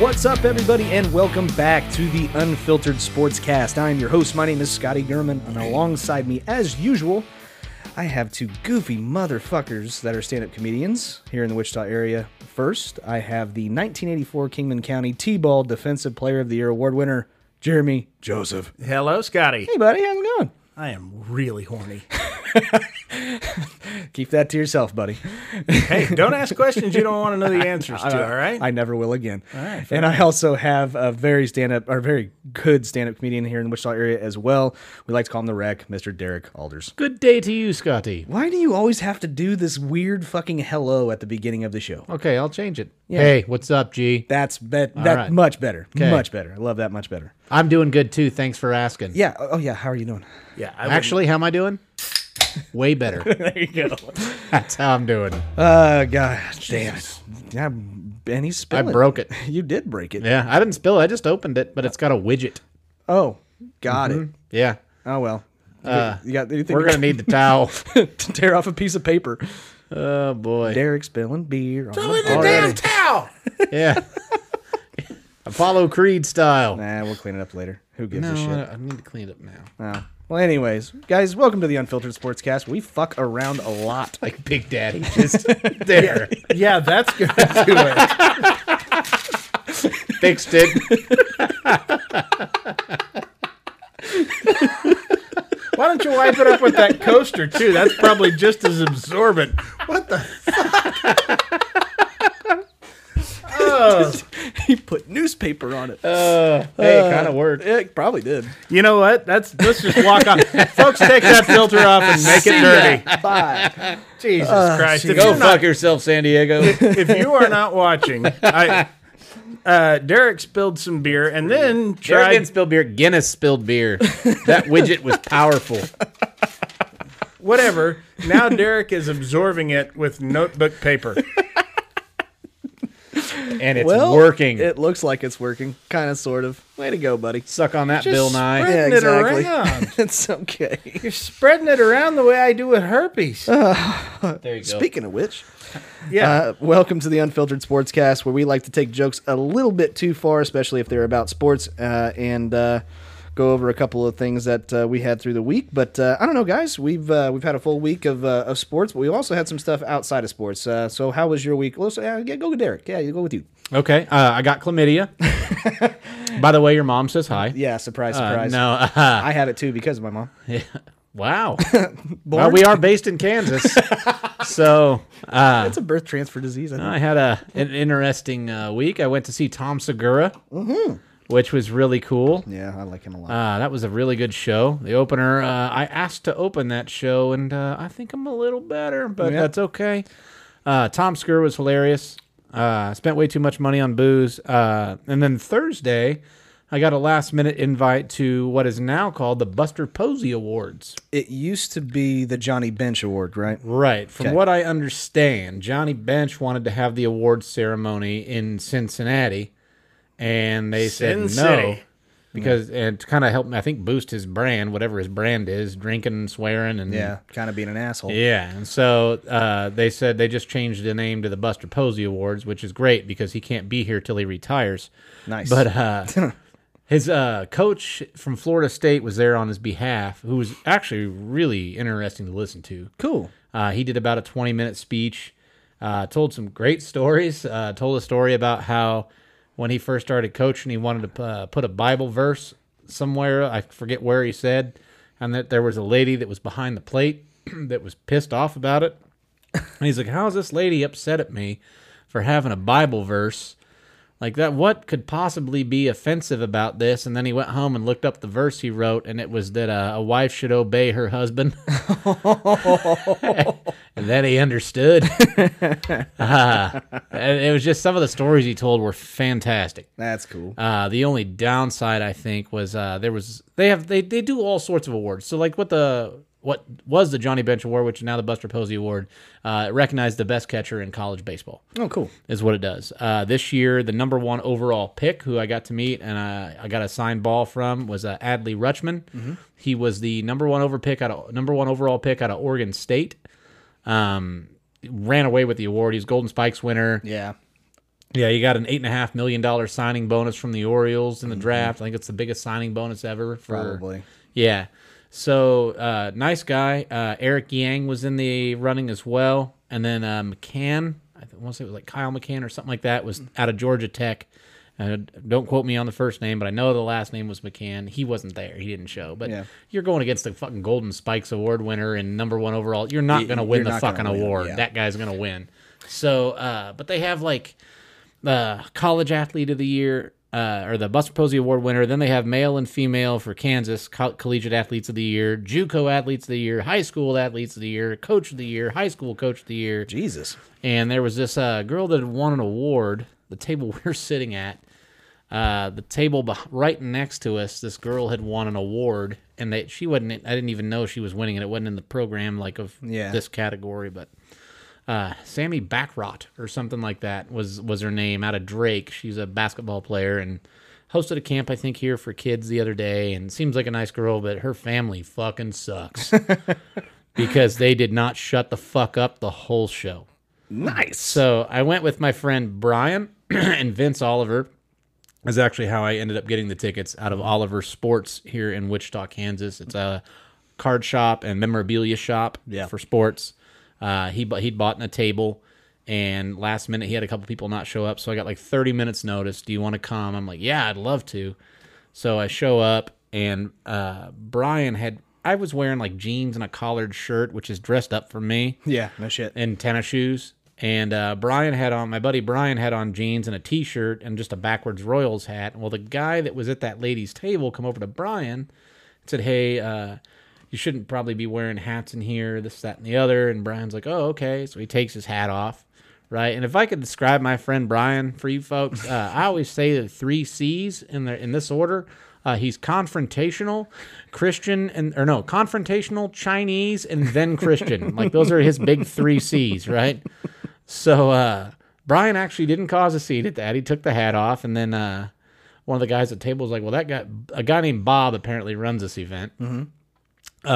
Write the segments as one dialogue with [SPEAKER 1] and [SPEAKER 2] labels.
[SPEAKER 1] What's up, everybody, and welcome back to the Unfiltered Sportscast. I am your host. My name is Scotty Gurman, and alongside me, as usual, I have two goofy motherfuckers that are stand up comedians here in the Wichita area. First, I have the 1984 Kingman County T Ball Defensive Player of the Year award winner, Jeremy Joseph.
[SPEAKER 2] Hello, Scotty.
[SPEAKER 1] Hey, buddy, how's it going?
[SPEAKER 2] I am really horny.
[SPEAKER 1] Keep that to yourself, buddy.
[SPEAKER 2] Hey, don't ask questions you don't want to know the answers to, all right?
[SPEAKER 1] I never will again. and I also have a very stand up or very good stand up comedian here in the Wichita area as well. We like to call him the wreck, Mr. Derek Alders.
[SPEAKER 3] Good day to you, Scotty.
[SPEAKER 1] Why do you always have to do this weird fucking hello at the beginning of the show?
[SPEAKER 3] Okay, I'll change it. Hey, what's up, G?
[SPEAKER 1] That's bet that
[SPEAKER 3] right.
[SPEAKER 1] much better.
[SPEAKER 3] 'Kay.
[SPEAKER 1] Much better. I love that much better.
[SPEAKER 3] I'm doing good too. Thanks for asking.
[SPEAKER 1] Yeah. Oh yeah, how are you doing?
[SPEAKER 2] yeah, I actually,
[SPEAKER 3] Actually, how am I doing? Way better. there you go. That's how I'm doing.
[SPEAKER 1] Uh god damn it. Yeah, and he's
[SPEAKER 3] I
[SPEAKER 1] spilling.
[SPEAKER 3] broke it.
[SPEAKER 1] You did break it.
[SPEAKER 3] Yeah, I didn't spill it. I just opened it, but it's got a widget.
[SPEAKER 1] Oh, got it.
[SPEAKER 3] Yeah.
[SPEAKER 1] Oh well. you got anything
[SPEAKER 3] Mm-hmm. Uh, We're going to need the towel.
[SPEAKER 1] to tear off a piece of paper.
[SPEAKER 3] Oh, boy.
[SPEAKER 1] Derek spilling beer. On
[SPEAKER 2] Throw in the damn
[SPEAKER 1] already.
[SPEAKER 2] towel.
[SPEAKER 3] Yeah. Apollo Creed style.
[SPEAKER 1] Nah, we'll clean it up later. Who gives
[SPEAKER 3] No, uh,
[SPEAKER 1] a shit?
[SPEAKER 3] I I need to clean it up now.
[SPEAKER 1] No. Well, anyways, guys, welcome to the Unfiltered Sportscast. We fuck around a lot.
[SPEAKER 3] Like Big Daddy, just there,
[SPEAKER 2] yeah, that's good. Let's do it.
[SPEAKER 3] fixed it.
[SPEAKER 2] Why don't you wipe it up with that coaster, too? That's probably just as absorbent. What the fuck? Oh.
[SPEAKER 1] he put newspaper on it.
[SPEAKER 3] Uh, Hey, kind of worked.
[SPEAKER 1] it probably did.
[SPEAKER 2] You know what? That's Let's just walk on. Folks, take that filter off and make it dirty. Uh,
[SPEAKER 1] Bye.
[SPEAKER 2] Jesus Christ. If
[SPEAKER 3] Go
[SPEAKER 2] you're not
[SPEAKER 3] fuck yourself, San Diego.
[SPEAKER 2] if you are not watching, I, uh, Derek spilled some beer and then
[SPEAKER 3] Derek
[SPEAKER 2] tried.
[SPEAKER 3] didn't spill beer. Guinness spilled beer. That widget was powerful.
[SPEAKER 2] whatever. Now Derek is absorbing it with notebook paper.
[SPEAKER 3] And it's
[SPEAKER 1] Well,
[SPEAKER 3] working.
[SPEAKER 1] It looks like it's working. Kind of, sort of. Way to go, buddy.
[SPEAKER 3] Suck on that, Bill Nye.
[SPEAKER 2] spread- Spreading it around.
[SPEAKER 1] it's okay.
[SPEAKER 2] You're spreading it around the way I do with herpes.
[SPEAKER 3] There you go.
[SPEAKER 1] Speaking of which,
[SPEAKER 2] yeah.
[SPEAKER 1] Uh, welcome to the Unfiltered Sportscast, where we like to take jokes a little bit too far, especially if they're about sports, uh, and uh, go over a couple of things that uh, we had through the week. But uh, I don't know, guys. We've uh, we've had a full week of, uh, of sports, but we also had some stuff outside of sports. Uh, so how was your week? Well, so, yeah, yeah, go with Derek. Yeah, you go with you.
[SPEAKER 3] okay, uh, I got chlamydia. By the way, your mom says hi.
[SPEAKER 1] Yeah, surprise,
[SPEAKER 3] Uh,
[SPEAKER 1] surprise.
[SPEAKER 3] no. uh,
[SPEAKER 1] I had it too because of my mom.
[SPEAKER 3] wow. well, we are based in Kansas, so uh,
[SPEAKER 1] It's a birth transfer disease. I think.
[SPEAKER 3] I had a an interesting uh, week. I went to see Tom Segura,
[SPEAKER 1] Mm-hmm.
[SPEAKER 3] which was really cool.
[SPEAKER 1] yeah, I like him a lot.
[SPEAKER 3] Uh, that was a really good show. The opener, uh, I asked to open that show, and uh, I think I'm a little better, but
[SPEAKER 1] Yeah.
[SPEAKER 3] that's okay. Uh, Tom Skerr was hilarious. Uh, spent way too much money on booze. Uh, and then Thursday, I got a last minute invite to what is now called the Buster Posey Awards.
[SPEAKER 1] it used to be the Johnny Bench Award, right?
[SPEAKER 3] Right. From
[SPEAKER 1] Okay.
[SPEAKER 3] what I understand, Johnny Bench wanted to have the awards ceremony in Cincinnati, and they
[SPEAKER 2] Sin
[SPEAKER 3] said no
[SPEAKER 2] City.
[SPEAKER 3] because and to kind of help, I think, boost his brand, whatever his brand is, drinking, swearing, and
[SPEAKER 1] Yeah, kind of being an asshole.
[SPEAKER 3] yeah. And so uh, they said they just changed the name to the Buster Posey Awards, which is great because he can't be here till he retires.
[SPEAKER 1] Nice.
[SPEAKER 3] But uh, his uh, coach from Florida State was there on his behalf, who was actually really interesting to listen to.
[SPEAKER 1] cool.
[SPEAKER 3] Uh, he did about a 20 minute speech. Uh, told some great stories. Uh, told a story about how when he first started coaching, he wanted to uh, put a Bible verse somewhere. I forget where he said, and that there was a lady that was behind the plate that was pissed off about it. And he's like, "How is this lady upset at me for having a Bible verse like that? What could possibly be offensive about this?" And then he went home and looked up the verse he wrote, and it was that uh, a wife should obey her husband. and then he understood. Ah, and it was just some of the stories he told were fantastic.
[SPEAKER 1] That's cool.
[SPEAKER 3] Uh, the only downside I think was uh, there was they have they, they do all sorts of awards. So like what the what was the Johnny Bench Award, which is now the Buster Posey Award, uh, it recognized the best catcher in college baseball
[SPEAKER 1] Oh, cool.
[SPEAKER 3] is what it does. Uh, this year, the number one overall pick, who I got to meet and uh, I got a signed ball from, was uh, Adley Rutschman. He was the number one over pick out of number one overall pick out of Oregon State. Um, ran away with the award. He's Golden Spikes winner.
[SPEAKER 1] Yeah.
[SPEAKER 3] Yeah, you got an eight and a half million dollar signing bonus from the Orioles in the draft. I think it's the biggest signing bonus ever. For,
[SPEAKER 1] Mm-hmm. Probably.
[SPEAKER 3] Yeah. So uh, nice guy. Uh, Eric Yang was in the running as well, and then uh, McCann. I want to say it was like Kyle McCann or something like that. Was
[SPEAKER 1] Mm.
[SPEAKER 3] out of Georgia Tech. Uh, don't quote me on the first name, but I know the last name was McCann. He wasn't there. He didn't show. But
[SPEAKER 1] Yeah.
[SPEAKER 3] you're going against the fucking Golden Spikes Award winner and number one overall. You're not going to win
[SPEAKER 1] you're
[SPEAKER 3] the
[SPEAKER 1] not gonna
[SPEAKER 3] fucking
[SPEAKER 1] win,
[SPEAKER 3] award.
[SPEAKER 1] yeah.
[SPEAKER 3] That guy's going to win. So, uh, but they have like the college athlete of the year uh, or the Buster Posey Award winner. Then they have male and female for Kansas co- collegiate athletes of the year, JUCO athletes of the year, high school athletes of the year, coach of the year, high school coach of the year.
[SPEAKER 1] Jesus.
[SPEAKER 3] And there was this uh, girl that had won an award. The table we're sitting at, uh, the table beh right next to us, this girl had won an award, and that she wasn't. I didn't even know she was winning it. It wasn't in the program like of
[SPEAKER 1] Yeah.
[SPEAKER 3] this category, but uh, Sammy Backrot or something like that was was her name out of Drake. She's a basketball player and hosted a camp I think here for kids the other day, and seems like a nice girl, but her family fucking sucks because they did not shut the fuck up the whole show. Hmm.
[SPEAKER 1] Nice.
[SPEAKER 3] So I went with my friend Brian and Vince Oliver. Is actually how I ended up getting the tickets out of Oliver Sports here in Wichita, Kansas. It's a card shop and memorabilia shop
[SPEAKER 1] Yeah.
[SPEAKER 3] for sports. Uh, he bu- he'd bought in a table, and last minute he had a couple people not show up, so I got like 30 minutes notice. Do you want to come? I'm like, yeah, I'd love to. So I show up, and uh, Brian had I was wearing like jeans and a collared shirt, which is dressed up for me
[SPEAKER 1] Yeah. No shit.
[SPEAKER 3] and tennis shoes. And uh, Brian had on my buddy Brian had on jeans and a t-shirt and just a backwards Royals hat. Well, the guy that was at that lady's table come over to Brian and said, "Hey, uh, you shouldn't probably be wearing hats in here. This, that, and the other." And Brian's like, "Oh, okay." So he takes his hat off, right? And if I could describe my friend Brian for you folks, uh, I always say the three C's in the in this order. Uh, he's confrontational, Christian, and or no, confrontational, Chinese, and then Christian. like those are his big three C's, right? So uh, Brian actually didn't cause a scene at that. He took the hat off, and then uh, one of the guys at the table was like, "Well, that guy, a guy named Bob, apparently runs this event." Mm-hmm. Uh,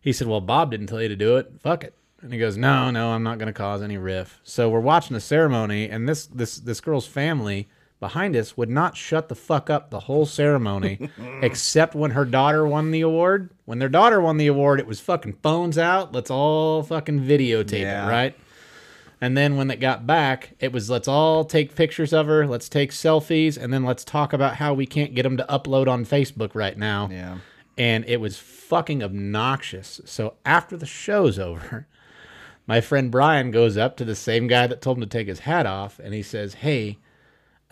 [SPEAKER 3] he said, "Well, Bob didn't tell you to do it. Fuck it." And he goes, "No, no, I'm not going to cause any riff." So we're watching the ceremony, and this this this girl's family behind us would not shut the fuck up the whole ceremony, except when her daughter won the award. When their daughter won the award, it was fucking phones out. Let's all fucking videotape
[SPEAKER 1] Yeah.
[SPEAKER 3] it, right? And then when it got back, it was let's all take pictures of her, let's take selfies, and then let's talk about how we can't get them to upload on Facebook right now.
[SPEAKER 1] Yeah.
[SPEAKER 3] And it was fucking obnoxious. So after the show's over, my friend Brian goes up to the same guy that told him to take his hat off and he says, Hey,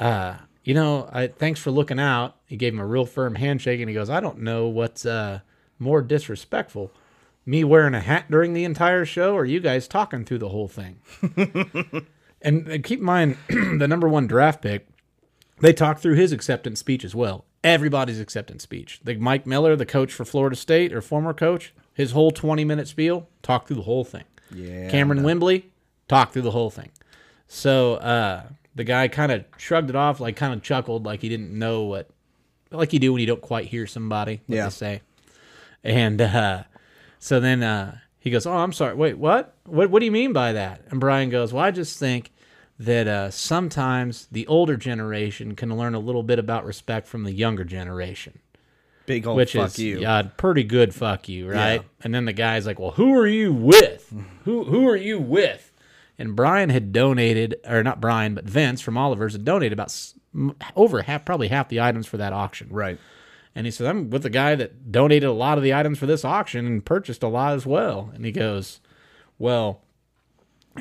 [SPEAKER 3] uh, you know, I, thanks for looking out. He gave him a real firm handshake and he goes, I don't know what's uh, more disrespectful me wearing a hat during the entire show or you guys talking through the whole thing. and uh, keep in mind, the number one draft pick, they talked through his acceptance speech as well. Everybody's acceptance speech. Like Mike Miller, the coach for Florida State or former coach, his whole 20 minute spiel, talked through the whole thing.
[SPEAKER 1] Yeah,
[SPEAKER 3] Cameron Wembley, talked through the whole thing. So uh, the guy kind of shrugged it off, like kind of chuckled, like he didn't know what, like you do when you don't quite hear somebody what
[SPEAKER 1] Yeah.
[SPEAKER 3] they say. And uh, so then uh, he goes, "Oh, I'm sorry. Wait, what? What? What do you mean by that?" And Brian goes, "Well, I just think that uh, sometimes the older generation can learn a little bit about respect from the younger generation."
[SPEAKER 1] Big old
[SPEAKER 3] which
[SPEAKER 1] oh, fuck
[SPEAKER 3] is
[SPEAKER 1] you.
[SPEAKER 3] yeah, pretty good fuck you, right? And then the guy's like, "Well, who are you with? who who are you with?" and Brian had donated, or not Brian, but Vince from Oliver's had donated about s- m- over half, probably half the items for that auction.
[SPEAKER 2] Right.
[SPEAKER 3] And he said, I'm with the guy that donated a lot of the items for this auction and purchased a lot as well. And he goes, Well,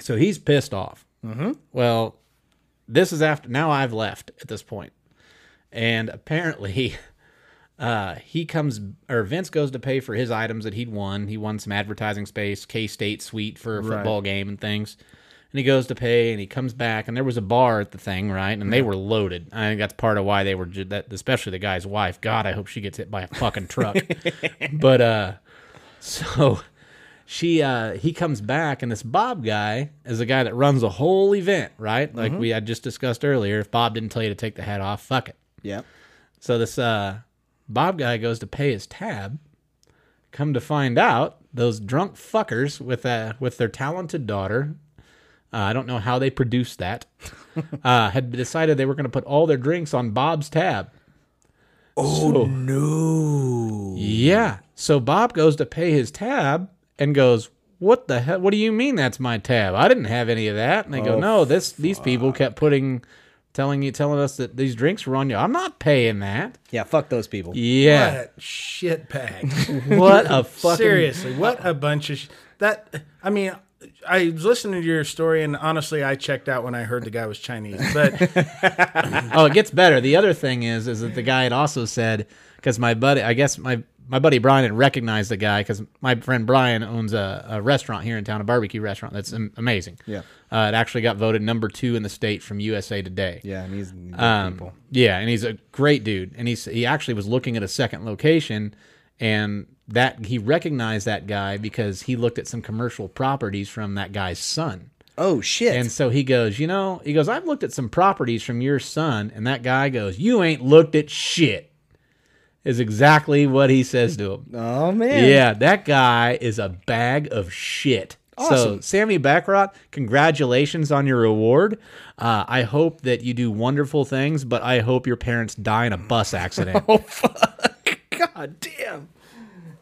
[SPEAKER 3] so he's pissed off. Mm-hmm. Well, this is after now I've left at this point. And apparently, uh, he comes or Vince goes to pay for his items that he'd won. He won some advertising space, K State suite for a football game and things. And he goes to pay and he comes back and there was a bar at the thing, right? And they were loaded. I think that's part of why they were ju- that especially the guy's wife. God, I hope she gets hit by a fucking truck. but uh so she uh he comes back and this Bob guy is the guy that runs the whole event, right? Like we had just discussed earlier, if Bob didn't tell you to take the hat off, fuck it.
[SPEAKER 1] Yeah.
[SPEAKER 3] So this uh, Bob guy goes to pay his tab. Come to find out, those drunk fuckers with uh, with their talented daughter. Uh, I don't know how they produced that. uh, had decided they were going to put all their drinks on Bob's tab. Oh no! Yeah. So Bob goes to pay his tab and goes, "What the hell? What do you mean that's my tab? I didn't have any of that." And they go, "No, this these people kept putting, telling you, telling us that these drinks were on you. I'm not paying that."
[SPEAKER 1] Yeah, fuck those people.
[SPEAKER 3] Yeah.
[SPEAKER 2] That shit bag.
[SPEAKER 3] What a fucking
[SPEAKER 2] Seriously, what a bunch of sh- that. I mean, I was listening to your story, and honestly, I checked out when I heard the guy was Chinese. But uh,
[SPEAKER 3] Oh, it gets better. The other thing is is that the guy had also said cuz my buddy, I guess my my buddy Brian had recognized the guy cuz my friend Brian owns a, a restaurant here in town, a barbecue restaurant that's am- amazing.
[SPEAKER 1] Yeah.
[SPEAKER 3] Uh, it actually got voted number 2 in the state from USA Today.
[SPEAKER 1] Yeah, and he's
[SPEAKER 3] Um,
[SPEAKER 1] good people.
[SPEAKER 3] Yeah, and he's a great dude. And he's he actually was looking at a second location, and that he recognized that guy because he looked at some commercial properties from that guy's son.
[SPEAKER 1] Oh shit.
[SPEAKER 3] And so he goes, you know, he goes, I've looked at some properties from your son, and that guy goes, you ain't looked at shit. Is exactly what he says to him.
[SPEAKER 1] oh man.
[SPEAKER 3] Yeah, that guy is a bag of shit. So,
[SPEAKER 1] Awesome.
[SPEAKER 3] Sammy Backrot, congratulations on your award. Uh, I hope that you do wonderful things, but I hope your parents die in a bus accident.
[SPEAKER 1] Oh. God damn.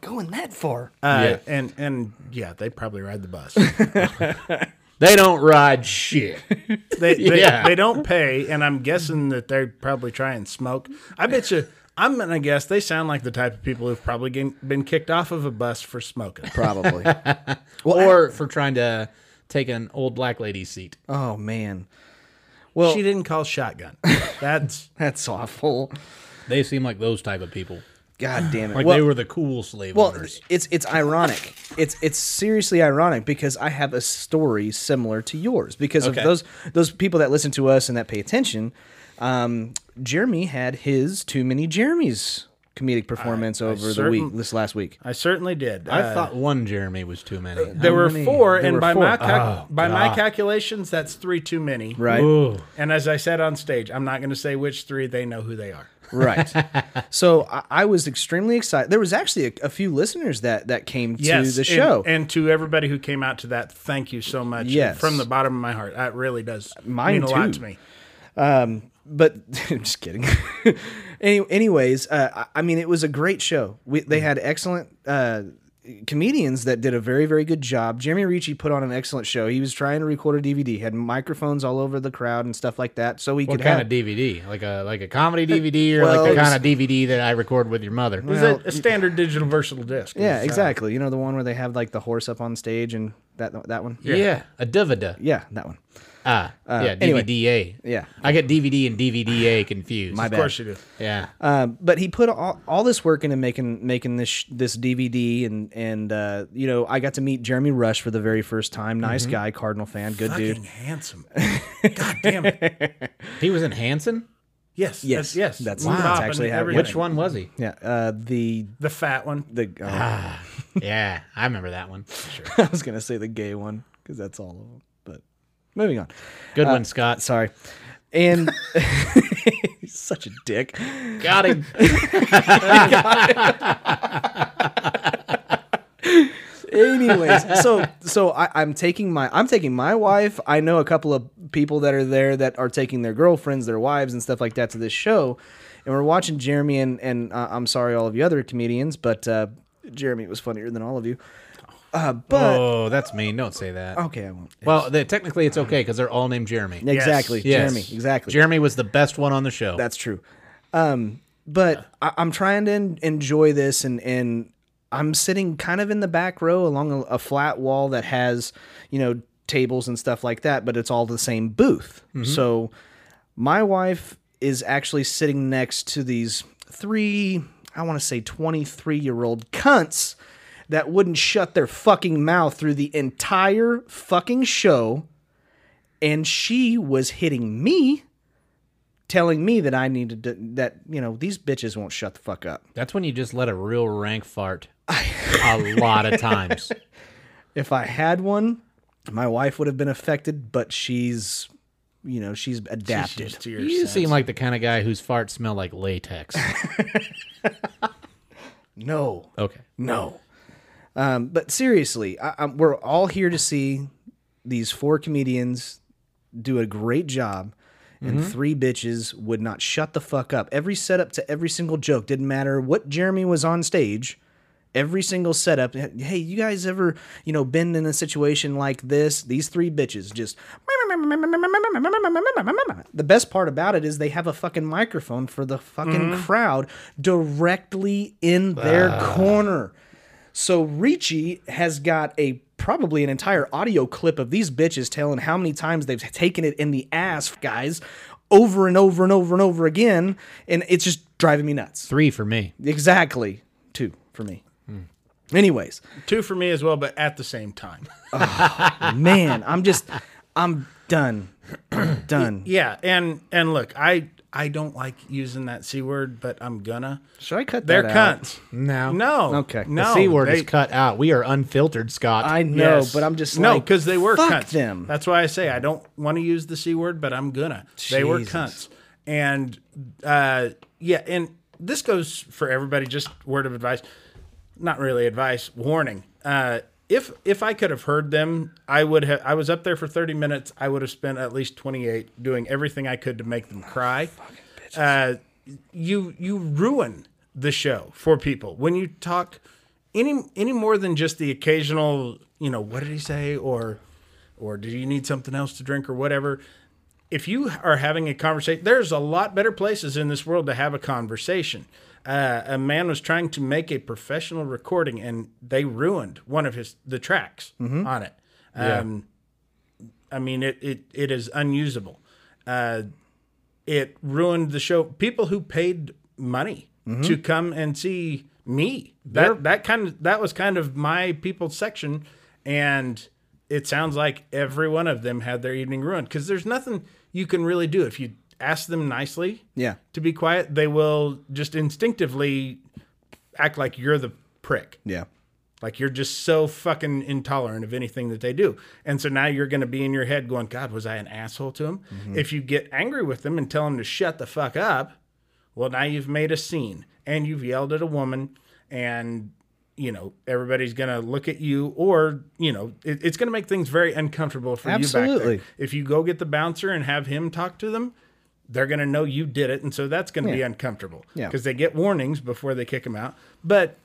[SPEAKER 1] Going that far.
[SPEAKER 2] uh, and and yeah, they probably ride the bus.
[SPEAKER 3] They don't ride shit.
[SPEAKER 2] They they,
[SPEAKER 3] Yeah.
[SPEAKER 2] they don't pay, and I'm guessing that they probably try and smoke. I bet you. I'm gonna guess they sound like the type of people who've probably gen- been kicked off of a bus for smoking.
[SPEAKER 1] Probably.
[SPEAKER 3] or for trying to take an old black lady's seat.
[SPEAKER 1] oh man.
[SPEAKER 2] she didn't call shotgun. That's
[SPEAKER 1] That's awful.
[SPEAKER 3] They seem like those type of people.
[SPEAKER 1] God damn it.
[SPEAKER 3] Like
[SPEAKER 1] well,
[SPEAKER 3] they were the cool slave
[SPEAKER 1] well,
[SPEAKER 3] owners.
[SPEAKER 1] it's it's ironic. It's it's seriously ironic because I have a story similar to yours because
[SPEAKER 3] Okay.
[SPEAKER 1] of those those people that listen to us and that pay attention. Um, Jeremy had his too many Jeremy's comedic performance over the
[SPEAKER 2] certain-
[SPEAKER 1] week this last week.
[SPEAKER 2] I certainly did.
[SPEAKER 3] I
[SPEAKER 2] Uh,
[SPEAKER 3] thought one Jeremy was too many.
[SPEAKER 2] there were
[SPEAKER 1] many?
[SPEAKER 2] four,
[SPEAKER 1] There
[SPEAKER 2] and
[SPEAKER 1] were
[SPEAKER 2] by
[SPEAKER 1] four.
[SPEAKER 2] my cal-
[SPEAKER 3] Oh,
[SPEAKER 2] by my
[SPEAKER 3] God.
[SPEAKER 2] calculations, that's three too many.
[SPEAKER 1] Right.
[SPEAKER 3] Ooh.
[SPEAKER 2] And as I said on stage, I'm not going to say which three. They know who they are.
[SPEAKER 1] Right. so I, I was extremely excited. There was actually a, a few listeners that that came to the
[SPEAKER 2] and-
[SPEAKER 1] show.
[SPEAKER 2] and, to everybody who came out to that, thank you so much.
[SPEAKER 1] Yes.
[SPEAKER 2] from the bottom of my heart, that really does
[SPEAKER 1] Mine
[SPEAKER 2] mean a lot
[SPEAKER 1] too.
[SPEAKER 2] to me.
[SPEAKER 1] but I'm just kidding. Any, anyways, uh, I- I mean, it was a great show. We, they
[SPEAKER 3] Mm-hmm.
[SPEAKER 1] had excellent uh, comedians that did a very, very good job. Jeremy Ricci put on an excellent show. He was trying to record a DVD, had microphones all over the crowd and stuff like that, so he
[SPEAKER 3] What
[SPEAKER 1] could
[SPEAKER 3] kind
[SPEAKER 1] have
[SPEAKER 3] of DVD? Like a like a comedy DVD or
[SPEAKER 1] Well,
[SPEAKER 3] like the
[SPEAKER 1] it's-
[SPEAKER 3] kind of DVD that I record with your mother?
[SPEAKER 2] Is it a standard digital versatile disc?
[SPEAKER 1] yeah,
[SPEAKER 2] It's, uh,
[SPEAKER 1] exactly. You know the one where they have like the horse up on stage and that that one.
[SPEAKER 3] yeah. a DVD.
[SPEAKER 1] yeah, that one.
[SPEAKER 3] Ah, yeah,
[SPEAKER 1] anyway.
[SPEAKER 3] DVD.
[SPEAKER 1] Yeah.
[SPEAKER 3] I get DVD and DVDA confused.
[SPEAKER 1] My
[SPEAKER 2] Of course you do.
[SPEAKER 3] yeah,
[SPEAKER 1] Um, but he put all, all this work into making making this sh- this DVD, and and uh, you know I got to meet Jeremy Rush for the very first time. Nice
[SPEAKER 3] Mm-hmm.
[SPEAKER 1] guy, Cardinal fan, good dude.
[SPEAKER 2] Fucking handsome. God damn it.
[SPEAKER 3] he was in Hanson.
[SPEAKER 2] Yes.
[SPEAKER 1] Yes,
[SPEAKER 2] That's, yes.
[SPEAKER 1] that's-
[SPEAKER 2] Top
[SPEAKER 1] that's
[SPEAKER 2] and
[SPEAKER 1] actually how it
[SPEAKER 2] everything.
[SPEAKER 1] went.
[SPEAKER 3] Which one was he?
[SPEAKER 1] Yeah, uh, the
[SPEAKER 2] The fat one.
[SPEAKER 1] the oh,
[SPEAKER 3] Ah. yeah, I remember that one.
[SPEAKER 1] I was gonna say the gay one because that's all of them. But moving on,
[SPEAKER 3] Good one, Scott.
[SPEAKER 1] Uh, sorry. And he's such a dick.
[SPEAKER 3] Got him.
[SPEAKER 1] Anyways, so so I, I'm taking my I'm taking my wife. I know a couple of people that are there that are taking their girlfriends, their wives, and stuff like that to this show, and we're watching Jeremy and and uh, I'm sorry all of you other comedians, but uh, Jeremy was funnier than all of you. Uh, but
[SPEAKER 3] oh, that's mean. Don't say that.
[SPEAKER 1] okay, I won't.
[SPEAKER 3] Well, they, technically it's okay because they're all named Jeremy.
[SPEAKER 1] Exactly,
[SPEAKER 3] Yes.
[SPEAKER 1] Jeremy. Exactly.
[SPEAKER 3] Jeremy was the best one on the show.
[SPEAKER 1] That's true. Um, but I, I'm trying to en- enjoy this, and and I'm sitting kind of in the back row along a, a flat wall that has, you know, tables and stuff like that. But it's all the same booth. So my wife is actually sitting next to these three, I want to say 23 year old cunts that wouldn't shut their fucking mouth through the entire fucking show. And she was hitting me, telling me that I needed to, that, you know, these bitches won't shut the fuck up.
[SPEAKER 3] That's when you just let a real rank fart a lot of times.
[SPEAKER 1] If I had one, my wife would have been affected, but she's, you know, she's adapted.
[SPEAKER 2] Just to your
[SPEAKER 3] You
[SPEAKER 2] sense.
[SPEAKER 3] seem like the kind of guy whose farts smell like latex.
[SPEAKER 1] no.
[SPEAKER 3] Okay.
[SPEAKER 1] No. Um, but seriously, I, I, we're all here to see these four comedians do a great job, and three bitches would not shut the fuck up. Every setup to every single joke didn't matter what Jeremy was on stage. Every single setup. Hey, you guys ever you know been in a situation like this? These three bitches just. The best part about it is they have a fucking microphone for the fucking crowd directly in their corner. So Ricci has got a probably an entire audio clip of these bitches telling how many times they've taken it in the ass, guys, over and over and over and over again, and it's just driving me nuts.
[SPEAKER 3] Three for me.
[SPEAKER 1] Exactly two for me. Anyways,
[SPEAKER 2] two for me as well, but at the same time.
[SPEAKER 1] man, I'm just I'm done, done.
[SPEAKER 2] yeah, and and look, I I don't like using that c word, but I'm gonna.
[SPEAKER 1] Should I cut
[SPEAKER 2] They're
[SPEAKER 1] that out?
[SPEAKER 2] cunts.
[SPEAKER 3] No.
[SPEAKER 2] No.
[SPEAKER 1] Okay. The
[SPEAKER 2] No.
[SPEAKER 3] C word is
[SPEAKER 2] they-
[SPEAKER 3] cut out. We are unfiltered, Scott.
[SPEAKER 1] I know,
[SPEAKER 2] Yes.
[SPEAKER 1] but I'm just
[SPEAKER 2] no,
[SPEAKER 1] like,
[SPEAKER 2] because they were
[SPEAKER 1] fuck
[SPEAKER 2] cunts.
[SPEAKER 1] them.
[SPEAKER 2] That's why I say I don't want to use the c word, but I'm gonna. They were
[SPEAKER 1] Jesus.
[SPEAKER 2] cunts, and uh, yeah, and this goes for everybody. Just word of advice, not really advice, warning. Uh, if if I could have heard them, I would have. I was up there for 30 minutes. I would have spent at least 28 doing everything I could to make them cry. Uh, you you ruin the show for people when you talk any any more than just the occasional you know what did he say or or do you need something else to drink or whatever if you are having a conversation there's a lot better places in this world to have a conversation uh, a man was trying to make a professional recording and they ruined one of his the tracks on it um, i mean it, it it is unusable uh, it ruined the show. People who paid money to come and see me. That that kind of that was kind of my people section, and it sounds like every one of them had their evening ruined because there's nothing you can really do if you ask them nicely
[SPEAKER 1] Yeah.
[SPEAKER 2] to be quiet. They will just instinctively act like you're the prick.
[SPEAKER 1] Yeah.
[SPEAKER 2] Like you're just so fucking intolerant of anything that they do. And so now you're going to be in your head going, God, was I an asshole to him?
[SPEAKER 1] Mm-hmm.
[SPEAKER 2] If you get angry with them and tell them to shut the fuck up, well, now you've made a scene and you've yelled at a woman and, you know, everybody's going to look at you or, you know, it, it's going to make things very uncomfortable for you back
[SPEAKER 1] Absolutely.
[SPEAKER 2] there. If you go get the bouncer and have him talk to them, they're going to know you did it. And so that's going to be uncomfortable
[SPEAKER 1] Yeah.
[SPEAKER 2] because they get warnings before they kick them out. But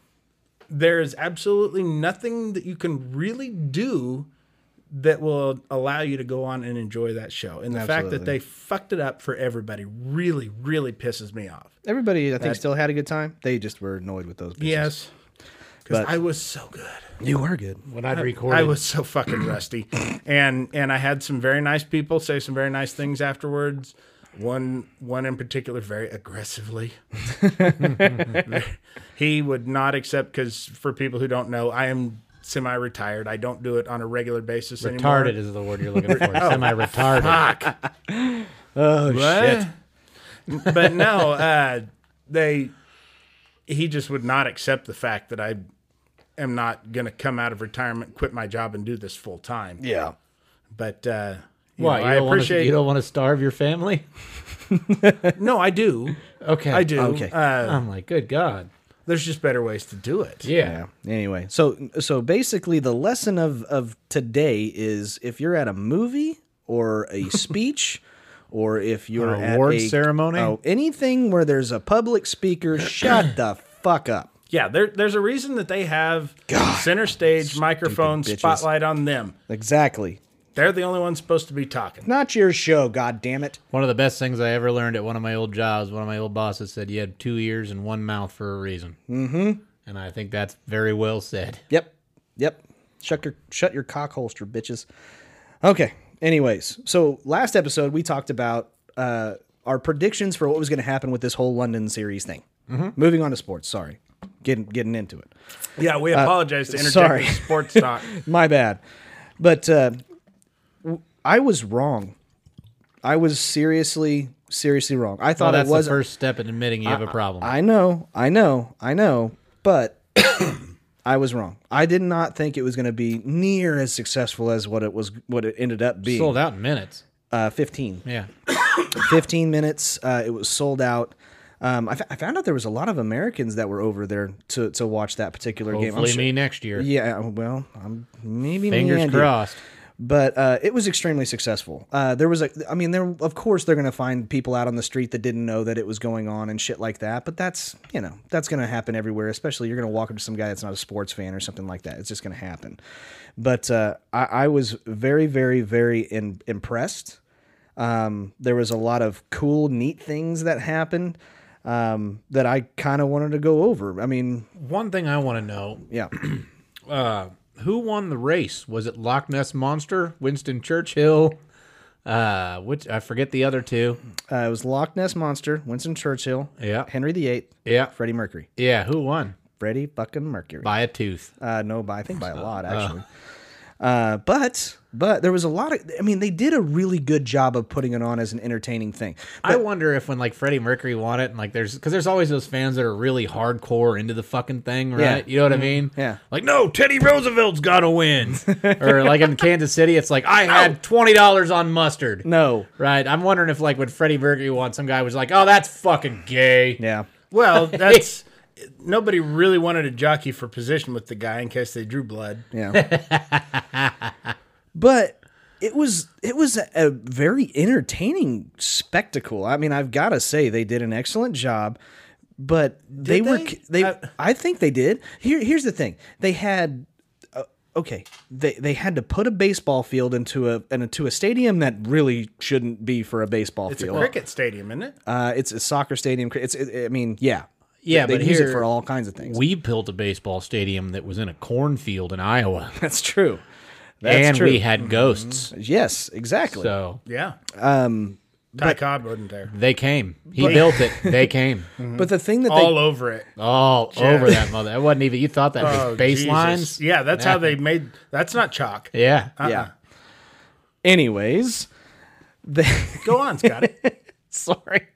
[SPEAKER 2] there is absolutely nothing that you can really do that will allow you to go on and enjoy that show. And the fact that
[SPEAKER 1] Absolutely.
[SPEAKER 2] they fucked it up for everybody really, really pisses me off.
[SPEAKER 1] Everybody, I think, still had a good time. They just were annoyed with those. Bitches.
[SPEAKER 2] Yes. Because
[SPEAKER 1] But-
[SPEAKER 2] I was so good.
[SPEAKER 1] you were good.
[SPEAKER 3] when I'd recorded.
[SPEAKER 2] I was so fucking rusty. And and I had some very nice people say some very nice things afterwards. One one in particular very aggressively. he would not accept because for people who don't know, I am semi retired. I don't do it on a regular basis anymore. Ah,
[SPEAKER 3] retarded is the word you're looking for. Semi retarded.
[SPEAKER 2] Fuck. oh shit. But no, uh, they he just would not accept the fact that I am not going to come out of retirement, quit my job, and do this full time.
[SPEAKER 1] Yeah.
[SPEAKER 2] But uh, you
[SPEAKER 3] What?
[SPEAKER 2] know,
[SPEAKER 3] You
[SPEAKER 2] I
[SPEAKER 3] don't wanna-
[SPEAKER 2] appreciate.
[SPEAKER 3] you don't want to starve your family?
[SPEAKER 2] no, I do.
[SPEAKER 3] Okay.
[SPEAKER 2] I do.
[SPEAKER 1] Okay.
[SPEAKER 2] Uh,
[SPEAKER 3] I'm like, good God.
[SPEAKER 2] there's just better ways to do it.
[SPEAKER 3] Yeah.
[SPEAKER 1] Anyway, so so basically, the lesson of of today is if you're at a movie or a speech, or if you're
[SPEAKER 3] An
[SPEAKER 1] at
[SPEAKER 3] award
[SPEAKER 1] a-
[SPEAKER 3] ceremony?
[SPEAKER 1] oh, anything where there's a public speaker, shut the fuck up.
[SPEAKER 2] Yeah, there, there's a reason that they have center stage microphone
[SPEAKER 1] bitches.
[SPEAKER 2] spotlight on them.
[SPEAKER 1] Exactly.
[SPEAKER 2] They're the only ones supposed to be talking.
[SPEAKER 1] Not your show, god damn it.
[SPEAKER 3] One of the best things I ever learned at one of my old jobs, one of my old bosses said, You had two ears and one mouth for a reason. Mm-hmm. And I think that's very well said.
[SPEAKER 1] Yep. Yep. Shut your shut your cock holster, bitches. Okay. Anyways, so last episode we talked about uh, our predictions for what was going to happen with this whole London series thing. Moving on to sports. Sorry, getting getting into it.
[SPEAKER 2] Yeah, we
[SPEAKER 3] Uh,
[SPEAKER 2] apologize to interject
[SPEAKER 1] sorry.
[SPEAKER 2] with sports talk.
[SPEAKER 1] My bad. But uh, w- I was wrong. I was seriously, seriously wrong. I
[SPEAKER 3] Well,
[SPEAKER 1] thought it
[SPEAKER 3] that's
[SPEAKER 1] was
[SPEAKER 3] the first step in admitting you have a problem.
[SPEAKER 1] I know, I know, I know, but I was wrong. I did not think it was going to be near as successful as what it was, what it ended up being.
[SPEAKER 3] Sold out in minutes.
[SPEAKER 1] Uh, 15,
[SPEAKER 3] Yeah.
[SPEAKER 1] 15 minutes. Uh, it was sold out. Um, I, f- I found out there was a lot of Americans that were over there to, to watch that particular game. I'm
[SPEAKER 3] Hopefully,
[SPEAKER 1] su-
[SPEAKER 3] me next year.
[SPEAKER 1] Yeah, well, I'm maybe me
[SPEAKER 3] Fingers
[SPEAKER 1] and you.
[SPEAKER 3] crossed.
[SPEAKER 1] But uh, it was extremely successful. Uh, there was a, I mean, there of course they're going to find people out on the street that didn't know that it was going on and shit like that. But that's you know that's going to happen everywhere. Especially you're going to walk up to some guy that's not a sports fan or something like that. It's just going to happen. But uh, I, I was very, very, very in, impressed. Um, there was a lot of cool, neat things that happened um, that I kind of wanted to go over. I mean,
[SPEAKER 3] One thing I want to know
[SPEAKER 1] yeah,
[SPEAKER 3] who won the race? Was it Loch Ness Monster, Winston Churchill? Uh, which I forget the other two.
[SPEAKER 1] uh, it was Loch Ness Monster, Winston Churchill,
[SPEAKER 3] Yeah.
[SPEAKER 1] Henry VIII,
[SPEAKER 3] Yeah.
[SPEAKER 1] Freddie Mercury.
[SPEAKER 3] Yeah. Who won?
[SPEAKER 1] Freddie fucking Mercury.
[SPEAKER 3] By a tooth.
[SPEAKER 1] Uh, no, by I think by a lot actually. Uh, but but there was a lot of. I mean, they did a really good job of putting it on as an entertaining thing.
[SPEAKER 3] I wonder if when like Freddie Mercury won it and like there's because there's always those fans that are really hardcore into the fucking thing, right?
[SPEAKER 1] Yeah. Mm-hmm.
[SPEAKER 3] You know what I mean?
[SPEAKER 1] Yeah.
[SPEAKER 3] Like no, Teddy Roosevelt's got to win, or like in Kansas City, it's like I had twenty dollars on mustard.
[SPEAKER 1] No.
[SPEAKER 3] Right. I'm wondering if like when Freddie Mercury won, some guy was like, oh, that's fucking gay.
[SPEAKER 1] Yeah.
[SPEAKER 2] Well, that's nobody really wanted to jockey for position with the guy in case they drew blood.
[SPEAKER 1] Yeah. but it was it was a, a very entertaining spectacle. I mean, I've got to say they did an excellent job. But they, were
[SPEAKER 2] they?
[SPEAKER 1] c- they
[SPEAKER 2] I-
[SPEAKER 1] I think they did. Here here's the thing. They had uh, okay, they they had to put a baseball field into a into a stadium that really shouldn't be for a baseball
[SPEAKER 2] It's a
[SPEAKER 1] field.
[SPEAKER 2] cricket stadium, isn't it?
[SPEAKER 1] Uh, it's a soccer stadium. It's it, I mean, yeah.
[SPEAKER 3] Yeah,
[SPEAKER 1] They
[SPEAKER 3] but
[SPEAKER 1] use
[SPEAKER 3] here
[SPEAKER 1] it for all kinds of things.
[SPEAKER 3] we built a baseball stadium that was in a cornfield in Iowa,
[SPEAKER 1] That's true. That's
[SPEAKER 3] and
[SPEAKER 1] true.
[SPEAKER 3] we had ghosts.
[SPEAKER 1] yes, exactly.
[SPEAKER 3] So
[SPEAKER 2] Yeah. Um, Ty Cobb wasn't there.
[SPEAKER 3] they came. He built it. They came
[SPEAKER 1] But the thing that
[SPEAKER 2] All over it. Oh,
[SPEAKER 3] all over that mother. That wasn't even. You thought that was bass
[SPEAKER 2] Jesus.
[SPEAKER 3] lines?
[SPEAKER 2] Yeah, that's how they made. That's not chalk.
[SPEAKER 3] Yeah.
[SPEAKER 1] they yeah. Anyways, they
[SPEAKER 2] Go on, Scotty.
[SPEAKER 1] sorry,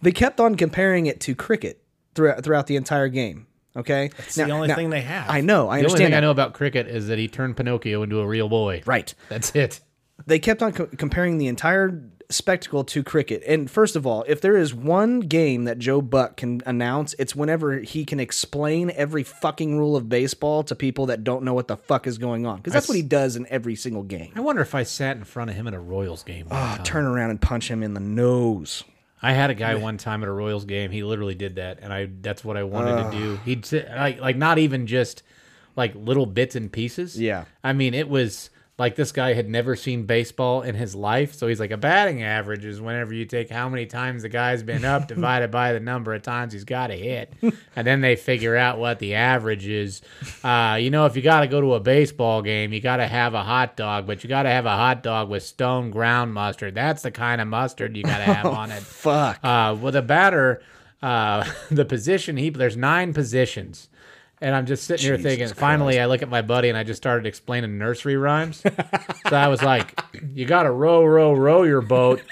[SPEAKER 1] they kept on comparing it to cricket throughout throughout the entire game. Okay, that's
[SPEAKER 2] the only thing they have.
[SPEAKER 1] I know. I
[SPEAKER 3] The only
[SPEAKER 1] understand.
[SPEAKER 3] thing I
[SPEAKER 1] that.
[SPEAKER 3] know about cricket is that he turned Pinocchio into a real boy.
[SPEAKER 1] Right.
[SPEAKER 3] That's it.
[SPEAKER 1] they kept on co- comparing the entire spectacle to cricket. And first of all, if there is one game that Joe Buck can announce, it's whenever he can explain every fucking rule of baseball to people that don't know what the fuck is going on. Because that's what he does in every single game.
[SPEAKER 3] I wonder if I sat in front of him at a Royals game. one time.
[SPEAKER 1] Turn around and punch him in the nose.
[SPEAKER 3] I had a guy one time at a Royals game. He literally did that, and I that's what I wanted to do. He'd sit, like like not even just like little bits and pieces.
[SPEAKER 1] Yeah.
[SPEAKER 3] I mean it was like this guy had never seen baseball in his life, so he's like a batting average is whenever you take how many times the guy's been up divided by the number of times he's got to hit, and then they figure out what the average is. Uh, you know, if you got to go to a baseball game, you got to have a hot dog, but you got to have a hot dog with stone ground mustard. That's the kind of mustard you got to have on it.
[SPEAKER 1] Fuck.
[SPEAKER 3] Uh, with a batter, uh, the position he there's nine positions, and I'm just sitting here thinking. Finally, I look at my buddy and I just started explaining nursery rhymes. so I was like, "You got to row, row, row your boat."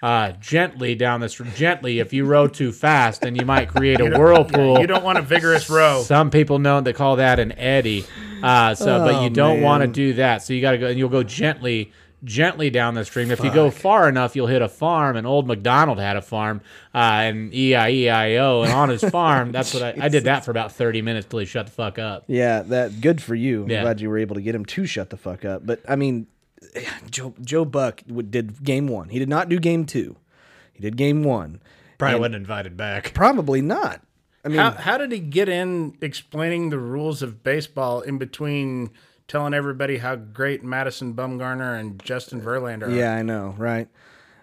[SPEAKER 3] Uh, gently down the stream. Gently, if you row too fast, then you might create a whirlpool.
[SPEAKER 2] you don't want a vigorous row.
[SPEAKER 3] Some people know they call that an eddy. Uh, so, but
[SPEAKER 1] Oh,
[SPEAKER 3] you don't want to do that. So you got to go, and you'll go gently, gently down the stream. If you go far enough, you'll hit a farm. And old McDonald had a farm, uh, and E I E I O, and on his farm, that's what I, I did that for about thirty minutes till he shut the fuck up.
[SPEAKER 1] Yeah, that good for you. I'm
[SPEAKER 3] Yeah.
[SPEAKER 1] glad you were able to get him to shut the fuck up. But I mean, Joe Joe Buck would, did game one. He did not do game two. He did game one.
[SPEAKER 3] Probably wasn't invited back.
[SPEAKER 1] Probably not. I mean,
[SPEAKER 2] How, how did he get in explaining the rules of baseball in between telling everybody how great Madison Bumgarner and Justin Verlander are?
[SPEAKER 1] yeah, I know, right?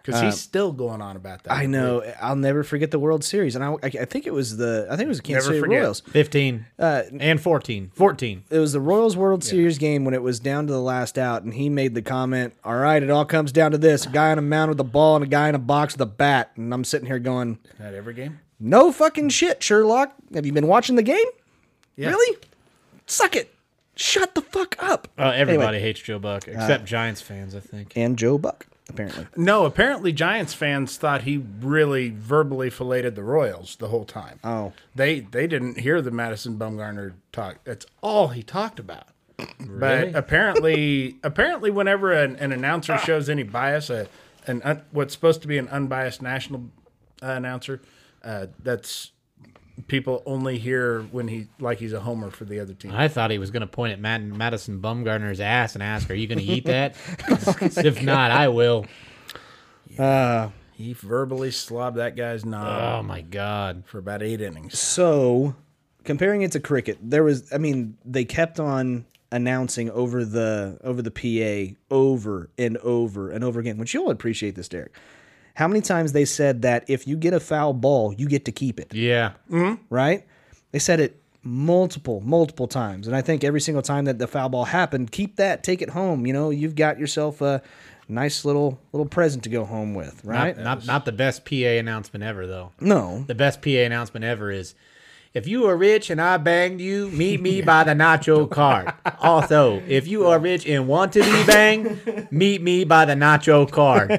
[SPEAKER 2] Because he's still going on about that.
[SPEAKER 1] I know. I'll never forget the World Series, and I, I think it was the I think it was the Kansas
[SPEAKER 2] Never
[SPEAKER 1] City
[SPEAKER 2] forget.
[SPEAKER 1] Royals.
[SPEAKER 3] 15
[SPEAKER 1] Uh,
[SPEAKER 3] and 14. 14.
[SPEAKER 1] It was the Royals World Series game when it was down to the last out, and he made the comment, "All right, it all comes down to this: a guy on a mound with a ball and a guy in a box with a bat." And I'm sitting here going,
[SPEAKER 2] At every game?
[SPEAKER 1] "No fucking shit, Sherlock. Have you been watching the game?
[SPEAKER 2] Yeah.
[SPEAKER 1] Really? Suck it. Shut the fuck up."
[SPEAKER 3] Uh,
[SPEAKER 1] Anyway.
[SPEAKER 3] everybody
[SPEAKER 1] Uh,
[SPEAKER 3] hates Joe Buck except Giants fans, I think.
[SPEAKER 1] And Joe Buck, apparently.
[SPEAKER 2] No, apparently Giants fans thought he really verbally filleted the Royals the whole time.
[SPEAKER 1] Oh.
[SPEAKER 2] They they didn't hear the Madison Bumgarner talk. That's all he talked about. But apparently apparently whenever an, an announcer shows any bias, a, an un, what's supposed to be an unbiased national uh, announcer, uh, that's people only hear when he like he's a homer for the other team.
[SPEAKER 3] I thought he was going to point at Mad- Madison Bumgarner's ass and ask, Are you going to eat that?
[SPEAKER 1] Oh
[SPEAKER 3] 'Cause if not, I will.
[SPEAKER 2] He verbally slobbed that guy's knob
[SPEAKER 3] Oh, my God.
[SPEAKER 2] for about eight innings.
[SPEAKER 1] So, comparing it to cricket, there was I mean, they kept on announcing over the over the PA over and over and over again, which you'll appreciate this, Derek. How many times they said that if you get a foul ball, you get to keep it,
[SPEAKER 3] Yeah.
[SPEAKER 1] right? They said it multiple, multiple times. And I think every single time that the foul ball happened, keep that, take it home. You know, you've got yourself a nice little little present to go home with, right?
[SPEAKER 3] Not, not, not the best PA announcement ever, though.
[SPEAKER 1] no.
[SPEAKER 3] The best PA announcement ever is if you are rich and I banged you, meet me by the nacho cart. Also, if you are rich and want to be banged, meet me by the nacho cart.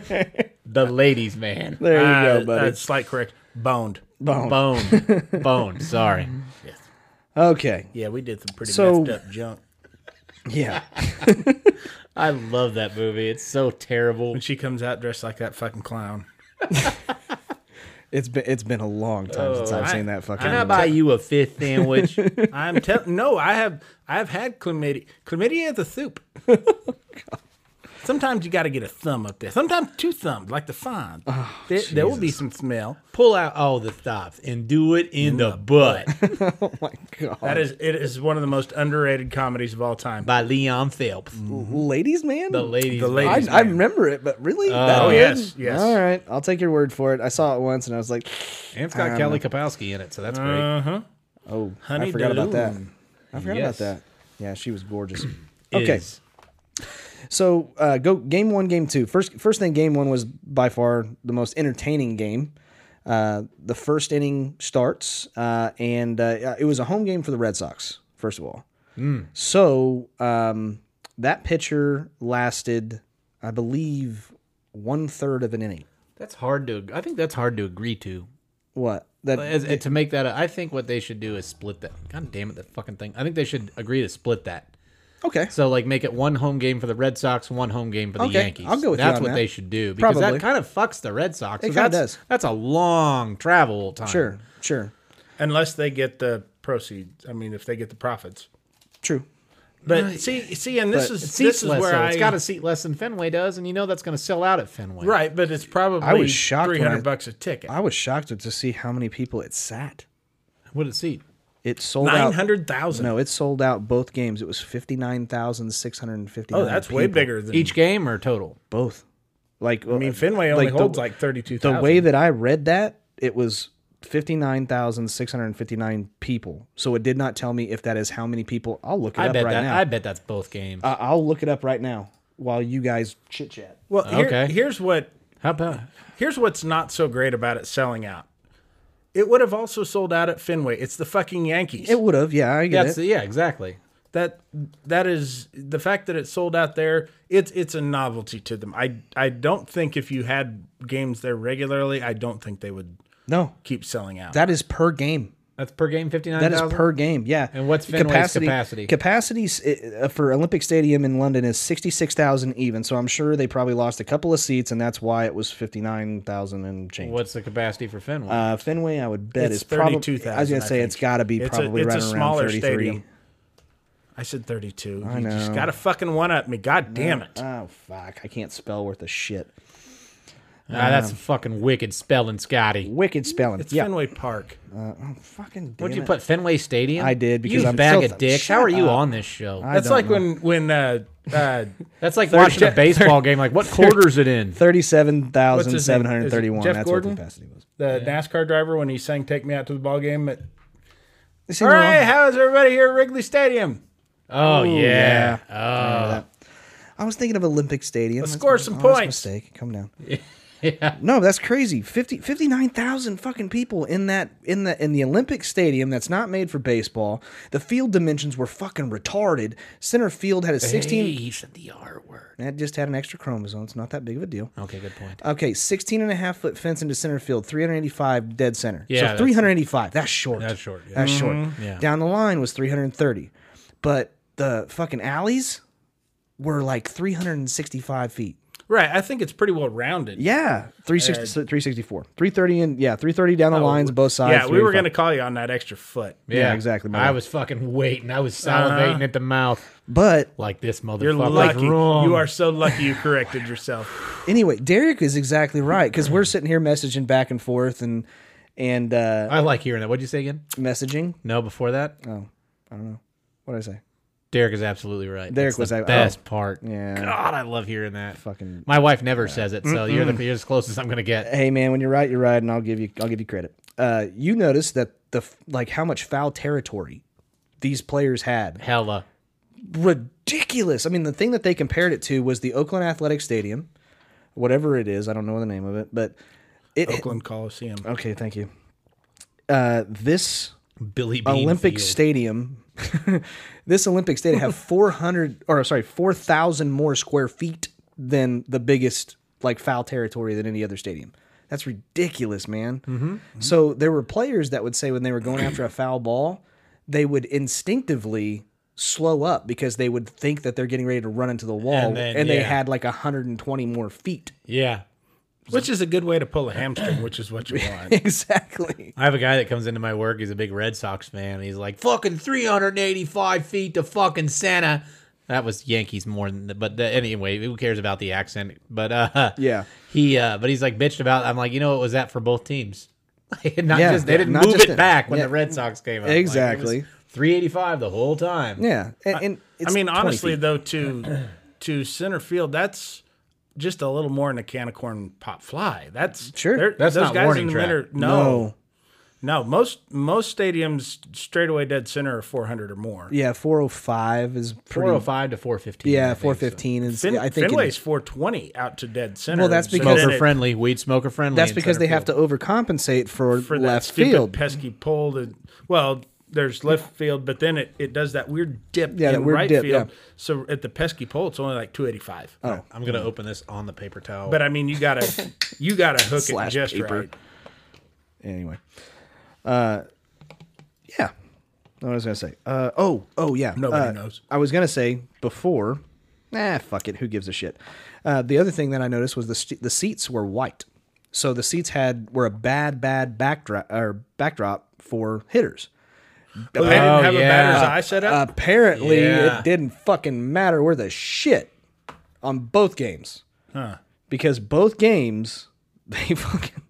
[SPEAKER 3] The ladies' man.
[SPEAKER 1] There you
[SPEAKER 2] Uh,
[SPEAKER 1] go, buddy.
[SPEAKER 2] uh, slight correct. Boned.
[SPEAKER 3] Bone. Bone. Sorry.
[SPEAKER 1] okay.
[SPEAKER 2] Yeah, we did some pretty
[SPEAKER 1] So-
[SPEAKER 2] messed up junk.
[SPEAKER 1] Yeah.
[SPEAKER 3] I love that movie. It's so terrible.
[SPEAKER 2] When she comes out dressed like that fucking clown.
[SPEAKER 1] It's been it's been a long time since I've
[SPEAKER 2] I-
[SPEAKER 1] seen that fucking.
[SPEAKER 3] Can Oh, I
[SPEAKER 1] movie.
[SPEAKER 3] buy you a fifth sandwich?
[SPEAKER 2] I'm tell no, I have I've had chlamydia. Chlamydia is a soup. Sometimes you got to get a thumb up there. Sometimes two thumbs, like the fine.
[SPEAKER 1] Oh,
[SPEAKER 2] there, there will be some smell.
[SPEAKER 3] Pull out all the stops and do it in, the, butt.
[SPEAKER 1] oh my god!
[SPEAKER 2] That is, it is one of the most underrated comedies of all time.
[SPEAKER 3] by Leon Phelps.
[SPEAKER 1] ladies, man.
[SPEAKER 3] Mm-hmm. The ladies.
[SPEAKER 2] The
[SPEAKER 3] man.
[SPEAKER 1] I,
[SPEAKER 2] ladies.
[SPEAKER 1] I remember it, but really? That
[SPEAKER 2] Oh,
[SPEAKER 1] good?
[SPEAKER 2] yes, yes.
[SPEAKER 1] All right, I'll take your word for it. I saw it once, and I was like,
[SPEAKER 3] And it's
[SPEAKER 1] Um,
[SPEAKER 3] got Kelly Kapowski in it, so that's great.
[SPEAKER 1] "Oh, I
[SPEAKER 2] Honey
[SPEAKER 1] forgot about that.
[SPEAKER 2] Daloon.
[SPEAKER 1] I forgot
[SPEAKER 3] Yes.
[SPEAKER 1] about that." Yeah, she was gorgeous. okay,
[SPEAKER 3] Is-
[SPEAKER 1] so uh, go game one, game two. First, first thing, game one was by far the most entertaining game. Uh, the first inning starts, uh, and uh, it was a home game for the Red Sox. First of all,
[SPEAKER 2] Hmm.
[SPEAKER 1] so um, that pitcher lasted, I believe, one third of an inning.
[SPEAKER 3] That's hard to. I think that's hard to agree to.
[SPEAKER 1] What that?
[SPEAKER 3] As, to make that, a, I think what they should do is split that. God damn it, that fucking thing. I think they should agree to split that.
[SPEAKER 1] okay,
[SPEAKER 3] So like, make it one home game for the Red Sox, one home game for the
[SPEAKER 1] Okay,
[SPEAKER 3] Yankees.
[SPEAKER 1] I'll go with you
[SPEAKER 3] That's
[SPEAKER 1] on
[SPEAKER 3] what
[SPEAKER 1] that.
[SPEAKER 3] they should do because
[SPEAKER 1] Probably.
[SPEAKER 3] that kind of fucks the Red Sox.
[SPEAKER 1] It
[SPEAKER 3] So
[SPEAKER 1] kinda
[SPEAKER 3] that's,
[SPEAKER 1] does.
[SPEAKER 3] That's a long travel time.
[SPEAKER 1] sure, sure,
[SPEAKER 2] Unless they get the proceeds. I mean, if they get the profits.
[SPEAKER 1] true.
[SPEAKER 2] But see, see, and this
[SPEAKER 1] But
[SPEAKER 2] is
[SPEAKER 3] Seats
[SPEAKER 2] this is
[SPEAKER 3] less.
[SPEAKER 2] where
[SPEAKER 3] so
[SPEAKER 2] I
[SPEAKER 3] it's got a seat less than Fenway does, and you know that's going to sell out at Fenway.
[SPEAKER 2] right, but it's probably
[SPEAKER 1] I was shocked when
[SPEAKER 2] three
[SPEAKER 1] I-
[SPEAKER 2] hundred bucks a ticket.
[SPEAKER 1] I was shocked to see how many people it sat.
[SPEAKER 3] What a seat.
[SPEAKER 1] It sold out.
[SPEAKER 2] Nine hundred thousand.
[SPEAKER 1] No, it sold out both games. It was fifty nine thousand six hundred fifty.
[SPEAKER 2] Oh, that's way bigger than
[SPEAKER 3] Each game or total?
[SPEAKER 1] both. Like
[SPEAKER 2] I mean, Fenway only
[SPEAKER 1] the-
[SPEAKER 2] holds like thirty-two
[SPEAKER 1] the
[SPEAKER 2] thousand.
[SPEAKER 1] way that I read that, it was fifty nine thousand six hundred fifty nine people. So it did not tell me if that is how many people. I'll look it
[SPEAKER 3] I
[SPEAKER 1] up
[SPEAKER 3] bet
[SPEAKER 1] right
[SPEAKER 3] that.
[SPEAKER 1] now.
[SPEAKER 3] I bet that's both games.
[SPEAKER 1] I- I'll look it up right now while you guys chit chat.
[SPEAKER 2] well, here-
[SPEAKER 3] Okay.
[SPEAKER 2] here's what
[SPEAKER 3] How about?
[SPEAKER 2] here's what's not so great about it selling out. It would have also sold out at Fenway. It's the fucking Yankees.
[SPEAKER 1] It would have, yeah, I get
[SPEAKER 3] That's
[SPEAKER 1] it.
[SPEAKER 3] yeah, exactly.
[SPEAKER 2] that that is the fact that it sold out there. It's it's a novelty to them. I I don't think if you had games there regularly, I don't think they would
[SPEAKER 1] No,
[SPEAKER 2] keep selling out.
[SPEAKER 1] that is per game.
[SPEAKER 3] That's per game fifty nine.
[SPEAKER 1] That is per game, yeah.
[SPEAKER 3] And what's Fenway's capacity?
[SPEAKER 1] Capacity s- uh, for Olympic Stadium in London is sixty six thousand even. So I'm sure they probably lost a couple of seats, and that's why it was fifty nine thousand and change.
[SPEAKER 3] What's the capacity for Fenway?
[SPEAKER 1] Uh, Fenway, I would bet
[SPEAKER 2] It's
[SPEAKER 1] is probably.
[SPEAKER 2] 32,000,
[SPEAKER 1] I was gonna
[SPEAKER 2] I
[SPEAKER 1] say it's
[SPEAKER 2] think.
[SPEAKER 1] got to be
[SPEAKER 2] It's a-
[SPEAKER 1] probably
[SPEAKER 2] it's a
[SPEAKER 1] right around
[SPEAKER 2] smaller
[SPEAKER 1] thirty three.
[SPEAKER 2] stadium. I said thirty-two. you just
[SPEAKER 1] know.
[SPEAKER 2] got to fucking one up me. God damn it.
[SPEAKER 1] Oh fuck! I can't spell worth a shit.
[SPEAKER 3] Ah, that's a fucking wicked spelling, Scotty.
[SPEAKER 1] Wicked spelling.
[SPEAKER 2] It's
[SPEAKER 1] yeah.
[SPEAKER 2] Fenway Park.
[SPEAKER 1] Fucking damn
[SPEAKER 3] What'd you
[SPEAKER 1] it.
[SPEAKER 3] put? Fenway Stadium?
[SPEAKER 1] I did, because
[SPEAKER 3] you
[SPEAKER 1] I'm
[SPEAKER 3] bag
[SPEAKER 1] so-
[SPEAKER 3] of dicks. How
[SPEAKER 1] Shut
[SPEAKER 3] are you
[SPEAKER 1] up.
[SPEAKER 3] on this show?
[SPEAKER 2] That's like when when uh, uh,
[SPEAKER 3] That's like watching a baseball game. Like, what quarter is it in?
[SPEAKER 2] What's his name?
[SPEAKER 1] 37,731.
[SPEAKER 2] Is it Jeff
[SPEAKER 1] That's
[SPEAKER 2] Gordon?
[SPEAKER 1] what capacity was.
[SPEAKER 2] the NASCAR driver when he sang "Take Me Out to the Ball Game." At,
[SPEAKER 1] This
[SPEAKER 2] All
[SPEAKER 1] is
[SPEAKER 2] right,
[SPEAKER 1] wrong.
[SPEAKER 2] how's everybody here at Wrigley Stadium?
[SPEAKER 3] Oh yeah.
[SPEAKER 1] I was thinking of Olympic Stadium. Let's
[SPEAKER 2] score some points.
[SPEAKER 1] Mistake. Come down. No, that's crazy. 50, 59,000 fucking people in that in the in the Olympic Stadium that's not made for baseball. The field dimensions were fucking retarded. Center field had a 16
[SPEAKER 3] Hey, you said the R word.
[SPEAKER 1] That just had an extra chromosome. It's not that big of a deal.
[SPEAKER 3] Okay, good point.
[SPEAKER 1] Okay, 16 and a half foot fence into center field, 385 dead center.
[SPEAKER 3] Yeah,
[SPEAKER 1] so
[SPEAKER 3] that's-
[SPEAKER 1] 385. That's short.
[SPEAKER 3] That's short, yeah. Mm-hmm.
[SPEAKER 1] That's short.
[SPEAKER 3] Yeah.
[SPEAKER 1] Down the line was 330. But the fucking alleys were like 365 feet.
[SPEAKER 2] Right, I think it's pretty well rounded.
[SPEAKER 1] Yeah, 360, 364. 330 and yeah, 330 down the lines, both sides.
[SPEAKER 2] Oh, yeah, we were
[SPEAKER 1] 385.
[SPEAKER 2] gonna call you on that extra foot.
[SPEAKER 3] Yeah,
[SPEAKER 1] exactly, my
[SPEAKER 3] I
[SPEAKER 1] bad. Uh-huh.
[SPEAKER 3] was fucking waiting. I was salivating at the mouth
[SPEAKER 1] But
[SPEAKER 3] like this motherfucker.
[SPEAKER 2] You're
[SPEAKER 3] Like,
[SPEAKER 2] lucky.
[SPEAKER 3] wrong.
[SPEAKER 2] you are so lucky you corrected yourself.
[SPEAKER 1] anyway, Derek is exactly right because we're sitting here messaging back and forth and and uh,
[SPEAKER 3] I like hearing that. What'd you say again?
[SPEAKER 1] messaging.
[SPEAKER 3] No, before that,
[SPEAKER 1] Uh, What did I say?
[SPEAKER 3] Derek is absolutely right.
[SPEAKER 1] Derek
[SPEAKER 3] That's
[SPEAKER 1] was oh.
[SPEAKER 3] the
[SPEAKER 1] ab-
[SPEAKER 3] best part.
[SPEAKER 1] Yeah.
[SPEAKER 3] God, I love hearing that.
[SPEAKER 1] Fucking-
[SPEAKER 3] My wife never says it, so you're the you're as close as I'm gonna get.
[SPEAKER 1] hey man, when you're right, you're right, and I'll give you I'll give you credit. Uh, you notice that the f- like how much foul territory these players had.
[SPEAKER 3] Hella.
[SPEAKER 1] Ridiculous. I mean, the thing that they compared it to was the Oakland Athletic Stadium, whatever it is. I don't know the name of it, but it.
[SPEAKER 2] Oakland Coliseum.
[SPEAKER 1] Okay, thank you. Uh, this
[SPEAKER 3] Billy Bean
[SPEAKER 1] Olympic
[SPEAKER 3] Field.
[SPEAKER 1] Stadium, this Olympic Stadium have 400 or sorry, 4,000 more square feet than the biggest like foul territory than any other stadium. That's ridiculous, man. So there were players that would say when they were going after a foul ball, they would instinctively slow up because they would think that they're getting ready to run into the wall and,
[SPEAKER 3] And then,
[SPEAKER 1] they
[SPEAKER 3] yeah.
[SPEAKER 1] had like 120 more feet.
[SPEAKER 3] Yeah.
[SPEAKER 2] Which is a good way to pull a hamstring, which is what you want.
[SPEAKER 1] Exactly.
[SPEAKER 3] I have a guy that comes into my work. He's a big Red Sox fan. He's like fucking 385 feet to fucking Santa. That was Yankees more than, but the, anyway, who cares about the accent? But uh,
[SPEAKER 1] Yeah.
[SPEAKER 3] he uh, but he's like bitched about. I'm like, you know, it was that for both teams. not
[SPEAKER 1] Yeah,
[SPEAKER 3] just they
[SPEAKER 1] yeah,
[SPEAKER 3] didn't
[SPEAKER 1] not
[SPEAKER 3] move
[SPEAKER 1] just
[SPEAKER 3] it
[SPEAKER 1] in-
[SPEAKER 3] back when
[SPEAKER 1] yeah.
[SPEAKER 3] the Red Sox came up.
[SPEAKER 1] Exactly.
[SPEAKER 3] 385 the whole time.
[SPEAKER 1] Yeah. And, and it's
[SPEAKER 2] I mean,
[SPEAKER 1] 20
[SPEAKER 2] honestly
[SPEAKER 1] feet.
[SPEAKER 2] though, to to center field, that's just a little more than a can of corn pop fly. That's
[SPEAKER 1] Sure.
[SPEAKER 2] they're-
[SPEAKER 3] That's
[SPEAKER 2] those
[SPEAKER 3] not
[SPEAKER 2] guys
[SPEAKER 3] warning
[SPEAKER 2] in the
[SPEAKER 3] track.
[SPEAKER 2] winter.
[SPEAKER 1] no.
[SPEAKER 2] No, no, Most most stadiums straightaway dead center are 400 or more.
[SPEAKER 1] Yeah, 405 is pretty
[SPEAKER 3] 405 to 415. I
[SPEAKER 1] Yeah,
[SPEAKER 3] think, so.
[SPEAKER 1] four fifteen is.
[SPEAKER 2] Fin-
[SPEAKER 1] I think it-
[SPEAKER 2] Fenway's 420 out to dead center.
[SPEAKER 1] Well, that's
[SPEAKER 2] so
[SPEAKER 1] because-
[SPEAKER 2] then
[SPEAKER 3] Smoker
[SPEAKER 2] it-
[SPEAKER 3] friendly, weed smoker friendly.
[SPEAKER 1] that's
[SPEAKER 3] in
[SPEAKER 1] because they
[SPEAKER 3] center
[SPEAKER 1] have to
[SPEAKER 3] field.
[SPEAKER 1] overcompensate for,
[SPEAKER 2] for that
[SPEAKER 1] left
[SPEAKER 2] stupid
[SPEAKER 1] field.
[SPEAKER 2] pesky pole. To, well, there's left field, but then it, it does that weird dip
[SPEAKER 1] Yeah,
[SPEAKER 2] in
[SPEAKER 1] that weird
[SPEAKER 2] right
[SPEAKER 1] dip,
[SPEAKER 2] field.
[SPEAKER 1] yeah. Oh.
[SPEAKER 2] So at the pesky pole, it's only like 285.
[SPEAKER 3] I'm going to open this on the paper towel.
[SPEAKER 2] But I mean, you gotta you gotta hook it
[SPEAKER 1] Slash
[SPEAKER 2] just
[SPEAKER 1] paper.
[SPEAKER 2] right.
[SPEAKER 1] Anyway, uh, yeah. What was I gonna say? Uh, oh, oh yeah.
[SPEAKER 2] Nobody
[SPEAKER 1] Uh,
[SPEAKER 2] knows.
[SPEAKER 1] I was gonna say before. Nah, fuck it. Who gives a shit? Uh, the other thing that I noticed was the st- the seats were white, so the seats had were a bad bad backdrop or backdrop for hitters.
[SPEAKER 2] Well, they didn't have
[SPEAKER 3] yeah.
[SPEAKER 2] a batter's eye set
[SPEAKER 1] Uh,
[SPEAKER 2] up.
[SPEAKER 1] Apparently,
[SPEAKER 3] Yeah.
[SPEAKER 1] it didn't fucking matter where the shit on both games. Because both games, they fucking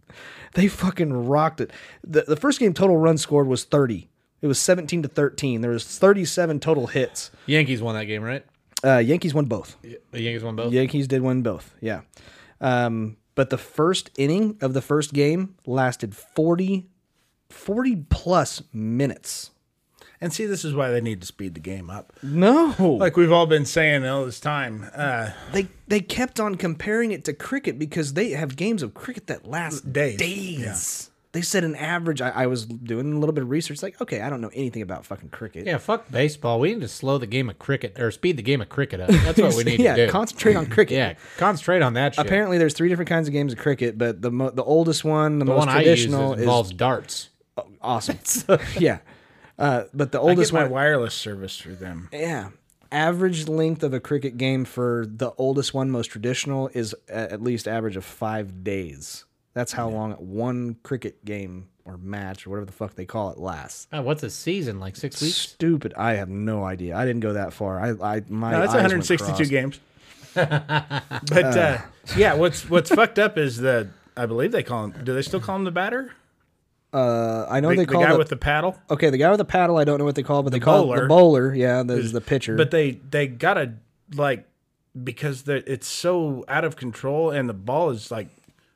[SPEAKER 1] they fucking rocked it. The, the first game total runs scored was 30. It was 17 to 13. There was 37 total hits.
[SPEAKER 3] Yankees won that game, right?
[SPEAKER 1] Uh, Yankees won both.
[SPEAKER 3] The Yankees won both.
[SPEAKER 1] Yankees did win both. Yeah. Um, but the first inning of the first game lasted 40 40 plus minutes.
[SPEAKER 2] and see, this is why they need to speed the game up.
[SPEAKER 1] No.
[SPEAKER 2] Like we've all been saying all this time. Uh,
[SPEAKER 1] they they kept on comparing it to cricket because they have games of cricket that last
[SPEAKER 2] Days,
[SPEAKER 1] days. They said an average. I, I was doing a little bit of research. Like, okay, I don't know anything about fucking cricket.
[SPEAKER 3] Yeah, fuck baseball. We need to slow the game of cricket or speed the game of cricket up. That's what we need
[SPEAKER 1] yeah.
[SPEAKER 3] to do.
[SPEAKER 1] Concentrate on cricket.
[SPEAKER 3] yeah, concentrate on that shit.
[SPEAKER 1] Apparently, there's three different kinds of games of cricket, but the mo- the oldest one, the,
[SPEAKER 3] the
[SPEAKER 1] most
[SPEAKER 3] one I use is
[SPEAKER 1] traditional, is,
[SPEAKER 3] involves darts.
[SPEAKER 1] awesome. yeah, uh, but the
[SPEAKER 2] I get
[SPEAKER 1] oldest
[SPEAKER 2] my
[SPEAKER 1] one,
[SPEAKER 2] wireless service through them.
[SPEAKER 1] yeah. Average length of a cricket game for the oldest one, most traditional, is a- at least average of five days. That's how long one cricket game or match or whatever the fuck they call it lasts.
[SPEAKER 3] Oh, what's a season like six weeks?
[SPEAKER 1] Stupid. I have no idea. I didn't go that far. I, I my
[SPEAKER 2] No, that's
[SPEAKER 1] eyes went
[SPEAKER 2] 162
[SPEAKER 1] crossed.
[SPEAKER 2] games. But uh, yeah, what's what's fucked up is the I believe they call him. Do they still call him the batter?
[SPEAKER 1] Uh, I know
[SPEAKER 2] The,
[SPEAKER 1] they
[SPEAKER 2] the
[SPEAKER 1] call
[SPEAKER 2] guy
[SPEAKER 1] the,
[SPEAKER 2] with the paddle.
[SPEAKER 1] okay the guy with the paddle. I don't know what they call, it, but they call it the
[SPEAKER 2] bowler.
[SPEAKER 1] bowler. Yeah, there's the pitcher.
[SPEAKER 2] But they they gotta like because the, it's so out of control and the ball is like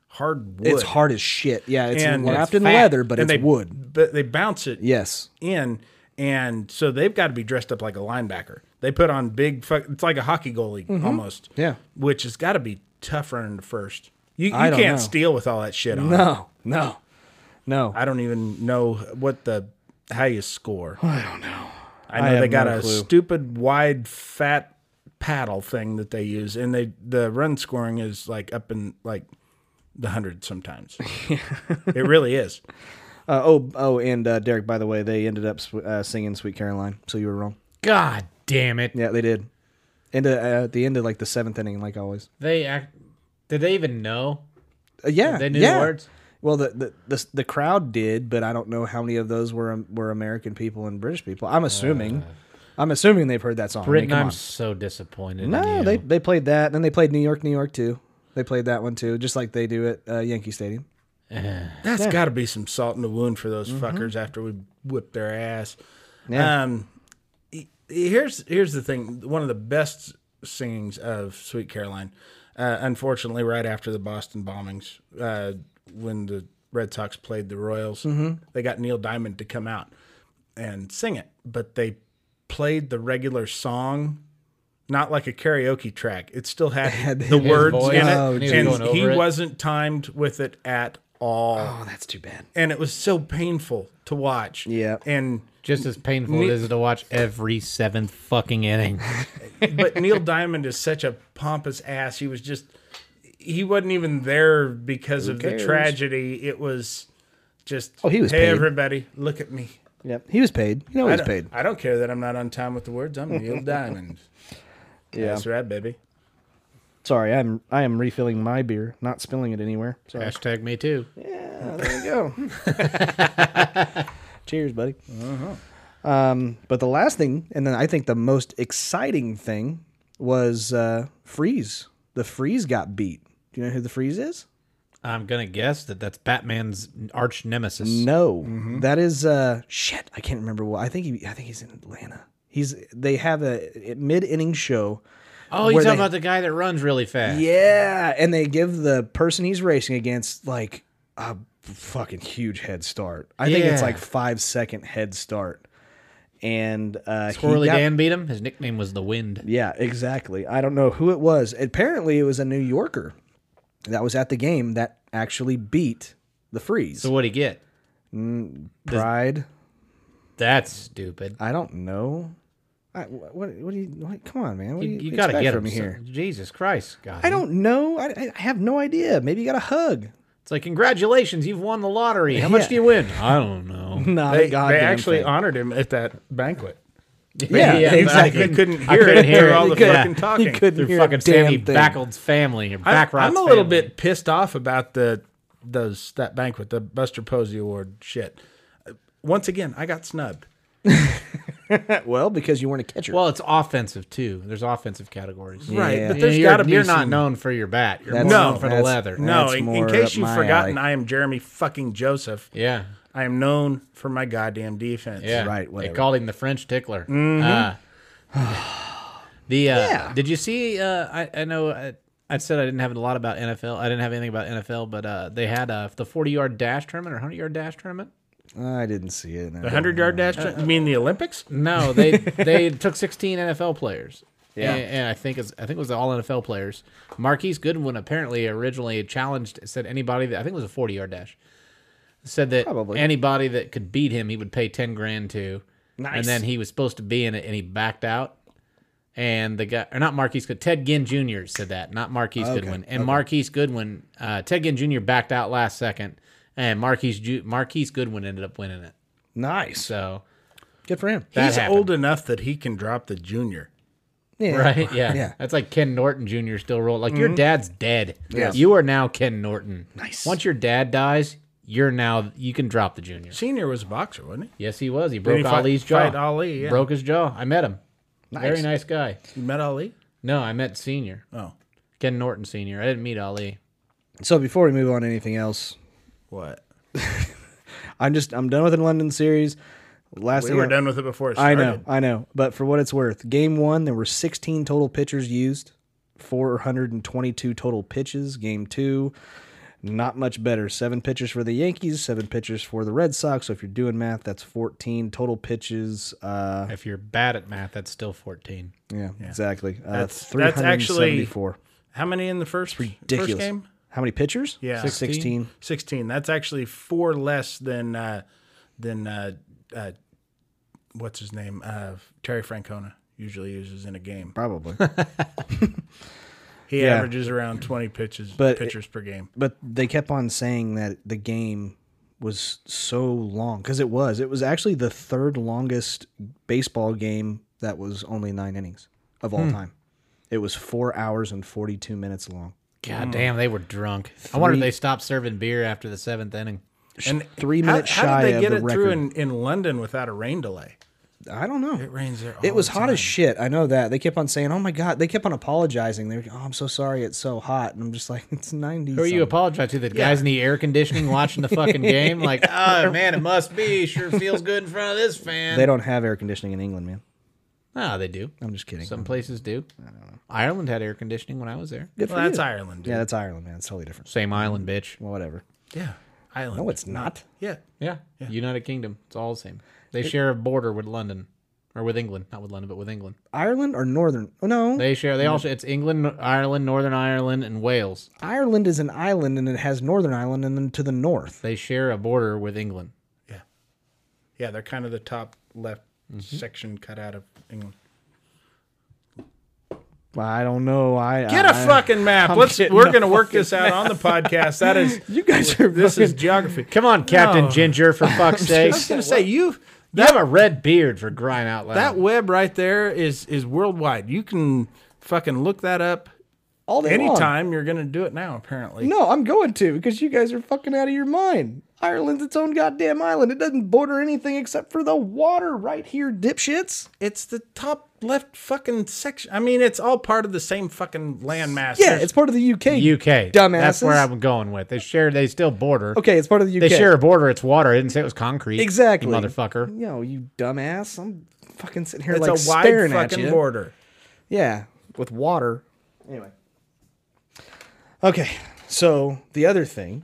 [SPEAKER 2] hard wood.
[SPEAKER 1] it's hard as shit. Yeah, it's
[SPEAKER 2] And it's
[SPEAKER 1] wrapped in
[SPEAKER 3] fat.
[SPEAKER 1] leather, but
[SPEAKER 2] and
[SPEAKER 1] it's
[SPEAKER 2] they
[SPEAKER 1] wood.
[SPEAKER 2] But they bounce it
[SPEAKER 1] Yes.
[SPEAKER 2] in, and so they've got to be dressed up like a linebacker. They put on big. Fuck, it's like a hockey goalie almost.
[SPEAKER 1] Mm-hmm. Yeah.
[SPEAKER 2] which has got to be tough running to first. You, you
[SPEAKER 1] I
[SPEAKER 2] can't
[SPEAKER 1] don't know.
[SPEAKER 2] steal with all that shit on.
[SPEAKER 1] No. No. No.
[SPEAKER 2] I don't even know what the how you score. I don't know. I know
[SPEAKER 1] have
[SPEAKER 2] they got
[SPEAKER 1] no
[SPEAKER 2] a
[SPEAKER 1] clue.
[SPEAKER 2] stupid wide fat paddle thing that they use, and they the run scoring is like up in like the hundred sometimes. it really is.
[SPEAKER 1] Uh, oh. Oh. And uh, Derek, by the way, they ended up sw- uh, singing "Sweet Caroline," so you were wrong.
[SPEAKER 3] God damn it!
[SPEAKER 1] Yeah, they did. And uh, at the end of like the seventh inning, like always.
[SPEAKER 3] They act. Did they even know?
[SPEAKER 1] Uh, yeah,
[SPEAKER 3] They knew the
[SPEAKER 1] yeah.
[SPEAKER 3] words?
[SPEAKER 1] Well, the, the the the crowd did, but I don't know how many of those were um, were American people and British people. I'm assuming, I'm assuming they've heard that song. I mean,
[SPEAKER 3] Britain,
[SPEAKER 1] come
[SPEAKER 3] I'm
[SPEAKER 1] on.
[SPEAKER 3] so disappointed. in
[SPEAKER 1] no,
[SPEAKER 3] you.
[SPEAKER 1] they they played that, and then they played New York, New York too. They played that one too, just like they do at uh, Yankee Stadium.
[SPEAKER 2] That's got to be some salt in the wound for those
[SPEAKER 3] Mm-hmm.
[SPEAKER 2] fuckers after we whip their ass.
[SPEAKER 1] Yeah.
[SPEAKER 2] Um, he- here's here's the thing. One of the best singings of Sweet Caroline, uh, unfortunately, right after the Boston bombings, uh, when the Red Sox played the Royals,
[SPEAKER 3] Mm-hmm.
[SPEAKER 2] they got Neil Diamond to come out and sing it, but they played the regular song. Not like a karaoke track. It still had, the
[SPEAKER 1] his
[SPEAKER 2] words
[SPEAKER 3] voice.
[SPEAKER 2] in it,
[SPEAKER 3] Oh,
[SPEAKER 2] and
[SPEAKER 3] geez.
[SPEAKER 2] he,
[SPEAKER 3] He was going over it.
[SPEAKER 2] wasn't timed with it at all
[SPEAKER 1] Oh, that's too bad.
[SPEAKER 2] and it was so painful to watch.
[SPEAKER 1] Yeah.
[SPEAKER 2] And
[SPEAKER 3] just as painful it is to watch every seventh fucking inning.
[SPEAKER 2] but Neil Diamond is such a pompous ass. He was just he wasn't even there because of
[SPEAKER 1] cares?
[SPEAKER 2] the tragedy. It was just
[SPEAKER 1] Oh, he was
[SPEAKER 2] hey
[SPEAKER 1] paid.
[SPEAKER 2] everybody, look at me.
[SPEAKER 1] Yep, he was paid. You know, he
[SPEAKER 2] I
[SPEAKER 1] was
[SPEAKER 2] don't,
[SPEAKER 1] paid.
[SPEAKER 2] I don't care that I'm not on time with the words. I'm Neil Diamond.
[SPEAKER 1] Yeah.
[SPEAKER 2] That's right, baby.
[SPEAKER 1] Sorry, I'm I am refilling my beer, not spilling it anywhere. Sorry.
[SPEAKER 3] Hashtag me too.
[SPEAKER 1] Yeah, there you go. Cheers, buddy. Um, but the last thing, and then I think the most exciting thing was uh, Freeze. The Freeze got beat. Do you know who the Freeze is?
[SPEAKER 3] I'm gonna guess that that's Batman's arch nemesis.
[SPEAKER 1] No, That is uh, shit. I can't remember what. I think he. I think he's in Atlanta. He's. They have a, mid inning show.
[SPEAKER 3] Oh, you're
[SPEAKER 1] where
[SPEAKER 3] talking
[SPEAKER 1] they-
[SPEAKER 3] about the guy that runs really fast.
[SPEAKER 1] Yeah, and they give the person he's racing against like a fucking huge head start. I think it's
[SPEAKER 3] Yeah.
[SPEAKER 1] like five second head start. And uh, he
[SPEAKER 3] Swirly
[SPEAKER 1] got-
[SPEAKER 3] Dan beat him. His nickname was the Wind.
[SPEAKER 1] Yeah, exactly. I don't know who it was. Apparently, it was a New Yorker that was at the game that actually beat the freeze.
[SPEAKER 3] So what'd he get?
[SPEAKER 1] Pride.
[SPEAKER 3] That's stupid.
[SPEAKER 1] I don't know. I, what, what do you? What, come on, man. What do
[SPEAKER 3] You,
[SPEAKER 1] you,
[SPEAKER 3] you
[SPEAKER 1] expect
[SPEAKER 3] gotta get
[SPEAKER 1] from me
[SPEAKER 3] him
[SPEAKER 1] here?
[SPEAKER 3] here. Jesus Christ, guy.
[SPEAKER 1] I don't know. I, I- I have no idea. Maybe you got a hug.
[SPEAKER 3] It's like congratulations, you've won the lottery. How much
[SPEAKER 1] Yeah.
[SPEAKER 3] do you win? I don't know.
[SPEAKER 1] Not
[SPEAKER 2] They,
[SPEAKER 1] a
[SPEAKER 2] they
[SPEAKER 1] goddamn
[SPEAKER 2] actually
[SPEAKER 1] thing.
[SPEAKER 2] honored him at that banquet.
[SPEAKER 1] Yeah,
[SPEAKER 2] exactly.
[SPEAKER 3] I
[SPEAKER 2] They couldn't
[SPEAKER 3] I
[SPEAKER 2] hear it
[SPEAKER 3] hear
[SPEAKER 2] through all
[SPEAKER 3] You
[SPEAKER 2] the
[SPEAKER 3] couldn't-
[SPEAKER 2] fucking talking.
[SPEAKER 1] You couldn't
[SPEAKER 3] Through
[SPEAKER 1] hear
[SPEAKER 3] fucking
[SPEAKER 1] a damn
[SPEAKER 3] Sandy
[SPEAKER 1] thing.
[SPEAKER 3] Backold's family or
[SPEAKER 2] I,
[SPEAKER 3] Backrot's
[SPEAKER 2] I'm a little
[SPEAKER 3] family.
[SPEAKER 2] bit pissed off about the those that banquet, the Buster Posey Award shit. Uh, Once again, I got snubbed.
[SPEAKER 1] Well, because you weren't a catcher.
[SPEAKER 3] Well, it's offensive too. There's offensive categories.
[SPEAKER 2] Right,
[SPEAKER 1] Yeah.
[SPEAKER 2] but there's
[SPEAKER 3] you're,
[SPEAKER 2] got to be
[SPEAKER 3] you're not
[SPEAKER 2] some-
[SPEAKER 3] known for your bat. You're
[SPEAKER 1] That's-
[SPEAKER 3] known
[SPEAKER 1] No.
[SPEAKER 3] for the
[SPEAKER 1] that's-
[SPEAKER 3] leather.
[SPEAKER 2] No,
[SPEAKER 1] That's
[SPEAKER 2] in, in
[SPEAKER 1] more
[SPEAKER 2] case
[SPEAKER 1] up
[SPEAKER 2] you've
[SPEAKER 1] my
[SPEAKER 2] forgotten,
[SPEAKER 1] alley.
[SPEAKER 2] I am Jeremy fucking Joseph.
[SPEAKER 3] Yeah.
[SPEAKER 2] I am known for my goddamn defense.
[SPEAKER 3] Yeah.
[SPEAKER 1] Right,
[SPEAKER 3] They
[SPEAKER 1] whatever. Mm-hmm.
[SPEAKER 3] called him the French tickler. Uh, the uh,
[SPEAKER 1] Yeah.
[SPEAKER 3] Did you see? Uh, I I know. I, I said I didn't have a lot about NFL. I didn't have anything about NFL, but uh, they had uh, the 40 yard dash tournament or 100 yard dash tournament.
[SPEAKER 1] I didn't see it.
[SPEAKER 2] The hundred yard dash.
[SPEAKER 3] Uh,
[SPEAKER 2] you mean the Olympics?
[SPEAKER 3] No, they they took 16 NFL players. Yeah, and, and I think it's I think it was all NFL players. Marquise Goodwin apparently originally challenged said anybody that I think it was a 40 yard dash said that
[SPEAKER 1] Probably.
[SPEAKER 3] anybody that could beat him he would pay 10 grand to.
[SPEAKER 1] Nice.
[SPEAKER 3] And then he was supposed to be in it and he backed out. And the guy, or not Marquise Good, Ted Ginn Jr. said that, not Marquise Goodwin. And Marquise Goodwin, uh, Ted Ginn Jr. backed out last second, and Marquise Ju- Marquise Goodwin ended up winning it.
[SPEAKER 1] Nice.
[SPEAKER 3] So
[SPEAKER 1] Good for him.
[SPEAKER 3] That
[SPEAKER 2] He's
[SPEAKER 3] happened.
[SPEAKER 2] old enough that he can drop the junior.
[SPEAKER 1] Yeah.
[SPEAKER 3] Right? Yeah.
[SPEAKER 1] Yeah.
[SPEAKER 3] That's like Ken Norton Jr. still rolling. Like
[SPEAKER 2] Mm-hmm.
[SPEAKER 3] your dad's dead.
[SPEAKER 1] Yes.
[SPEAKER 3] You are now Ken Norton.
[SPEAKER 1] Nice.
[SPEAKER 3] Once your dad dies, you're now you can drop the junior.
[SPEAKER 2] Senior was a boxer, wasn't he?
[SPEAKER 3] Yes, he was. He broke
[SPEAKER 2] he fight-
[SPEAKER 3] Ali's jaw.
[SPEAKER 2] fight Ali, yeah.
[SPEAKER 3] Broke his jaw. I met him. Very nice guy.
[SPEAKER 2] You met Ali.
[SPEAKER 3] No, I met Senior.
[SPEAKER 2] Oh,
[SPEAKER 3] Ken Norton Senior. I didn't meet Ali.
[SPEAKER 1] So before we move on to anything else,
[SPEAKER 2] what?
[SPEAKER 1] I'm just I'm done with the London series. Last
[SPEAKER 2] We
[SPEAKER 1] thing
[SPEAKER 2] were
[SPEAKER 1] I-
[SPEAKER 2] done with it before. It
[SPEAKER 1] I know,
[SPEAKER 2] started.
[SPEAKER 1] I know. But for what it's worth, game one there were 16 total pitchers used, 422 total pitches. Game two, not much better. Seven pitchers for the Yankees, seven pitchers for the Red Sox. So if you're doing math, that's 14 total pitches. Uh,
[SPEAKER 3] If you're bad at math, that's still fourteen.
[SPEAKER 1] yeah, exactly. Uh,
[SPEAKER 2] That's-
[SPEAKER 1] that's
[SPEAKER 2] that's actually
[SPEAKER 1] 374.
[SPEAKER 2] How many in the first
[SPEAKER 1] ridiculous.
[SPEAKER 2] first game?
[SPEAKER 1] How many pitchers?
[SPEAKER 2] Yeah.
[SPEAKER 1] 16.
[SPEAKER 3] 16?
[SPEAKER 2] 16. That's actually four less than uh, than uh, uh, what's his name? Uh, Terry Francona usually uses in a game.
[SPEAKER 1] probably.
[SPEAKER 2] He
[SPEAKER 1] Yeah.
[SPEAKER 2] averages around 20 pitches
[SPEAKER 1] But
[SPEAKER 2] pitchers per game.
[SPEAKER 1] but they kept on saying that the game was so long because it was. It was actually the third longest baseball game that was only nine innings of all time. It was four hours and forty-two minutes long. Mm.
[SPEAKER 3] God damn, they were drunk. I wonder if they stopped serving beer after the seventh inning.
[SPEAKER 2] And
[SPEAKER 1] Three minutes
[SPEAKER 2] how, how
[SPEAKER 1] shy
[SPEAKER 2] did they
[SPEAKER 1] of
[SPEAKER 2] get
[SPEAKER 1] the
[SPEAKER 2] it
[SPEAKER 1] record.
[SPEAKER 2] through in, in London without a rain delay?
[SPEAKER 1] I don't know.
[SPEAKER 2] It rains there. All
[SPEAKER 1] It was
[SPEAKER 2] the
[SPEAKER 1] hot as shit. I know that. They kept on saying, "Oh my god." They kept on apologizing. They were, "Oh, I'm so sorry. It's so hot." And I'm just like, "It's 90."
[SPEAKER 3] Who are you
[SPEAKER 1] something."
[SPEAKER 3] apologize to? The guys in the air conditioning watching the fucking game? Like, oh man, it must be. Sure feels good in front of this fan.
[SPEAKER 1] They don't have air conditioning in England, man.
[SPEAKER 3] Ah, they do.
[SPEAKER 1] I'm just kidding.
[SPEAKER 3] Some places do. I don't know. Ireland had air conditioning when I was there.
[SPEAKER 1] Good for
[SPEAKER 2] Well, that's
[SPEAKER 1] you.
[SPEAKER 2] Ireland. Dude.
[SPEAKER 1] Yeah, that's Ireland, man. It's totally different.
[SPEAKER 3] Same island, bitch.
[SPEAKER 1] Well, whatever.
[SPEAKER 2] Yeah. Ireland.
[SPEAKER 1] No, it's not.
[SPEAKER 2] Yeah.
[SPEAKER 3] Yeah. United Kingdom. It's all the same. They share a border with London. Or with England, not with London, but with England.
[SPEAKER 1] Ireland or Northern? Oh no,
[SPEAKER 3] They share. They all share. It's England, Ireland, Northern Ireland, and Wales.
[SPEAKER 1] Ireland is an island and it has Northern Ireland and then to the north.
[SPEAKER 3] They share a border with England.
[SPEAKER 2] Yeah, they're kind of the top left
[SPEAKER 1] Mm-hmm.
[SPEAKER 2] section cut out of England.
[SPEAKER 1] I don't know. I
[SPEAKER 2] Get
[SPEAKER 1] I,
[SPEAKER 2] a fucking map.
[SPEAKER 1] I'm
[SPEAKER 2] Let's
[SPEAKER 1] getting
[SPEAKER 2] we're
[SPEAKER 1] a
[SPEAKER 2] going to work this out on the podcast. That is
[SPEAKER 1] You guys are
[SPEAKER 2] this is
[SPEAKER 1] fucking-
[SPEAKER 2] geography.
[SPEAKER 3] Come on, Captain
[SPEAKER 2] No.
[SPEAKER 3] Ginger, for fuck's
[SPEAKER 2] I
[SPEAKER 3] sake!
[SPEAKER 2] was going to say you
[SPEAKER 3] You have a red beard for crying out
[SPEAKER 1] Um,
[SPEAKER 3] loud.
[SPEAKER 2] that web right there is is worldwide. You can fucking look that up
[SPEAKER 1] all day long.
[SPEAKER 2] anytime. You're going to do it now apparently.
[SPEAKER 1] No, I'm going to because you guys are fucking out of your mind. Ireland's its own goddamn island. It doesn't border anything except for the water right here, dipshits.
[SPEAKER 2] It's the top left fucking section. I mean, it's all part of the same fucking landmass.
[SPEAKER 1] Yeah,
[SPEAKER 2] There's-
[SPEAKER 1] it's part of the UK.
[SPEAKER 3] UK,
[SPEAKER 1] dumbasses.
[SPEAKER 3] That's where I'm going with. They share. They still border.
[SPEAKER 1] Okay, it's part of the
[SPEAKER 3] They
[SPEAKER 1] UK.
[SPEAKER 3] share a border. It's water. I didn't say it was concrete. you
[SPEAKER 1] Exactly.
[SPEAKER 3] motherfucker.
[SPEAKER 1] Yo, you dumbass. I'm fucking sitting here
[SPEAKER 2] it's
[SPEAKER 1] like
[SPEAKER 2] a wide
[SPEAKER 1] staring at
[SPEAKER 2] fucking
[SPEAKER 1] you.
[SPEAKER 2] border.
[SPEAKER 1] Yeah, with water. Anyway. Okay, so the other thing,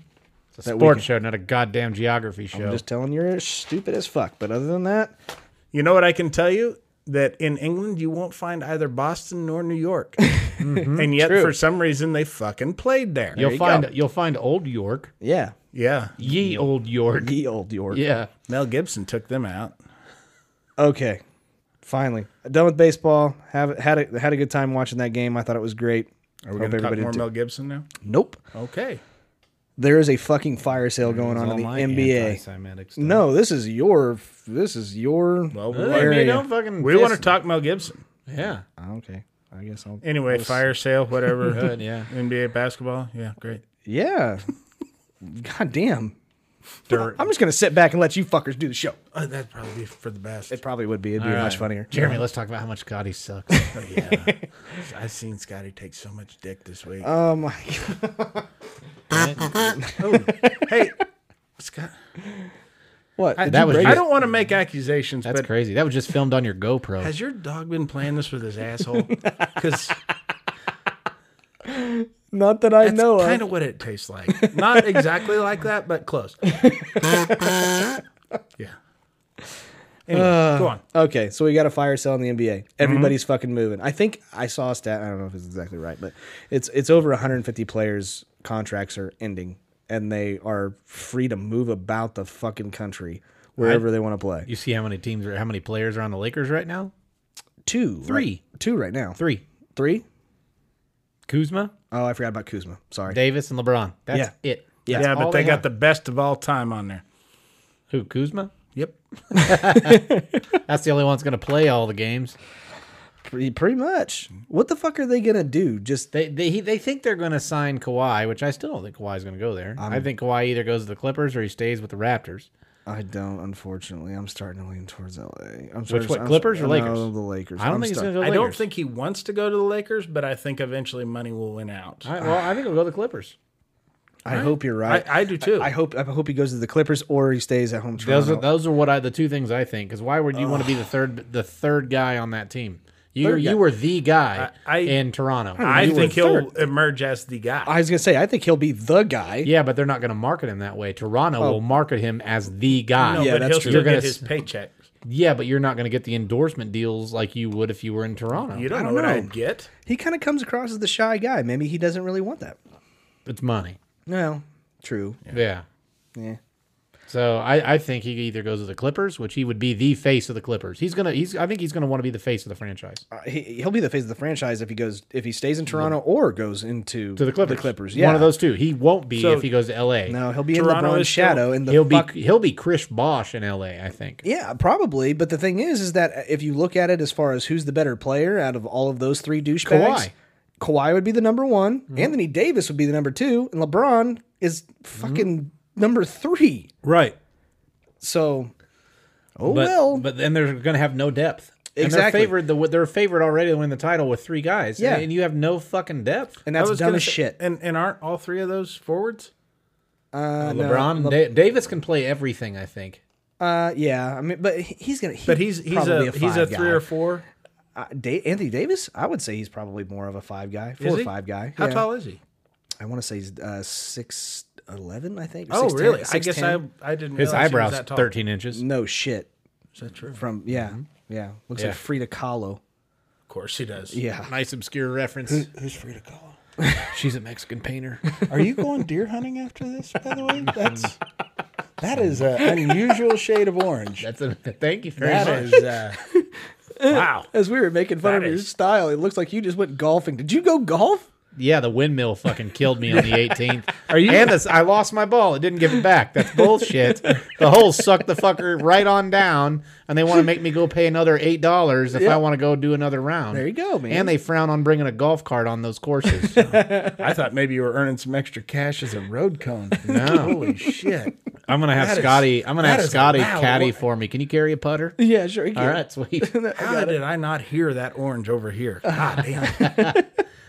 [SPEAKER 3] It's a
[SPEAKER 1] we
[SPEAKER 3] sports
[SPEAKER 1] can-
[SPEAKER 3] show, not a goddamn geography show.
[SPEAKER 1] I'm just telling you, you're stupid as fuck. But other than that,
[SPEAKER 2] You know what I can tell you? That in England you won't find either Boston nor New York,
[SPEAKER 1] Mm-hmm.
[SPEAKER 2] and yet for some reason they fucking played there.
[SPEAKER 3] you'll
[SPEAKER 1] you
[SPEAKER 3] find
[SPEAKER 1] go.
[SPEAKER 3] you'll find old York,
[SPEAKER 1] yeah,
[SPEAKER 2] Yeah,
[SPEAKER 3] ye old York.
[SPEAKER 1] ye old York.
[SPEAKER 3] Yeah.
[SPEAKER 2] Mel Gibson took them out.
[SPEAKER 1] Okay, finally done with baseball. Have had a, had a good time watching that game. I thought it was great.
[SPEAKER 2] Are we
[SPEAKER 1] Hope
[SPEAKER 2] going to talk
[SPEAKER 1] everybody
[SPEAKER 2] more
[SPEAKER 1] did-
[SPEAKER 2] Mel Gibson now?
[SPEAKER 1] Nope,
[SPEAKER 2] Okay.
[SPEAKER 1] there is a fucking fire sale going on in the NBA. No, this is your this is your
[SPEAKER 2] Well, we wanna-
[SPEAKER 3] I mean,
[SPEAKER 1] area.
[SPEAKER 3] don't fucking
[SPEAKER 2] we want to
[SPEAKER 3] fist-
[SPEAKER 2] talk Mel Gibson.
[SPEAKER 3] Yeah.
[SPEAKER 1] Ah, okay. I guess I'll
[SPEAKER 2] Anyway, fire sale, whatever.
[SPEAKER 3] Good, yeah.
[SPEAKER 2] NBA basketball. Yeah, great.
[SPEAKER 1] yeah. God damn.
[SPEAKER 2] Dirt.
[SPEAKER 1] I'm just gonna sit back and let you fuckers do the show.
[SPEAKER 2] Oh, that'd probably be for the best.
[SPEAKER 1] It probably would be. It'd be
[SPEAKER 3] All
[SPEAKER 1] much
[SPEAKER 3] right.
[SPEAKER 1] funnier.
[SPEAKER 3] Jeremy, let's talk about how much God he sucks.
[SPEAKER 2] yeah. I've seen Scotty take so much dick this week.
[SPEAKER 1] Oh my
[SPEAKER 2] Oh. hey, Scott.
[SPEAKER 1] What? Did
[SPEAKER 3] that
[SPEAKER 1] you
[SPEAKER 3] was
[SPEAKER 1] break
[SPEAKER 3] just-
[SPEAKER 2] I
[SPEAKER 1] it?
[SPEAKER 2] don't want to make accusations,
[SPEAKER 3] That's
[SPEAKER 2] but
[SPEAKER 3] crazy. That was just filmed on your GoPro.
[SPEAKER 2] has your dog been playing this with his asshole? Because
[SPEAKER 1] not that I
[SPEAKER 2] that's
[SPEAKER 1] know of.
[SPEAKER 2] kind of what it tastes like. Not exactly like that, but close. yeah. Anyway,
[SPEAKER 3] Uh,
[SPEAKER 2] go on.
[SPEAKER 1] Okay, so we got a fire sale in the NBA. Everybody's fucking moving. I think I saw a stat. I don't know if it's exactly right, but it's it's over 150 players' contracts are ending, and they are free to move about the fucking country wherever they want to play.
[SPEAKER 3] You see how many teams are, how many players are on the Lakers right now?
[SPEAKER 1] Two,
[SPEAKER 3] Three.
[SPEAKER 1] right- two right now.
[SPEAKER 3] Three.
[SPEAKER 1] Three?
[SPEAKER 3] Kuzma,
[SPEAKER 1] Oh, I forgot about Kuzma. Sorry.
[SPEAKER 3] Davis, and LeBron. That's
[SPEAKER 1] Yeah.
[SPEAKER 3] it. That's
[SPEAKER 2] yeah, but
[SPEAKER 3] all
[SPEAKER 2] they, got
[SPEAKER 3] have.
[SPEAKER 2] the best of all time on there.
[SPEAKER 3] who Kuzma.
[SPEAKER 2] Yep.
[SPEAKER 3] That's the only one that's going to play all the games.
[SPEAKER 1] Pretty, pretty much. What the fuck are they gonna do? Just
[SPEAKER 3] They they he- they think they're going to sign Kawhi, which I still don't think Kawhi's going to go there. I think Kawhi either goes to the Clippers or he stays with the Raptors.
[SPEAKER 1] I don't, unfortunately. I'm starting to lean towards LA. I'm
[SPEAKER 3] Which what, Clippers or Lakers?
[SPEAKER 1] No, the Lakers.
[SPEAKER 3] I don't
[SPEAKER 1] I'm
[SPEAKER 3] think it's
[SPEAKER 1] stuck.
[SPEAKER 3] gonna go
[SPEAKER 2] I don't
[SPEAKER 3] Lakers.
[SPEAKER 2] think he wants to go to the Lakers, but I think eventually money will win out.
[SPEAKER 3] I, well, I think it'll go the Clippers.
[SPEAKER 1] I hope you're
[SPEAKER 2] I,
[SPEAKER 1] right.
[SPEAKER 2] I do too.
[SPEAKER 1] I hope I hope he goes to the Clippers or he stays at home.
[SPEAKER 3] Those are
[SPEAKER 1] Toronto.
[SPEAKER 3] those are what I the two things I think. Because why would you want to be the third the third guy on that team? You
[SPEAKER 2] Third guy.
[SPEAKER 3] you were the guy
[SPEAKER 2] I- I-
[SPEAKER 3] in Toronto.
[SPEAKER 2] I
[SPEAKER 3] You were
[SPEAKER 2] think he'll
[SPEAKER 3] third.
[SPEAKER 2] emerge as the guy.
[SPEAKER 1] I was gonna say I think he'll be the guy.
[SPEAKER 3] Yeah, but they're not going to market him that way. Toronto
[SPEAKER 1] Oh.
[SPEAKER 3] will market him as the guy.
[SPEAKER 2] no,
[SPEAKER 1] Yeah,
[SPEAKER 2] but
[SPEAKER 1] that's
[SPEAKER 2] he'll
[SPEAKER 1] true.
[SPEAKER 2] still
[SPEAKER 3] You're
[SPEAKER 2] get
[SPEAKER 3] gonna
[SPEAKER 2] his
[SPEAKER 3] s-
[SPEAKER 2] paycheck.
[SPEAKER 3] Yeah, but you're not going to get the endorsement deals like you would if you were in Toronto.
[SPEAKER 2] You don't,
[SPEAKER 1] I
[SPEAKER 2] know
[SPEAKER 1] don't
[SPEAKER 2] what
[SPEAKER 1] know.
[SPEAKER 2] I'd get.
[SPEAKER 1] He kind of comes across as the shy guy. Maybe he doesn't really want that.
[SPEAKER 3] it's money.
[SPEAKER 1] No, true. Yeah.
[SPEAKER 3] Yeah. So I, I think he either goes to the Clippers, which he would be the face of the Clippers. He's gonna he's I think he's gonna want to be the face of the franchise.
[SPEAKER 1] Uh, he, he'll be the face of the franchise if he goes if he stays in Toronto or goes into
[SPEAKER 3] To the Clippers.
[SPEAKER 1] The Clippers. Yeah.
[SPEAKER 3] One of those two. He won't be
[SPEAKER 2] So-
[SPEAKER 3] if he goes to LA.
[SPEAKER 1] No, he'll be
[SPEAKER 2] Toronto
[SPEAKER 1] in LeBron's
[SPEAKER 2] is still-
[SPEAKER 1] shadow. And the
[SPEAKER 3] he'll
[SPEAKER 1] fuck,
[SPEAKER 3] be he'll be Chris Bosch in LA, I think.
[SPEAKER 1] Yeah, probably. But the thing is, is that if you look at it as far as who's the better player out of all of those three douchebags,
[SPEAKER 3] Kawhi.
[SPEAKER 1] Kawhi would be the number one.
[SPEAKER 2] Mm-hmm.
[SPEAKER 1] Anthony Davis would be the number two, and LeBron is fucking
[SPEAKER 2] Mm-hmm.
[SPEAKER 1] number three.
[SPEAKER 3] Right.
[SPEAKER 1] So, oh
[SPEAKER 3] But,
[SPEAKER 1] well.
[SPEAKER 3] but then they're going to have no depth. And
[SPEAKER 1] Exactly.
[SPEAKER 3] they're favored. The, they're favored already to win the title with three guys.
[SPEAKER 1] Yeah.
[SPEAKER 3] And, you have no fucking depth.
[SPEAKER 1] and
[SPEAKER 2] I
[SPEAKER 1] that's
[SPEAKER 2] was
[SPEAKER 1] dumb
[SPEAKER 2] gonna
[SPEAKER 1] as
[SPEAKER 2] say-
[SPEAKER 1] shit.
[SPEAKER 2] And and aren't all three of those forwards?
[SPEAKER 3] Uh, LeBron, Da- Davis can play everything. I think.
[SPEAKER 1] Uh, yeah, I mean, but he- he's gonna. He
[SPEAKER 2] But he's he's
[SPEAKER 1] probably
[SPEAKER 2] a, he's a
[SPEAKER 1] five
[SPEAKER 2] three
[SPEAKER 1] guy.
[SPEAKER 2] or four.
[SPEAKER 1] Uh, da- Anthony Davis, I would say he's probably more of a five guy, four
[SPEAKER 2] Is
[SPEAKER 1] or
[SPEAKER 2] he?
[SPEAKER 1] five guy.
[SPEAKER 2] How
[SPEAKER 1] Yeah.
[SPEAKER 2] tall is he?
[SPEAKER 1] I want to say he's uh, six eleven. I think.
[SPEAKER 2] Oh,
[SPEAKER 1] 6'10",
[SPEAKER 2] really? I guess
[SPEAKER 1] 6'10".
[SPEAKER 2] I I didn't. realize
[SPEAKER 3] His
[SPEAKER 2] he was
[SPEAKER 3] eyebrows
[SPEAKER 2] that tall.
[SPEAKER 3] thirteen inches.
[SPEAKER 1] No shit.
[SPEAKER 2] Is that true?
[SPEAKER 1] From yeah, yeah. Looks
[SPEAKER 3] Yeah.
[SPEAKER 1] like Frida Kahlo.
[SPEAKER 2] Of course he does.
[SPEAKER 1] Yeah.
[SPEAKER 3] Nice obscure reference.
[SPEAKER 4] Who's Frida Kahlo?
[SPEAKER 3] She's a Mexican painter.
[SPEAKER 4] Are you going deer hunting after this? By the way, that's that is an unusual shade of orange.
[SPEAKER 3] That's a thank you very
[SPEAKER 4] That is
[SPEAKER 3] much.
[SPEAKER 4] uh,
[SPEAKER 2] Wow.
[SPEAKER 1] As we were making fun of your style, it looks like you just went golfing. Did you go golf?
[SPEAKER 3] Yeah, the windmill fucking killed me on the 18th. Are you? And this, I lost my ball. It didn't give it back. That's bullshit. the hole sucked the fucker right on down, and they want to make me go pay another eight dollars if I want to go do another round.
[SPEAKER 1] There you go, man.
[SPEAKER 3] And they frown on bringing a golf cart on those courses.
[SPEAKER 4] I thought maybe you were earning some extra cash as a road cone. Holy shit.
[SPEAKER 3] I'm gonna have
[SPEAKER 4] That is-
[SPEAKER 3] Scotty. I'm gonna
[SPEAKER 4] that
[SPEAKER 3] have
[SPEAKER 4] is
[SPEAKER 3] Scotty
[SPEAKER 4] allowed.
[SPEAKER 3] caddy for me. Can you carry a putter?
[SPEAKER 1] Yeah, sure.
[SPEAKER 3] All right, sweet.
[SPEAKER 2] How did I not hear that orange over here? God damn.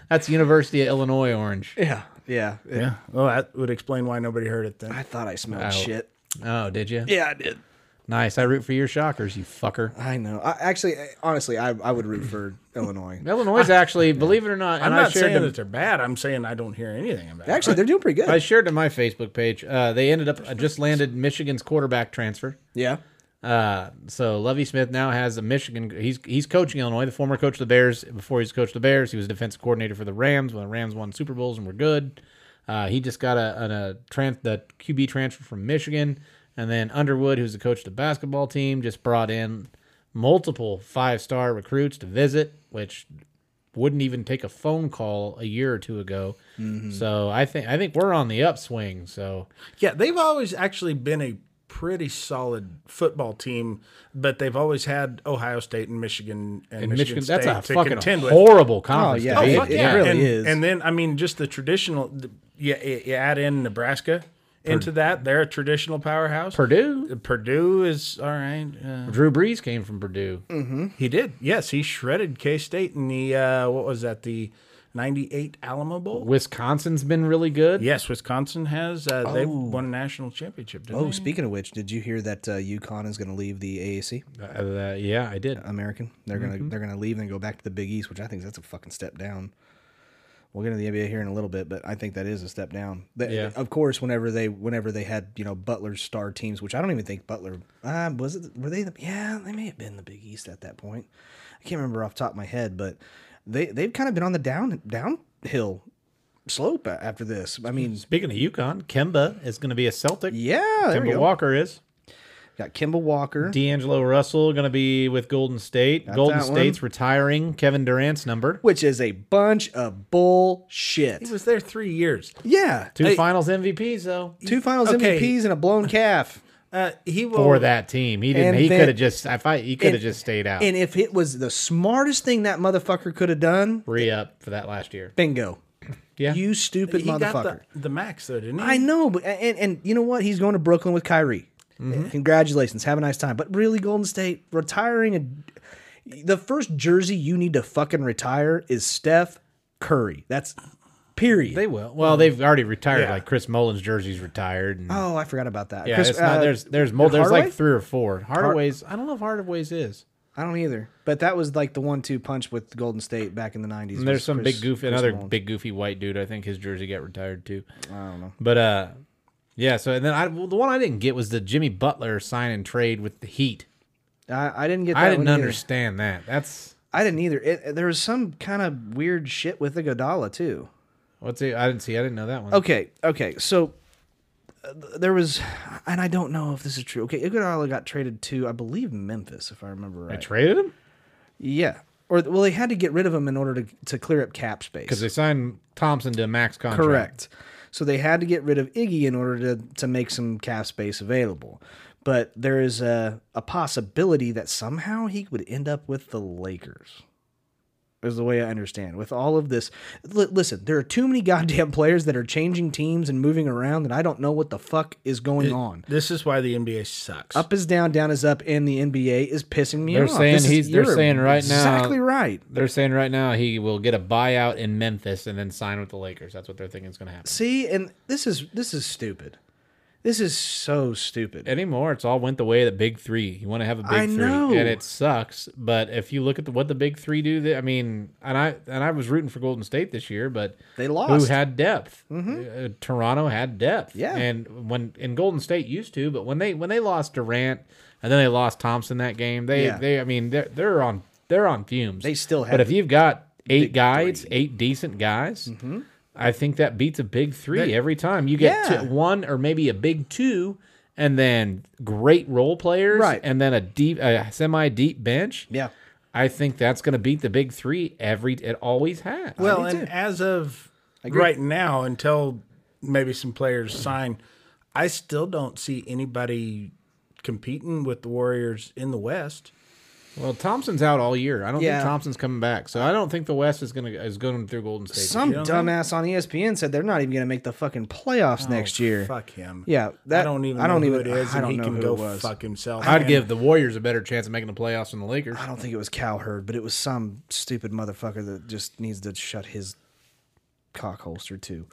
[SPEAKER 3] That's University of Illinois orange.
[SPEAKER 1] Yeah, yeah,
[SPEAKER 2] yeah. Well, that would explain why nobody heard it then.
[SPEAKER 1] I thought I smelled
[SPEAKER 3] Wow.
[SPEAKER 1] shit.
[SPEAKER 3] Oh, did you?
[SPEAKER 1] Yeah, I did.
[SPEAKER 3] Nice. I root for your Shockers, you fucker.
[SPEAKER 1] I know. I, actually, I- honestly, I, I would root for Illinois.
[SPEAKER 3] Illinois is actually, believe it or not,
[SPEAKER 2] I'm
[SPEAKER 3] and I
[SPEAKER 2] not
[SPEAKER 3] shared
[SPEAKER 2] saying
[SPEAKER 3] them-
[SPEAKER 2] that they're bad. I'm saying I don't hear anything about it.
[SPEAKER 1] Actually, they're doing pretty
[SPEAKER 3] I
[SPEAKER 1] good.
[SPEAKER 3] shared to my Facebook page. Uh, they ended up uh, just landed Michigan's quarterback transfer.
[SPEAKER 1] Yeah.
[SPEAKER 3] Uh, so Lovey Smith now has a Michigan. He's he's coaching Illinois. The former coach of the Bears. Before he was coach of the Bears, he was defensive coordinator for the Rams when the Rams won Super Bowls and were good. Uh, he just got a, an- a, tran the QB transfer from Michigan, and then Underwood, who's the coach of the basketball team, just brought in multiple five star recruits to visit, which wouldn't even take a phone call a year or two ago.
[SPEAKER 2] Mm-hmm.
[SPEAKER 3] So I think I think we're on the upswing. So
[SPEAKER 2] Yeah, they've always actually been a pretty solid football team, but they've always had Ohio State and Michigan and,
[SPEAKER 3] in
[SPEAKER 2] Michigan,
[SPEAKER 3] Michigan,
[SPEAKER 2] State
[SPEAKER 3] that's a
[SPEAKER 2] to
[SPEAKER 3] fucking
[SPEAKER 2] contend with.
[SPEAKER 3] horrible conference.
[SPEAKER 1] yeah.
[SPEAKER 3] to be
[SPEAKER 1] Oh,
[SPEAKER 3] in.
[SPEAKER 1] fuck yeah. It really
[SPEAKER 2] and,
[SPEAKER 1] is.
[SPEAKER 2] And then I mean, just the traditional. the- You, you you add in Nebraska into that; they're a traditional powerhouse.
[SPEAKER 3] Purdue.
[SPEAKER 2] Purdue is all right. Uh,
[SPEAKER 3] Drew Brees came from Purdue.
[SPEAKER 1] Mm.
[SPEAKER 2] he did, yes, he shredded K State in the uh, what was that the '98 Alamo Bowl.
[SPEAKER 3] Wisconsin's been really good.
[SPEAKER 2] Yes, Wisconsin has. Uh, They won a national championship. Didn't
[SPEAKER 1] Oh,
[SPEAKER 2] they?
[SPEAKER 1] speaking of which, did you hear that uh, UConn is going to leave the AAC
[SPEAKER 3] Uh, yeah, I did.
[SPEAKER 1] American? They're gonna
[SPEAKER 3] Mm-hmm.
[SPEAKER 1] they're gonna leave and go back to the Big East, which I think that's a fucking step down. We'll get into the NBA here in a little bit, but I think that is a step down. They-
[SPEAKER 3] Yeah.
[SPEAKER 1] Of course, whenever they whenever they had you know Butler's star teams, which I don't even think Butler uh, was it. Were they? The, yeah, they may have been the Big East at that point. I can't remember off the top of my head, but they they've kind of been on the down downhill slope a- after this. I mean,
[SPEAKER 3] Speaking of UConn, Kemba is going to be a Celtic.
[SPEAKER 1] yeah, there we
[SPEAKER 3] Kemba
[SPEAKER 1] go.
[SPEAKER 3] Walker is.
[SPEAKER 1] Got Kimball Walker.
[SPEAKER 3] D'Angelo Russell going to be with Golden State. Golden
[SPEAKER 1] that one.
[SPEAKER 3] State's retiring Kevin Durant's number.
[SPEAKER 1] which is a bunch of bullshit.
[SPEAKER 2] He was there three years.
[SPEAKER 1] Yeah.
[SPEAKER 3] Two Finals MVPs though
[SPEAKER 1] Two finals
[SPEAKER 2] Okay.
[SPEAKER 1] MVPs and a blown calf.
[SPEAKER 2] Uh, he will,
[SPEAKER 3] for that team. He didn't.
[SPEAKER 1] And
[SPEAKER 3] He
[SPEAKER 1] then-
[SPEAKER 3] could have just. If I, he could have
[SPEAKER 1] and-
[SPEAKER 3] just stayed out.
[SPEAKER 1] And if it was the smartest thing that motherfucker could have done,
[SPEAKER 3] Re up for that last year.
[SPEAKER 1] bingo.
[SPEAKER 3] Yeah.
[SPEAKER 1] You stupid
[SPEAKER 2] He got
[SPEAKER 1] motherfucker.
[SPEAKER 2] the, the max though, didn't he?
[SPEAKER 1] I know, but and, and you know what? He's going to Brooklyn with Kyrie.
[SPEAKER 3] Mm-hmm.
[SPEAKER 1] Congratulations. Have a nice time. But really, Golden State retiring a, the first jersey you need to fucking retire is Steph Curry. That's period.
[SPEAKER 3] They will. Well, they've already retired. Like Chris Mullins' jersey's retired. And,
[SPEAKER 1] Mm. oh, I forgot about that.
[SPEAKER 3] yeah,
[SPEAKER 1] Chris-
[SPEAKER 3] it's not,
[SPEAKER 1] uh,
[SPEAKER 3] there's there's mul- there's
[SPEAKER 1] Hardaway?
[SPEAKER 3] like three or four. Hardaway's. I don't know if Hardaway's is.
[SPEAKER 1] I don't either. But that was like the one-two punch with Golden State back in the nineties.
[SPEAKER 3] And there's some big goofy, another big goofy white dude. I think his jersey got retired too. I don't know. But uh, yeah. So and then I well, the one I didn't get was the Jimmy Butler sign and trade with the Heat.
[SPEAKER 1] I, I didn't get. That
[SPEAKER 3] I didn't
[SPEAKER 1] one either.
[SPEAKER 3] understand that. That's
[SPEAKER 1] I didn't either. It, there was some kind of weird shit with the Godala too.
[SPEAKER 3] what's it. I didn't see. I didn't know that one.
[SPEAKER 1] Okay, okay. So uh, there was, and I don't know if this is true. Okay, Iguodala got traded to, I believe, Memphis, if I remember
[SPEAKER 3] I
[SPEAKER 1] right.
[SPEAKER 3] traded him
[SPEAKER 1] yeah, or well, they had to get rid of him in order to to clear up cap space.
[SPEAKER 3] because they signed Thompson to a max contract.
[SPEAKER 1] Correct. So they had to get rid of Iggy in order to, to make some cap space available. But there is a, a possibility that somehow he would end up with the Lakers, is the way I understand. With all of this, li- listen, there are too many goddamn players that are changing teams and moving around that I don't know what the fuck is going on.
[SPEAKER 2] This is why the NBA sucks.
[SPEAKER 1] Up is down, down is up, and the NBA is pissing me
[SPEAKER 3] They're
[SPEAKER 1] off.
[SPEAKER 3] saying
[SPEAKER 1] This is-
[SPEAKER 3] he's- they're
[SPEAKER 1] you're
[SPEAKER 3] saying right now-
[SPEAKER 1] Exactly right.
[SPEAKER 3] They're saying right now he will get a buyout in Memphis and then sign with the Lakers. That's what they're thinking is going to happen.
[SPEAKER 1] See, and this is this is stupid. This is so stupid.
[SPEAKER 3] Anymore, it's all went the way of the big three. You want to have a big
[SPEAKER 1] I
[SPEAKER 3] three,
[SPEAKER 1] know.
[SPEAKER 3] and it sucks. But if you look at the, what the big three do, they, I mean, and I and I was rooting for Golden State this year, but
[SPEAKER 1] They
[SPEAKER 3] Who
[SPEAKER 1] lost. Mm-hmm.
[SPEAKER 3] had depth? Uh, Toronto had depth.
[SPEAKER 1] Yeah.
[SPEAKER 3] and when and Golden State used to, but when they when they lost Durant and then they lost Thompson that game, they
[SPEAKER 1] Yeah.
[SPEAKER 3] they I mean they're they're on they're on fumes.
[SPEAKER 1] They still have
[SPEAKER 3] But if you've got eight guys, eight decent guys.
[SPEAKER 1] Mm-hmm.
[SPEAKER 3] I think that beats a big three every time. You get
[SPEAKER 1] Yeah.
[SPEAKER 3] two, one or maybe a big two, and then great role players,
[SPEAKER 1] Right.
[SPEAKER 3] And then a deep, a semi deep bench.
[SPEAKER 1] Yeah.
[SPEAKER 3] I think that's going to beat the big three every. It always has.
[SPEAKER 2] Well, and as of right now, until maybe some players sign, I still don't see anybody competing with the Warriors in the West.
[SPEAKER 3] Well, Thompson's out all year. I don't
[SPEAKER 1] Yeah.
[SPEAKER 3] think Thompson's coming back, so I don't think the West is going to is going through Golden State.
[SPEAKER 1] Some dumbass on E ESPN said they're not even going to make the fucking playoffs next year.
[SPEAKER 2] Oh, Fuck him.
[SPEAKER 1] Yeah, that-
[SPEAKER 2] I don't even.
[SPEAKER 1] I don't
[SPEAKER 2] know who
[SPEAKER 1] even-
[SPEAKER 2] it is,
[SPEAKER 1] I
[SPEAKER 2] and
[SPEAKER 1] don't
[SPEAKER 2] he
[SPEAKER 1] know who
[SPEAKER 2] can
[SPEAKER 1] it
[SPEAKER 2] go
[SPEAKER 1] was.
[SPEAKER 2] fuck himself.
[SPEAKER 3] I'd
[SPEAKER 2] And
[SPEAKER 3] give the Warriors a better chance of making the playoffs than the Lakers.
[SPEAKER 1] I don't think it was Cowherd, but it was some stupid motherfucker that just needs to shut his cock holster too.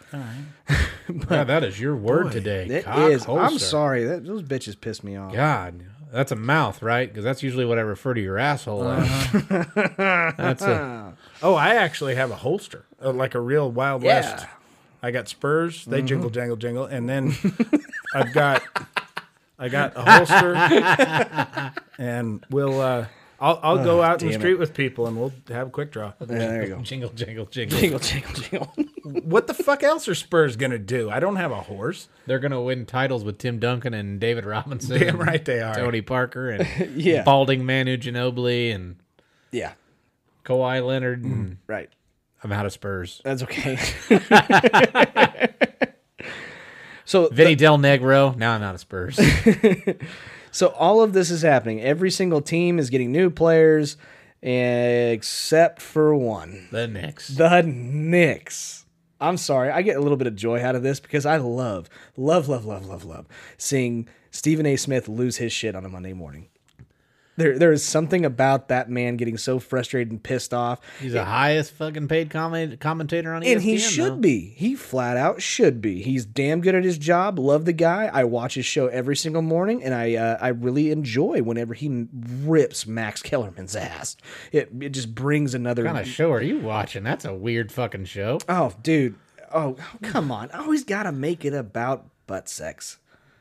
[SPEAKER 3] God, that is your word today.
[SPEAKER 1] It
[SPEAKER 3] Cock
[SPEAKER 1] is- I'm
[SPEAKER 3] holster.
[SPEAKER 1] sorry. That, those bitches pissed me off.
[SPEAKER 3] God, that's a mouth, right? Because that's usually what I refer to your asshole
[SPEAKER 1] Uh-huh.
[SPEAKER 3] as. that's a,
[SPEAKER 2] Oh, I actually have a holster, uh, like a real Wild West. I got Spurs.
[SPEAKER 1] Mm-hmm.
[SPEAKER 2] They jingle, jangle, jingle, and then I've got I got a holster, and we'll uh, I'll I'll go out in the street with people, and we'll have a quick draw.
[SPEAKER 1] Yeah, there you go.
[SPEAKER 3] jingle, jingle, jingle.
[SPEAKER 1] jingle, jingle.
[SPEAKER 2] what the fuck else are Spurs gonna do? I don't have a horse.
[SPEAKER 3] They're going to win titles with Tim Duncan and David Robinson.
[SPEAKER 2] Damn
[SPEAKER 3] and
[SPEAKER 2] right they are.
[SPEAKER 3] Tony Parker and
[SPEAKER 1] Yeah.
[SPEAKER 3] balding Manu Ginobili and
[SPEAKER 1] yeah,
[SPEAKER 3] Kawhi Leonard.
[SPEAKER 2] Mm.
[SPEAKER 3] And
[SPEAKER 1] right.
[SPEAKER 3] I'm out of Spurs.
[SPEAKER 1] That's okay. so the-
[SPEAKER 3] Vinny Del Negro. Now I'm out of Spurs.
[SPEAKER 1] So all of this is happening. Every single team is getting new players, except for one.
[SPEAKER 3] the next.
[SPEAKER 1] The Knicks. I'm sorry, I get a little bit of joy out of this because I love, love, love, love, love, love seeing Stephen A. Smith lose his shit on a Monday morning. There, there is something about that man getting so frustrated and pissed off,
[SPEAKER 3] He's the highest fucking paid comment, commentator on E ESPN.
[SPEAKER 1] and he should
[SPEAKER 3] though.
[SPEAKER 1] be. He flat out should be. He's damn good at his job. Love the guy. I watch his show every single morning, and I uh, I really enjoy whenever he m- rips Max Kellerman's ass. It it just brings another.
[SPEAKER 3] What kind of show are you watching? That's a weird fucking show.
[SPEAKER 1] oh, dude. Oh, come on. I always gotta make it about butt sex.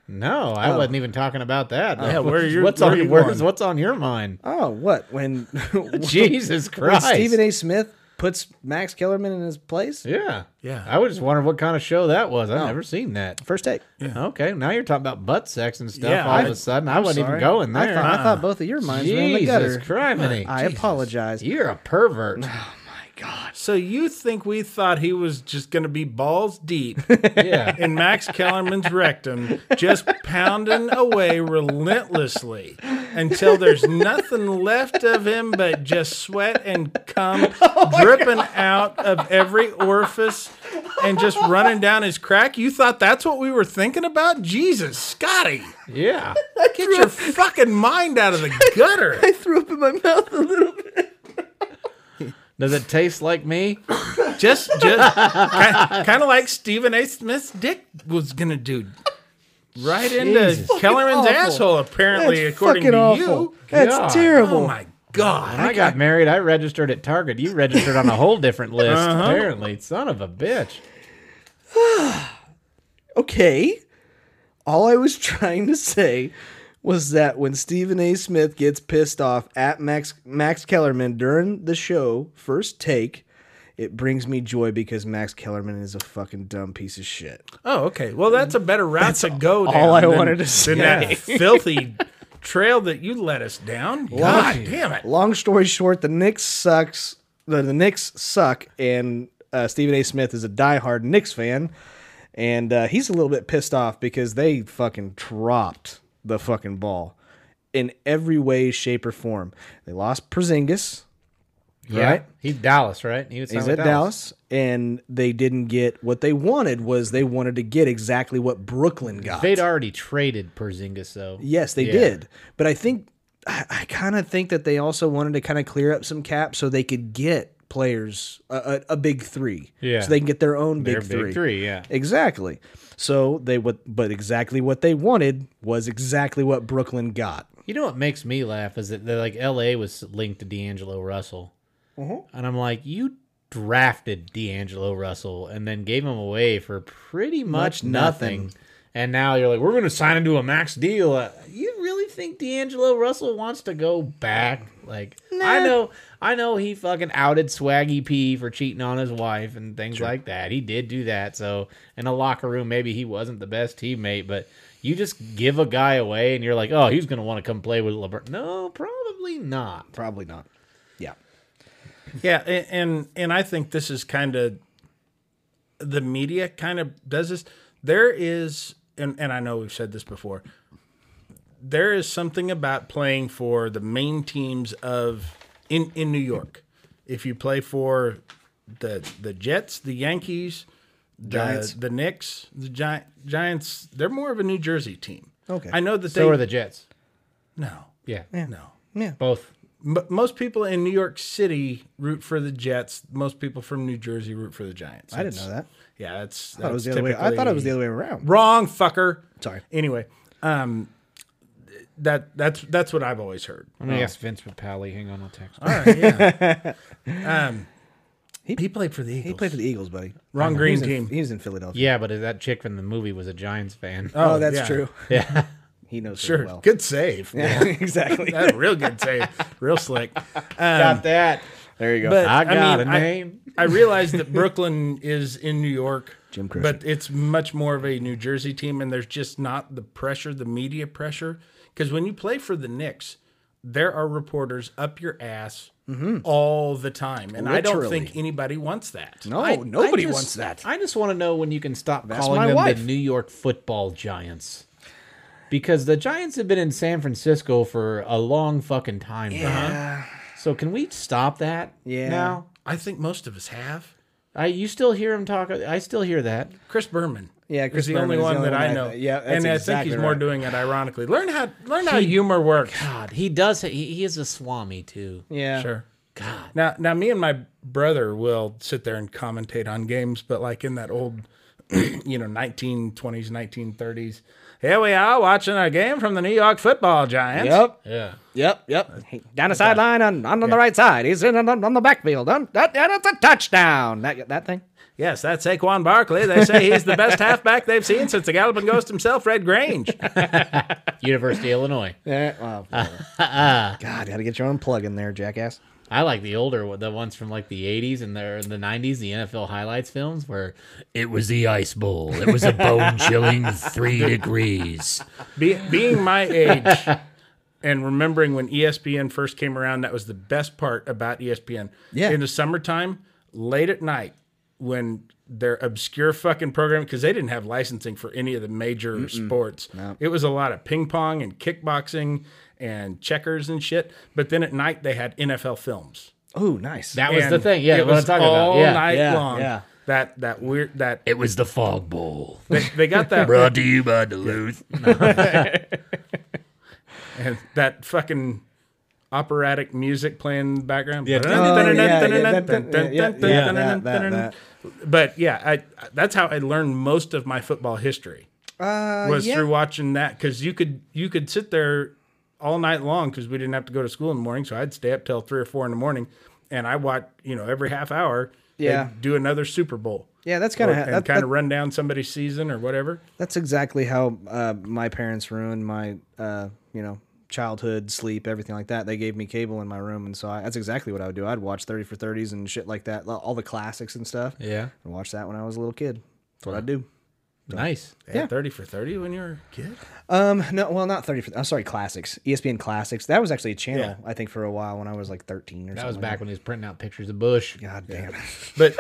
[SPEAKER 3] No,
[SPEAKER 1] Oh.
[SPEAKER 3] I wasn't even talking about that.
[SPEAKER 2] Yeah, where are your-
[SPEAKER 3] what's
[SPEAKER 2] where
[SPEAKER 3] on
[SPEAKER 2] are you
[SPEAKER 3] where's-
[SPEAKER 2] going?
[SPEAKER 3] what's on your mind?
[SPEAKER 1] Oh, what when?
[SPEAKER 3] Jesus
[SPEAKER 1] when
[SPEAKER 3] Christ.
[SPEAKER 1] Stephen A. Smith puts Max Kellerman in his place.
[SPEAKER 3] Yeah.
[SPEAKER 2] Yeah.
[SPEAKER 3] I was just wondering what kind of show that was.
[SPEAKER 1] Oh.
[SPEAKER 3] I've never seen that.
[SPEAKER 1] First take.
[SPEAKER 3] Okay. Now you're talking about butt sex and stuff
[SPEAKER 2] Yeah,
[SPEAKER 3] all
[SPEAKER 2] I-
[SPEAKER 3] of a sudden. I wasn't
[SPEAKER 1] Sorry.
[SPEAKER 3] even going
[SPEAKER 1] I
[SPEAKER 3] there.
[SPEAKER 1] thought, I thought both of your minds were in the gutter.
[SPEAKER 3] Jesus criminy.
[SPEAKER 1] I
[SPEAKER 3] Jesus.
[SPEAKER 1] apologize.
[SPEAKER 3] You're a pervert.
[SPEAKER 2] So you think we thought he was just gonna be balls deep
[SPEAKER 3] yeah.
[SPEAKER 2] in Max Kellerman's rectum, just pounding away relentlessly until there's nothing left of him but just sweat and cum dripping out of every orifice and just running down his crack. You thought that's what we were thinking about? Jesus, Scotty,
[SPEAKER 3] Yeah.
[SPEAKER 2] get your fucking mind out of the gutter.
[SPEAKER 1] I threw up in my mouth a little bit.
[SPEAKER 3] Does it taste like me?
[SPEAKER 2] just just kind of like Stephen A. Smith's dick was gonna do. Right into
[SPEAKER 3] Jesus.
[SPEAKER 2] Kellerman's
[SPEAKER 1] Fucking awful.
[SPEAKER 2] asshole, apparently,
[SPEAKER 1] That's
[SPEAKER 2] according
[SPEAKER 1] fucking
[SPEAKER 2] to
[SPEAKER 1] awful.
[SPEAKER 2] you.
[SPEAKER 1] That's
[SPEAKER 3] God.
[SPEAKER 1] terrible.
[SPEAKER 2] Oh my god!
[SPEAKER 3] When I got married, I registered at Target. You registered on a whole different list, apparently. Son of a bitch.
[SPEAKER 1] okay. All I was trying to say was that when Stephen A. Smith gets pissed off at Max Max Kellerman during the show first take, it brings me joy because Max Kellerman is a fucking dumb piece of shit.
[SPEAKER 2] Oh, okay. Well, that's a better route to go. Down
[SPEAKER 1] all I
[SPEAKER 2] than-
[SPEAKER 1] wanted to
[SPEAKER 2] than that filthy trail that you let us down. God damn it!
[SPEAKER 1] Long story short, the Knicks sucks. The, the Knicks suck, and uh, Stephen A. Smith is a diehard Knicks fan, and uh, he's a little bit pissed off because they fucking dropped the fucking ball in every way, shape, or form. They lost Przingis, right?
[SPEAKER 3] He's Dallas, right? He was
[SPEAKER 1] He's
[SPEAKER 3] signed
[SPEAKER 1] at
[SPEAKER 3] with
[SPEAKER 1] Dallas, and they didn't get what they wanted. Was they wanted to get exactly what Brooklyn got?
[SPEAKER 3] They'd already traded Porzingis, though.
[SPEAKER 1] Yes, they
[SPEAKER 3] Yeah.
[SPEAKER 1] did. But I think I, I kind of think that they also wanted to kind of clear up some cap so they could get players a, a, a big three.
[SPEAKER 3] Yeah.
[SPEAKER 1] So they can get their own big
[SPEAKER 3] Their
[SPEAKER 1] three.
[SPEAKER 3] big three, yeah.
[SPEAKER 1] Exactly. So they what but exactly what they wanted was exactly what Brooklyn got.
[SPEAKER 3] You know what makes me laugh is that that, like L.A. was linked to D'Angelo Russell, and I'm like, you drafted D'Angelo Russell and then gave him away for pretty much, nothing. and now you're like, we're going to sign him to a max deal. Uh, you really think D'Angelo Russell wants to go back? Like, I know, I know, he fucking outed Swaggy P for cheating on his wife and things like that. He did do that. So in a locker room, maybe he wasn't the best teammate, but you just give a guy away and you're like, oh, he's going to want to come play with LeBron. No, probably not.
[SPEAKER 1] Probably not. Yeah.
[SPEAKER 2] Yeah, a- and and I think this is kind of the media kind of does this. There is, and and I know we've said this before. There is something about playing for the main teams of in in New York. If you play for the the Jets, the Yankees, the
[SPEAKER 1] Giants.
[SPEAKER 2] the Knicks, the Gi- Giants, they're more of a New Jersey team.
[SPEAKER 1] Okay.
[SPEAKER 2] I know that they
[SPEAKER 3] So are the Jets.
[SPEAKER 2] no
[SPEAKER 3] Yeah.
[SPEAKER 2] no
[SPEAKER 3] Both.
[SPEAKER 2] M- most people in New York City root for the Jets. Most people from New Jersey root for the Giants.
[SPEAKER 1] I didn't know that.
[SPEAKER 2] Yeah, that's.
[SPEAKER 1] I thought it was the other way. I thought it was the other way around.
[SPEAKER 2] Wrong, fucker.
[SPEAKER 1] Sorry.
[SPEAKER 2] Anyway, um, th- that that's that's what I've always heard.
[SPEAKER 3] Let
[SPEAKER 1] Oh.
[SPEAKER 3] me ask Vince Papali. Hang on, I'll text.
[SPEAKER 2] All right, yeah. um, he, played for the Eagles.
[SPEAKER 1] He played for the Eagles, buddy.
[SPEAKER 2] wrong
[SPEAKER 1] He
[SPEAKER 2] green
[SPEAKER 1] was in-
[SPEAKER 2] team.
[SPEAKER 1] He was in Philadelphia.
[SPEAKER 3] Yeah, but that chick from the movie was a Giants fan.
[SPEAKER 1] Oh, that's
[SPEAKER 2] yeah.
[SPEAKER 1] true.
[SPEAKER 3] Yeah.
[SPEAKER 1] He knows her
[SPEAKER 2] Sure,
[SPEAKER 1] well.
[SPEAKER 2] good save.
[SPEAKER 1] Yeah, exactly.
[SPEAKER 2] That's a real good save. Real slick.
[SPEAKER 3] Got that.
[SPEAKER 1] There you go.
[SPEAKER 2] But
[SPEAKER 3] I got
[SPEAKER 2] mean,
[SPEAKER 3] a name.
[SPEAKER 2] I realize that Brooklyn is in New York,
[SPEAKER 1] Jim Croce.
[SPEAKER 2] but it's much more of a New Jersey team, and there's just not the pressure, the media pressure. Because when you play for the Knicks, there are reporters up your ass all the time, and I don't
[SPEAKER 1] Mm-hmm. Literally.
[SPEAKER 2] think anybody wants that.
[SPEAKER 1] no,
[SPEAKER 3] I-
[SPEAKER 1] nobody
[SPEAKER 3] I just-
[SPEAKER 1] wants that.
[SPEAKER 3] I just want to know when you can stop
[SPEAKER 1] my
[SPEAKER 3] calling them
[SPEAKER 1] wife.
[SPEAKER 3] the New York Football Giants. Because the Giants have been in San Francisco for a long fucking time now. So can we stop that?
[SPEAKER 1] Yeah.
[SPEAKER 3] Now
[SPEAKER 2] I think most of us have.
[SPEAKER 3] I you still hear him talk. I still hear that.
[SPEAKER 2] Chris Berman.
[SPEAKER 1] Yeah, Chris
[SPEAKER 2] is the
[SPEAKER 1] Berman
[SPEAKER 2] only
[SPEAKER 1] is the
[SPEAKER 2] one
[SPEAKER 1] only
[SPEAKER 2] that
[SPEAKER 1] one
[SPEAKER 2] I
[SPEAKER 1] I
[SPEAKER 2] know.
[SPEAKER 1] th- yeah, that's
[SPEAKER 2] and I think
[SPEAKER 1] exactly
[SPEAKER 2] he's more
[SPEAKER 1] right.
[SPEAKER 2] doing it ironically. Learn how learn how humor works.
[SPEAKER 3] God, he does. He, he is a swami too.
[SPEAKER 1] Yeah.
[SPEAKER 2] Sure.
[SPEAKER 3] God.
[SPEAKER 2] Now, now, me and my brother will sit there and commentate on games, but like in that old, you know, 1920s, 1930s. Here we are watching a game from the New York Football Giants.
[SPEAKER 1] Yep.
[SPEAKER 3] Yeah.
[SPEAKER 1] Yep, yep. Down the sideline and on, on the right side. He's in on, on the backfield. On, that, that, that's a touchdown. That, that thing.
[SPEAKER 2] Yes, that's Saquon Barkley. They say he's the best halfback they've seen since the Galloping Ghost himself, Red Grange.
[SPEAKER 3] University of Illinois.
[SPEAKER 1] Yeah. Wow. God, you got to get your own plug in there, jackass.
[SPEAKER 3] I like the older one, the ones from like the 80s and the, the 90s, the NFL highlights films where
[SPEAKER 5] It was the ice bowl. It was a bone chilling three degrees.
[SPEAKER 2] Be, being my age and remembering when E ESPN first came around, that was the best part about E ESPN.
[SPEAKER 1] Yeah.
[SPEAKER 2] In the summertime, late at night, when their obscure fucking program, because they didn't have licensing for any of the major sports. It was a lot of ping pong and kickboxing and checkers and shit. But then at night, they had NFL films.
[SPEAKER 1] Oh, nice.
[SPEAKER 3] that was
[SPEAKER 2] And
[SPEAKER 3] the thing. Yeah,
[SPEAKER 2] it
[SPEAKER 3] what I'm
[SPEAKER 2] was
[SPEAKER 3] talking
[SPEAKER 2] all
[SPEAKER 3] about. Yeah.
[SPEAKER 2] night
[SPEAKER 1] yeah,
[SPEAKER 2] long.
[SPEAKER 1] yeah.
[SPEAKER 2] That that weird that
[SPEAKER 5] It was the Fog Bowl.
[SPEAKER 2] they, they got that
[SPEAKER 5] Brought to you by Duluth.
[SPEAKER 2] and that fucking operatic music playing in the background.
[SPEAKER 1] Oh,
[SPEAKER 2] But yeah, I, that's how I learned most of my football history.
[SPEAKER 1] Uh, Oh,
[SPEAKER 2] was through watching that because you could you could sit there all night long because we didn't have to go to school in the morning, so I'd stay up till three or four in the morning, and I watch you know every half hour. they'd
[SPEAKER 1] Yeah.
[SPEAKER 2] do another Super Bowl.
[SPEAKER 1] Yeah, that's kinda
[SPEAKER 2] Or-
[SPEAKER 1] ha-
[SPEAKER 2] and
[SPEAKER 1] that-
[SPEAKER 2] kind
[SPEAKER 1] that-
[SPEAKER 2] of run down somebody's season or whatever.
[SPEAKER 1] That's exactly how uh, my parents ruined my, uh, you know, childhood sleep, everything like that. They gave me cable in my room, and so I, that's exactly what I would do. I'd watch Thirty for Thirties and shit like that, lo- all the classics and stuff.
[SPEAKER 3] Yeah.
[SPEAKER 1] and watch that when I was a little kid. That's what I'd do.
[SPEAKER 3] Nice.
[SPEAKER 2] Yeah, thirty for thirty when you were a kid.
[SPEAKER 1] Um, no, well, not Thirty for. I'm sorry, classics. E ESPN classics. That was actually a channel I think for a while when I was like 13 or
[SPEAKER 3] That
[SPEAKER 1] something.
[SPEAKER 3] was
[SPEAKER 1] like
[SPEAKER 3] back when he was printing out pictures of Bush.
[SPEAKER 1] God damn it.
[SPEAKER 2] But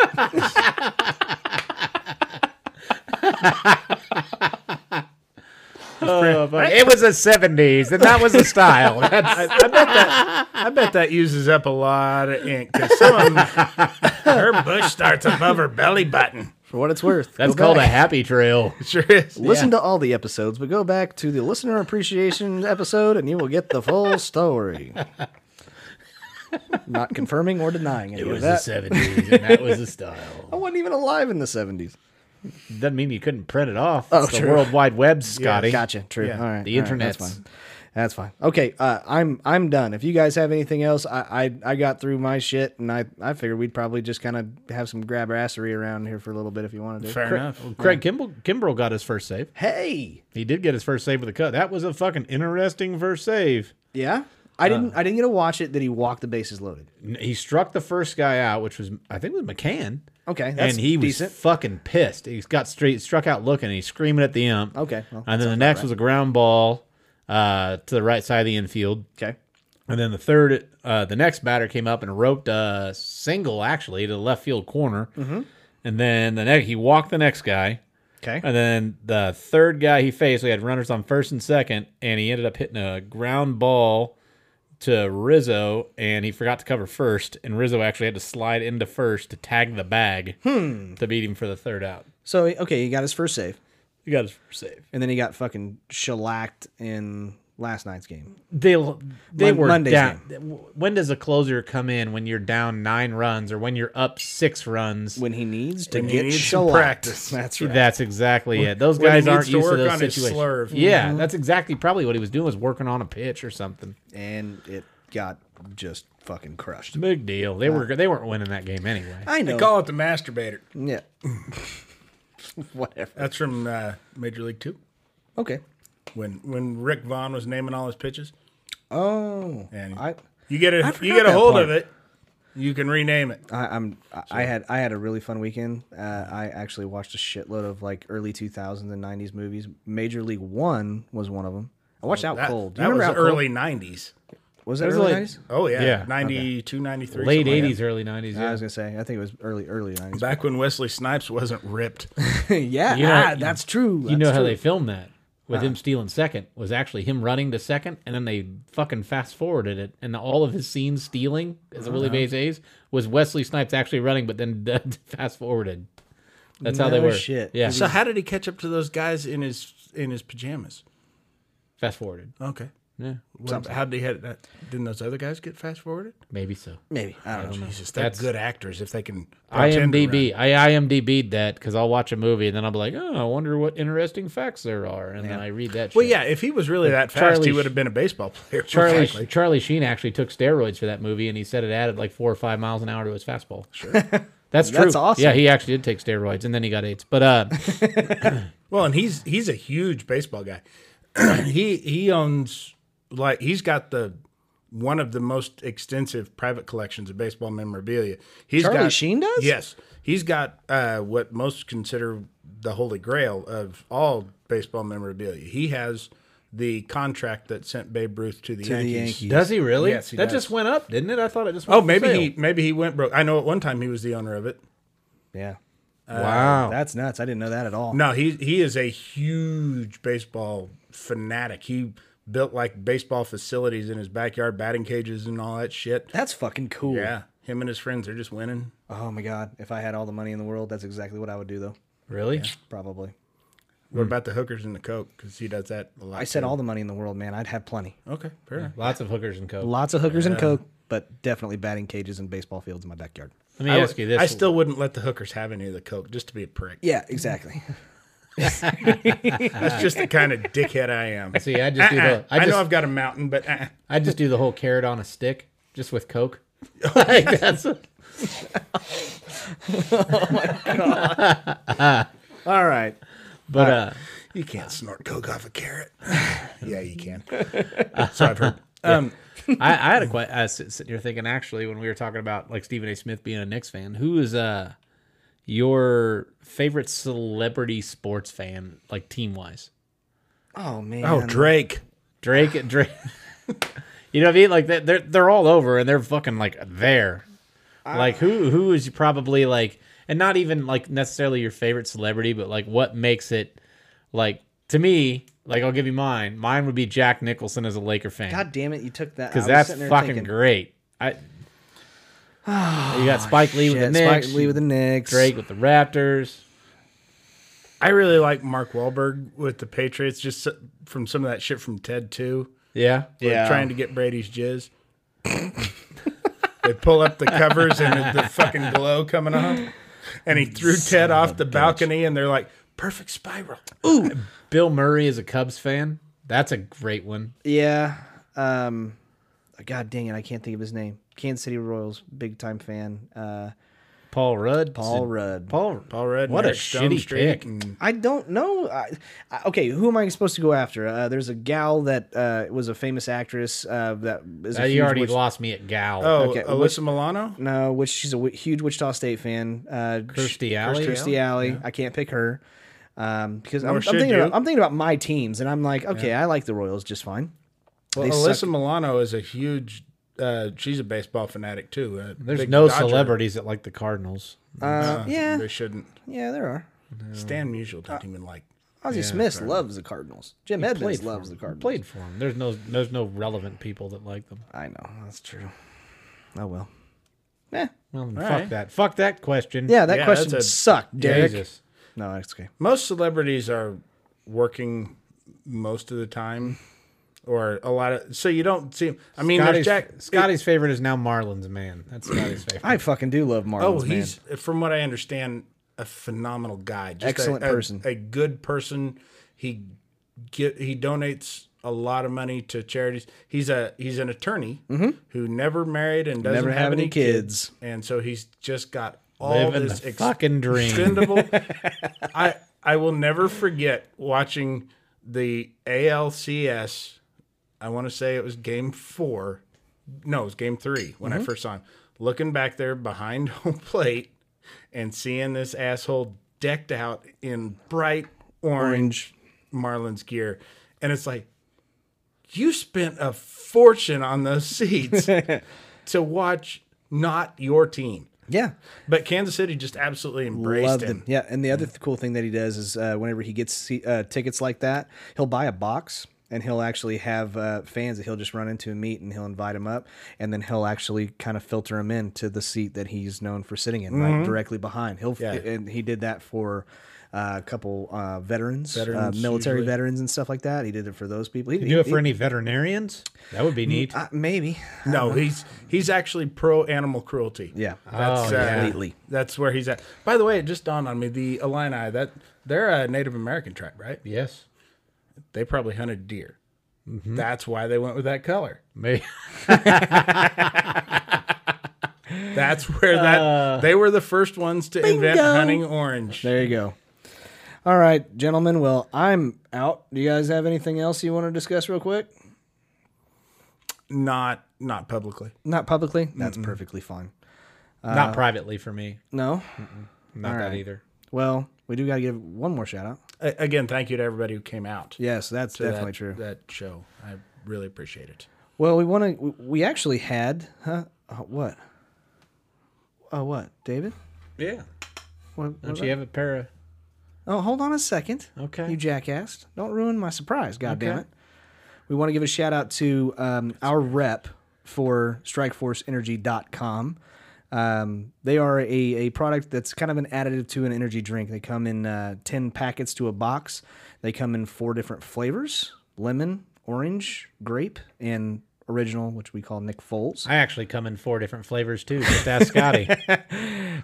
[SPEAKER 3] It was the 70s, and that was the style. That's-
[SPEAKER 2] I, I bet that I bet that uses up a lot of ink because some of 'em- her bush starts above her belly button.
[SPEAKER 1] For what it's worth,
[SPEAKER 3] That's
[SPEAKER 1] go
[SPEAKER 3] called
[SPEAKER 1] back.
[SPEAKER 3] a happy trail.
[SPEAKER 2] It sure is.
[SPEAKER 1] Listen to all the episodes, but go back to the listener appreciation episode and you will get the full story. Not confirming or denying any
[SPEAKER 5] It
[SPEAKER 1] of
[SPEAKER 5] was the
[SPEAKER 1] that.
[SPEAKER 5] 70s, and that was the
[SPEAKER 1] I
[SPEAKER 5] style.
[SPEAKER 1] wasn't even alive in the 70s.
[SPEAKER 3] Doesn't mean you couldn't print it off.
[SPEAKER 1] Oh,
[SPEAKER 3] It's the
[SPEAKER 1] true.
[SPEAKER 3] World Wide Web, Scotty.
[SPEAKER 1] Gotcha. True. All right.
[SPEAKER 3] The
[SPEAKER 1] all right, that's
[SPEAKER 3] internets.
[SPEAKER 1] fine. That's fine. Okay, uh, I'm I'm done. If you guys have anything else, I I, I got through my shit, and I, I figured we'd probably just kind of have some grabassery around here for a little bit if you wanted to.
[SPEAKER 2] Fair enough.
[SPEAKER 3] Craig Kimbrell, Kimbrell got his first save.
[SPEAKER 1] Hey,
[SPEAKER 3] He did get his first save with a cut. That was a fucking interesting first save.
[SPEAKER 1] yeah, I
[SPEAKER 2] Uh.
[SPEAKER 1] didn't I didn't get to watch it. That he walked the bases loaded.
[SPEAKER 3] N- He struck the first guy out, which was I think it was McCann.
[SPEAKER 1] Okay, that's
[SPEAKER 3] and he was
[SPEAKER 1] decent.
[SPEAKER 3] fucking pissed. He got straight struck out looking. and He's screaming at the ump.
[SPEAKER 1] Okay, well,
[SPEAKER 3] and then the next was a ground ball uh, to the right side of the infield.
[SPEAKER 1] Okay,
[SPEAKER 3] And then the third, uh, the next batter came up and roped a single actually to the left field corner.
[SPEAKER 1] Mm-hmm.
[SPEAKER 3] And then the next, he walked the next guy.
[SPEAKER 1] okay,
[SPEAKER 3] And then the third guy he faced, we had runners on first and second, and he ended up hitting a ground ball to Rizzo, and he forgot to cover first, and Rizzo actually had to slide into first to tag the bag to beat him for the third out.
[SPEAKER 1] So okay, he got his first save,
[SPEAKER 3] You got his first save.
[SPEAKER 1] and then he got fucking shellacked in last night's game.
[SPEAKER 3] They they
[SPEAKER 1] Mon-
[SPEAKER 3] were
[SPEAKER 1] Monday's
[SPEAKER 3] down. When does a closer come in when you're down nine runs or when you're up six runs?
[SPEAKER 1] When he needs to
[SPEAKER 2] When he
[SPEAKER 1] get
[SPEAKER 2] needs some
[SPEAKER 1] shellacked.
[SPEAKER 2] practice.
[SPEAKER 1] That's right.
[SPEAKER 3] That's exactly it. Those
[SPEAKER 2] when he
[SPEAKER 3] guys
[SPEAKER 2] needs
[SPEAKER 3] aren't
[SPEAKER 2] to
[SPEAKER 3] used to
[SPEAKER 2] work
[SPEAKER 3] those
[SPEAKER 2] on his
[SPEAKER 3] situations.
[SPEAKER 2] slurve.
[SPEAKER 3] Yeah, that's exactly probably what he was doing was working on a pitch or something.
[SPEAKER 1] and it got just fucking crushed.
[SPEAKER 3] Big deal. They were they weren't winning that game anyway.
[SPEAKER 1] I
[SPEAKER 2] They
[SPEAKER 1] know.
[SPEAKER 2] call it the masturbator.
[SPEAKER 1] yeah. Whatever.
[SPEAKER 2] That's from uh, Major League Two.
[SPEAKER 1] Okay.
[SPEAKER 2] When when Rick Vaughn was naming all his pitches,
[SPEAKER 1] Oh,
[SPEAKER 2] and
[SPEAKER 1] I,
[SPEAKER 2] you get
[SPEAKER 1] I
[SPEAKER 2] a
[SPEAKER 1] forgot
[SPEAKER 2] you get a
[SPEAKER 1] that
[SPEAKER 2] hold of
[SPEAKER 1] part.
[SPEAKER 2] it, you can rename it.
[SPEAKER 1] I, I'm. I, I had I had a really fun weekend. Uh, I actually watched a shitload of like early 2000s and 90s movies. Major League One was one of them. I watched Out
[SPEAKER 2] That,
[SPEAKER 1] Cold. Do you
[SPEAKER 2] that was
[SPEAKER 1] remember Out
[SPEAKER 2] early '90s.
[SPEAKER 1] Cold? Was that
[SPEAKER 3] was
[SPEAKER 1] early
[SPEAKER 3] like-
[SPEAKER 1] 90s?
[SPEAKER 2] Oh yeah,
[SPEAKER 3] Yeah.
[SPEAKER 2] 92, 93.
[SPEAKER 3] Late
[SPEAKER 2] something like
[SPEAKER 3] eighties, early nineties.
[SPEAKER 1] I
[SPEAKER 3] Yeah.
[SPEAKER 1] was gonna say. I think it was early early 90s.
[SPEAKER 2] that. Back when Wesley Snipes wasn't ripped.
[SPEAKER 1] yeah,
[SPEAKER 3] You know-
[SPEAKER 1] ah, that's true.
[SPEAKER 3] You know
[SPEAKER 1] that's
[SPEAKER 3] how
[SPEAKER 1] true.
[SPEAKER 3] they filmed that with him stealing second was actually him running to second, and then they fucking fast forwarded it, and all of his scenes stealing as a Willie Mays A's was Wesley Snipes actually running, but then fast forwarded. That's how they
[SPEAKER 1] No
[SPEAKER 3] were.
[SPEAKER 1] shit.
[SPEAKER 3] Yeah,
[SPEAKER 2] So how did he catch up to those guys in his in his pajamas?
[SPEAKER 3] fast forwarded.
[SPEAKER 2] Okay.
[SPEAKER 3] Yeah,
[SPEAKER 2] What, how did he had that? Didn't those other guys get fast forwarded?
[SPEAKER 3] maybe so.
[SPEAKER 1] Maybe I don't know.
[SPEAKER 2] Jesus, they're
[SPEAKER 3] That's-
[SPEAKER 2] good actors if they can. pretend to
[SPEAKER 3] IMDb. I IMDb'd that because I'll watch a movie and then I'll be like, oh, I wonder what interesting facts there are, and then I read that.
[SPEAKER 2] Well,
[SPEAKER 3] shit.
[SPEAKER 2] yeah, if he was really that fast,
[SPEAKER 3] Charlie
[SPEAKER 2] he
[SPEAKER 3] Sh-
[SPEAKER 2] would have been a baseball player.
[SPEAKER 3] Charlie
[SPEAKER 2] Exactly.
[SPEAKER 3] Charlie Sheen actually took steroids for that movie, and he said it added like four or five miles an hour to his fastball. Sure, that's true.
[SPEAKER 1] That's awesome.
[SPEAKER 3] Yeah, he actually did take steroids, and then he got AIDS. But uh,
[SPEAKER 2] Well, and he's he's a huge baseball guy. he he owns like he's got the one of the most extensive private collections of baseball memorabilia. He's
[SPEAKER 1] Charlie
[SPEAKER 2] got,
[SPEAKER 1] Sheen does?
[SPEAKER 2] Yes, he's got uh, what most consider the holy grail of all baseball memorabilia. He has the contract that sent Babe Ruth to the, Yankees.
[SPEAKER 3] does he really?
[SPEAKER 2] Yes, he
[SPEAKER 3] that
[SPEAKER 2] does.
[SPEAKER 3] just went up, didn't it? I thought it just. Went
[SPEAKER 2] Oh,
[SPEAKER 3] for
[SPEAKER 2] maybe
[SPEAKER 3] sale.
[SPEAKER 2] he maybe he went broke. I know at one time he was the owner of it.
[SPEAKER 1] Yeah,
[SPEAKER 3] Wow,
[SPEAKER 1] that's nuts. I didn't know that at all.
[SPEAKER 2] No, he he is a huge baseball fanatic. He built like baseball facilities in his backyard, batting cages and all that shit.
[SPEAKER 1] That's fucking cool.
[SPEAKER 2] Yeah. Him and his friends are just winning.
[SPEAKER 1] Oh my god! If I had all the money in the world, that's exactly what I would do, though.
[SPEAKER 3] Really?
[SPEAKER 1] Probably.
[SPEAKER 2] What about the hookers and the coke? Because he does that a lot.
[SPEAKER 1] I said all the money in the world, man. I'd have plenty.
[SPEAKER 2] Okay, fair enough.
[SPEAKER 3] Lots of hookers and coke.
[SPEAKER 1] Lots of hookers and coke, but definitely batting cages and baseball fields in my backyard.
[SPEAKER 3] Let me
[SPEAKER 2] I,
[SPEAKER 3] ask
[SPEAKER 2] would-
[SPEAKER 3] you this.
[SPEAKER 2] I still wouldn't let the hookers have any of the coke just to be a prick.
[SPEAKER 1] Yeah, exactly.
[SPEAKER 2] That's just the kind of dickhead I am.
[SPEAKER 3] See, I just do
[SPEAKER 2] Uh-uh.
[SPEAKER 3] the.
[SPEAKER 2] I,
[SPEAKER 3] I just,
[SPEAKER 2] know I've got a mountain, but uh,
[SPEAKER 3] I just do the whole carrot on a stick, just with Coke. like that's
[SPEAKER 1] All right.
[SPEAKER 3] but uh,
[SPEAKER 2] you can't snort coke off a carrot. yeah, you can. so I've heard. Um,
[SPEAKER 3] I, I had a question. I was sit- sitting here thinking, actually, when we were talking about like Stephen A. Smith being a Knicks fan, who is uh your favorite celebrity sports fan, like team wise?
[SPEAKER 1] Oh man.
[SPEAKER 2] oh, Drake.
[SPEAKER 3] Drake and Drake. you know what I mean? Like they're- they're they're all over and they're fucking like there. like who who is probably like and not even like necessarily your favorite celebrity, but like what makes it like to me, like I'll give you mine. Mine would be Jack Nicholson as a Laker fan.
[SPEAKER 1] God damn it! You took that.
[SPEAKER 3] Because
[SPEAKER 1] I was
[SPEAKER 3] that's
[SPEAKER 1] sitting there
[SPEAKER 3] fucking
[SPEAKER 1] thinking,
[SPEAKER 3] great. I You got Spike Lee with
[SPEAKER 1] Shit,
[SPEAKER 3] the Knicks,
[SPEAKER 1] Spike Lee with the Knicks.
[SPEAKER 3] Drake with the Raptors.
[SPEAKER 2] I really like Mark Wahlberg with the Patriots, just so- from some of that shit from Ted too.
[SPEAKER 3] Yeah.
[SPEAKER 2] with
[SPEAKER 1] Yeah.
[SPEAKER 2] trying to get Brady's jizz. they pull up the covers and the fucking glow coming on, and he threw Ted off the balcony, and they're like, "Perfect spiral."
[SPEAKER 3] Bill Murray is a Cubs fan. That's a great one.
[SPEAKER 1] Yeah. Um. God dang it! I can't think of his name. Kansas City Royals, big time fan. Uh,
[SPEAKER 3] Paul Rudd.
[SPEAKER 1] Paul Rudd.
[SPEAKER 3] Paul
[SPEAKER 2] Paul Rudd. and
[SPEAKER 3] What a
[SPEAKER 2] Eric Stone
[SPEAKER 3] shitty
[SPEAKER 2] Street Mm.
[SPEAKER 3] pick.
[SPEAKER 2] and-
[SPEAKER 1] I don't know. I, I, okay, who am I supposed to go after? Uh, there's a gal that uh, was a famous actress uh, that is a
[SPEAKER 3] Uh,
[SPEAKER 1] huge
[SPEAKER 3] you already
[SPEAKER 1] Wich-
[SPEAKER 3] lost me at Gal.
[SPEAKER 2] oh,
[SPEAKER 1] Okay,
[SPEAKER 2] Alyssa
[SPEAKER 1] which-
[SPEAKER 2] Milano.
[SPEAKER 1] no, which she's a w- huge Wichita State fan. Uh,
[SPEAKER 3] Kirstie Alley?
[SPEAKER 1] Kirstie Alley. I can't pick her um, because I'm, I'm
[SPEAKER 2] should
[SPEAKER 1] thinking
[SPEAKER 2] you.
[SPEAKER 1] about, I'm thinking about my teams, and I'm like, okay, I like the Royals just fine.
[SPEAKER 2] Well,
[SPEAKER 1] They
[SPEAKER 2] Alyssa
[SPEAKER 1] suck.
[SPEAKER 2] Milano is a huge. Uh, she's a baseball fanatic too. a
[SPEAKER 3] There's
[SPEAKER 2] big
[SPEAKER 3] no
[SPEAKER 2] Dodger.
[SPEAKER 3] celebrities that like the Cardinals.
[SPEAKER 1] Uh, yeah,
[SPEAKER 2] They shouldn't.
[SPEAKER 1] yeah, there are.
[SPEAKER 2] Stan Musial doesn't even like.
[SPEAKER 1] Ozzie Smith loves the Cardinals. Jim Edmonds
[SPEAKER 3] for
[SPEAKER 1] loves the
[SPEAKER 3] them.
[SPEAKER 1] Cardinals.
[SPEAKER 3] Played for them. There's no there's no relevant people that like them.
[SPEAKER 1] I know that's true. Oh well. Eh.
[SPEAKER 3] Well, then
[SPEAKER 2] All
[SPEAKER 3] fuck
[SPEAKER 2] right.
[SPEAKER 3] that. Fuck that question.
[SPEAKER 1] Yeah, that
[SPEAKER 2] Yeah,
[SPEAKER 1] question
[SPEAKER 2] that's a-
[SPEAKER 1] sucked, Derek.
[SPEAKER 3] Jesus.
[SPEAKER 1] No, it's okay.
[SPEAKER 2] Most celebrities are working most of the time, or a lot of. So you don't see. I mean,
[SPEAKER 3] Scotty's,
[SPEAKER 2] there's Jack.
[SPEAKER 3] Scotty's favorite is now Marlins man. That's Scotty's favorite.
[SPEAKER 1] I fucking do love Marlins,
[SPEAKER 2] Oh,
[SPEAKER 1] man.
[SPEAKER 2] he's from what I understand a phenomenal guy, just a-
[SPEAKER 1] Excellent
[SPEAKER 2] a,
[SPEAKER 1] person.
[SPEAKER 2] a good person. He get he donates a lot of money to charities. He's a he's an attorney who never married and doesn't
[SPEAKER 1] Never
[SPEAKER 2] have, any kids. and so he's just got all
[SPEAKER 3] Living
[SPEAKER 2] this
[SPEAKER 3] the fucking dream.
[SPEAKER 2] expendable. I I will never forget watching the ALCS. I want to say it was game four. No, it was game three when I first saw him. Looking back there behind home plate and seeing this asshole decked out in bright orange, Marlins gear. And it's like, you spent a fortune on those seats to watch not your team.
[SPEAKER 1] Yeah,
[SPEAKER 2] But Kansas City just absolutely embraced
[SPEAKER 1] loved
[SPEAKER 2] him.
[SPEAKER 1] him. Yeah, and the other th- cool thing that he does is uh, whenever he gets se- uh, tickets like that, he'll buy a box and he'll actually have uh, fans that he'll just run into and meet, and he'll invite them up, and then he'll actually kind of filter them into the seat that he's known for sitting in, right directly behind. He'll and he did that for. Uh, a couple uh, veterans, uh, military veterans, and stuff like that. He did it for those people. He,
[SPEAKER 3] You do it
[SPEAKER 1] he-
[SPEAKER 3] for any veterinarians? That would be neat.
[SPEAKER 1] uh, maybe.
[SPEAKER 2] No, he's he's actually pro animal cruelty. uh,
[SPEAKER 1] Yeah,
[SPEAKER 3] oh, yeah.
[SPEAKER 1] completely.
[SPEAKER 2] That's where he's at. By the way, it just dawned on me the Illini that they're a Native American tribe, right?
[SPEAKER 3] Yes.
[SPEAKER 2] They probably hunted deer.
[SPEAKER 1] Mm-hmm.
[SPEAKER 2] That's why they went with that color.
[SPEAKER 3] Maybe.
[SPEAKER 2] That's where that
[SPEAKER 1] Uh,
[SPEAKER 2] they were the first ones to invent hunting orange.
[SPEAKER 1] There you go. All right, gentlemen. Well, I'm out. Do you guys have anything else you want to discuss real quick?
[SPEAKER 2] Not not publicly.
[SPEAKER 1] Not publicly. That's perfectly fine.
[SPEAKER 2] Uh,
[SPEAKER 3] Not privately for me.
[SPEAKER 1] No.
[SPEAKER 3] Not that
[SPEAKER 1] right.
[SPEAKER 3] either.
[SPEAKER 1] Well, we do got to give one more shout out.
[SPEAKER 2] A- again, thank you to everybody who came out.
[SPEAKER 1] Yes, that's
[SPEAKER 2] to
[SPEAKER 1] definitely
[SPEAKER 2] that,
[SPEAKER 1] true.
[SPEAKER 2] That show, I really appreciate it.
[SPEAKER 1] Well, we want to. We actually had. Huh? Uh, what? Oh, what, David?
[SPEAKER 3] Yeah.
[SPEAKER 1] What, what
[SPEAKER 3] Don't you have a pair of
[SPEAKER 1] Oh, hold on a second.
[SPEAKER 3] Okay.
[SPEAKER 1] You jackass. Don't ruin my surprise, God damn it. We want to give a shout out to um, our rep for StrikeForceEnergy.com. Um, they are a, a product that's kind of an additive to an energy drink. They come in uh, 10 packets to a box. They come in four different flavors lemon, orange, grape, and original, which we call Nick Foles.
[SPEAKER 3] I actually come in four different flavors too. Just ask Scotty: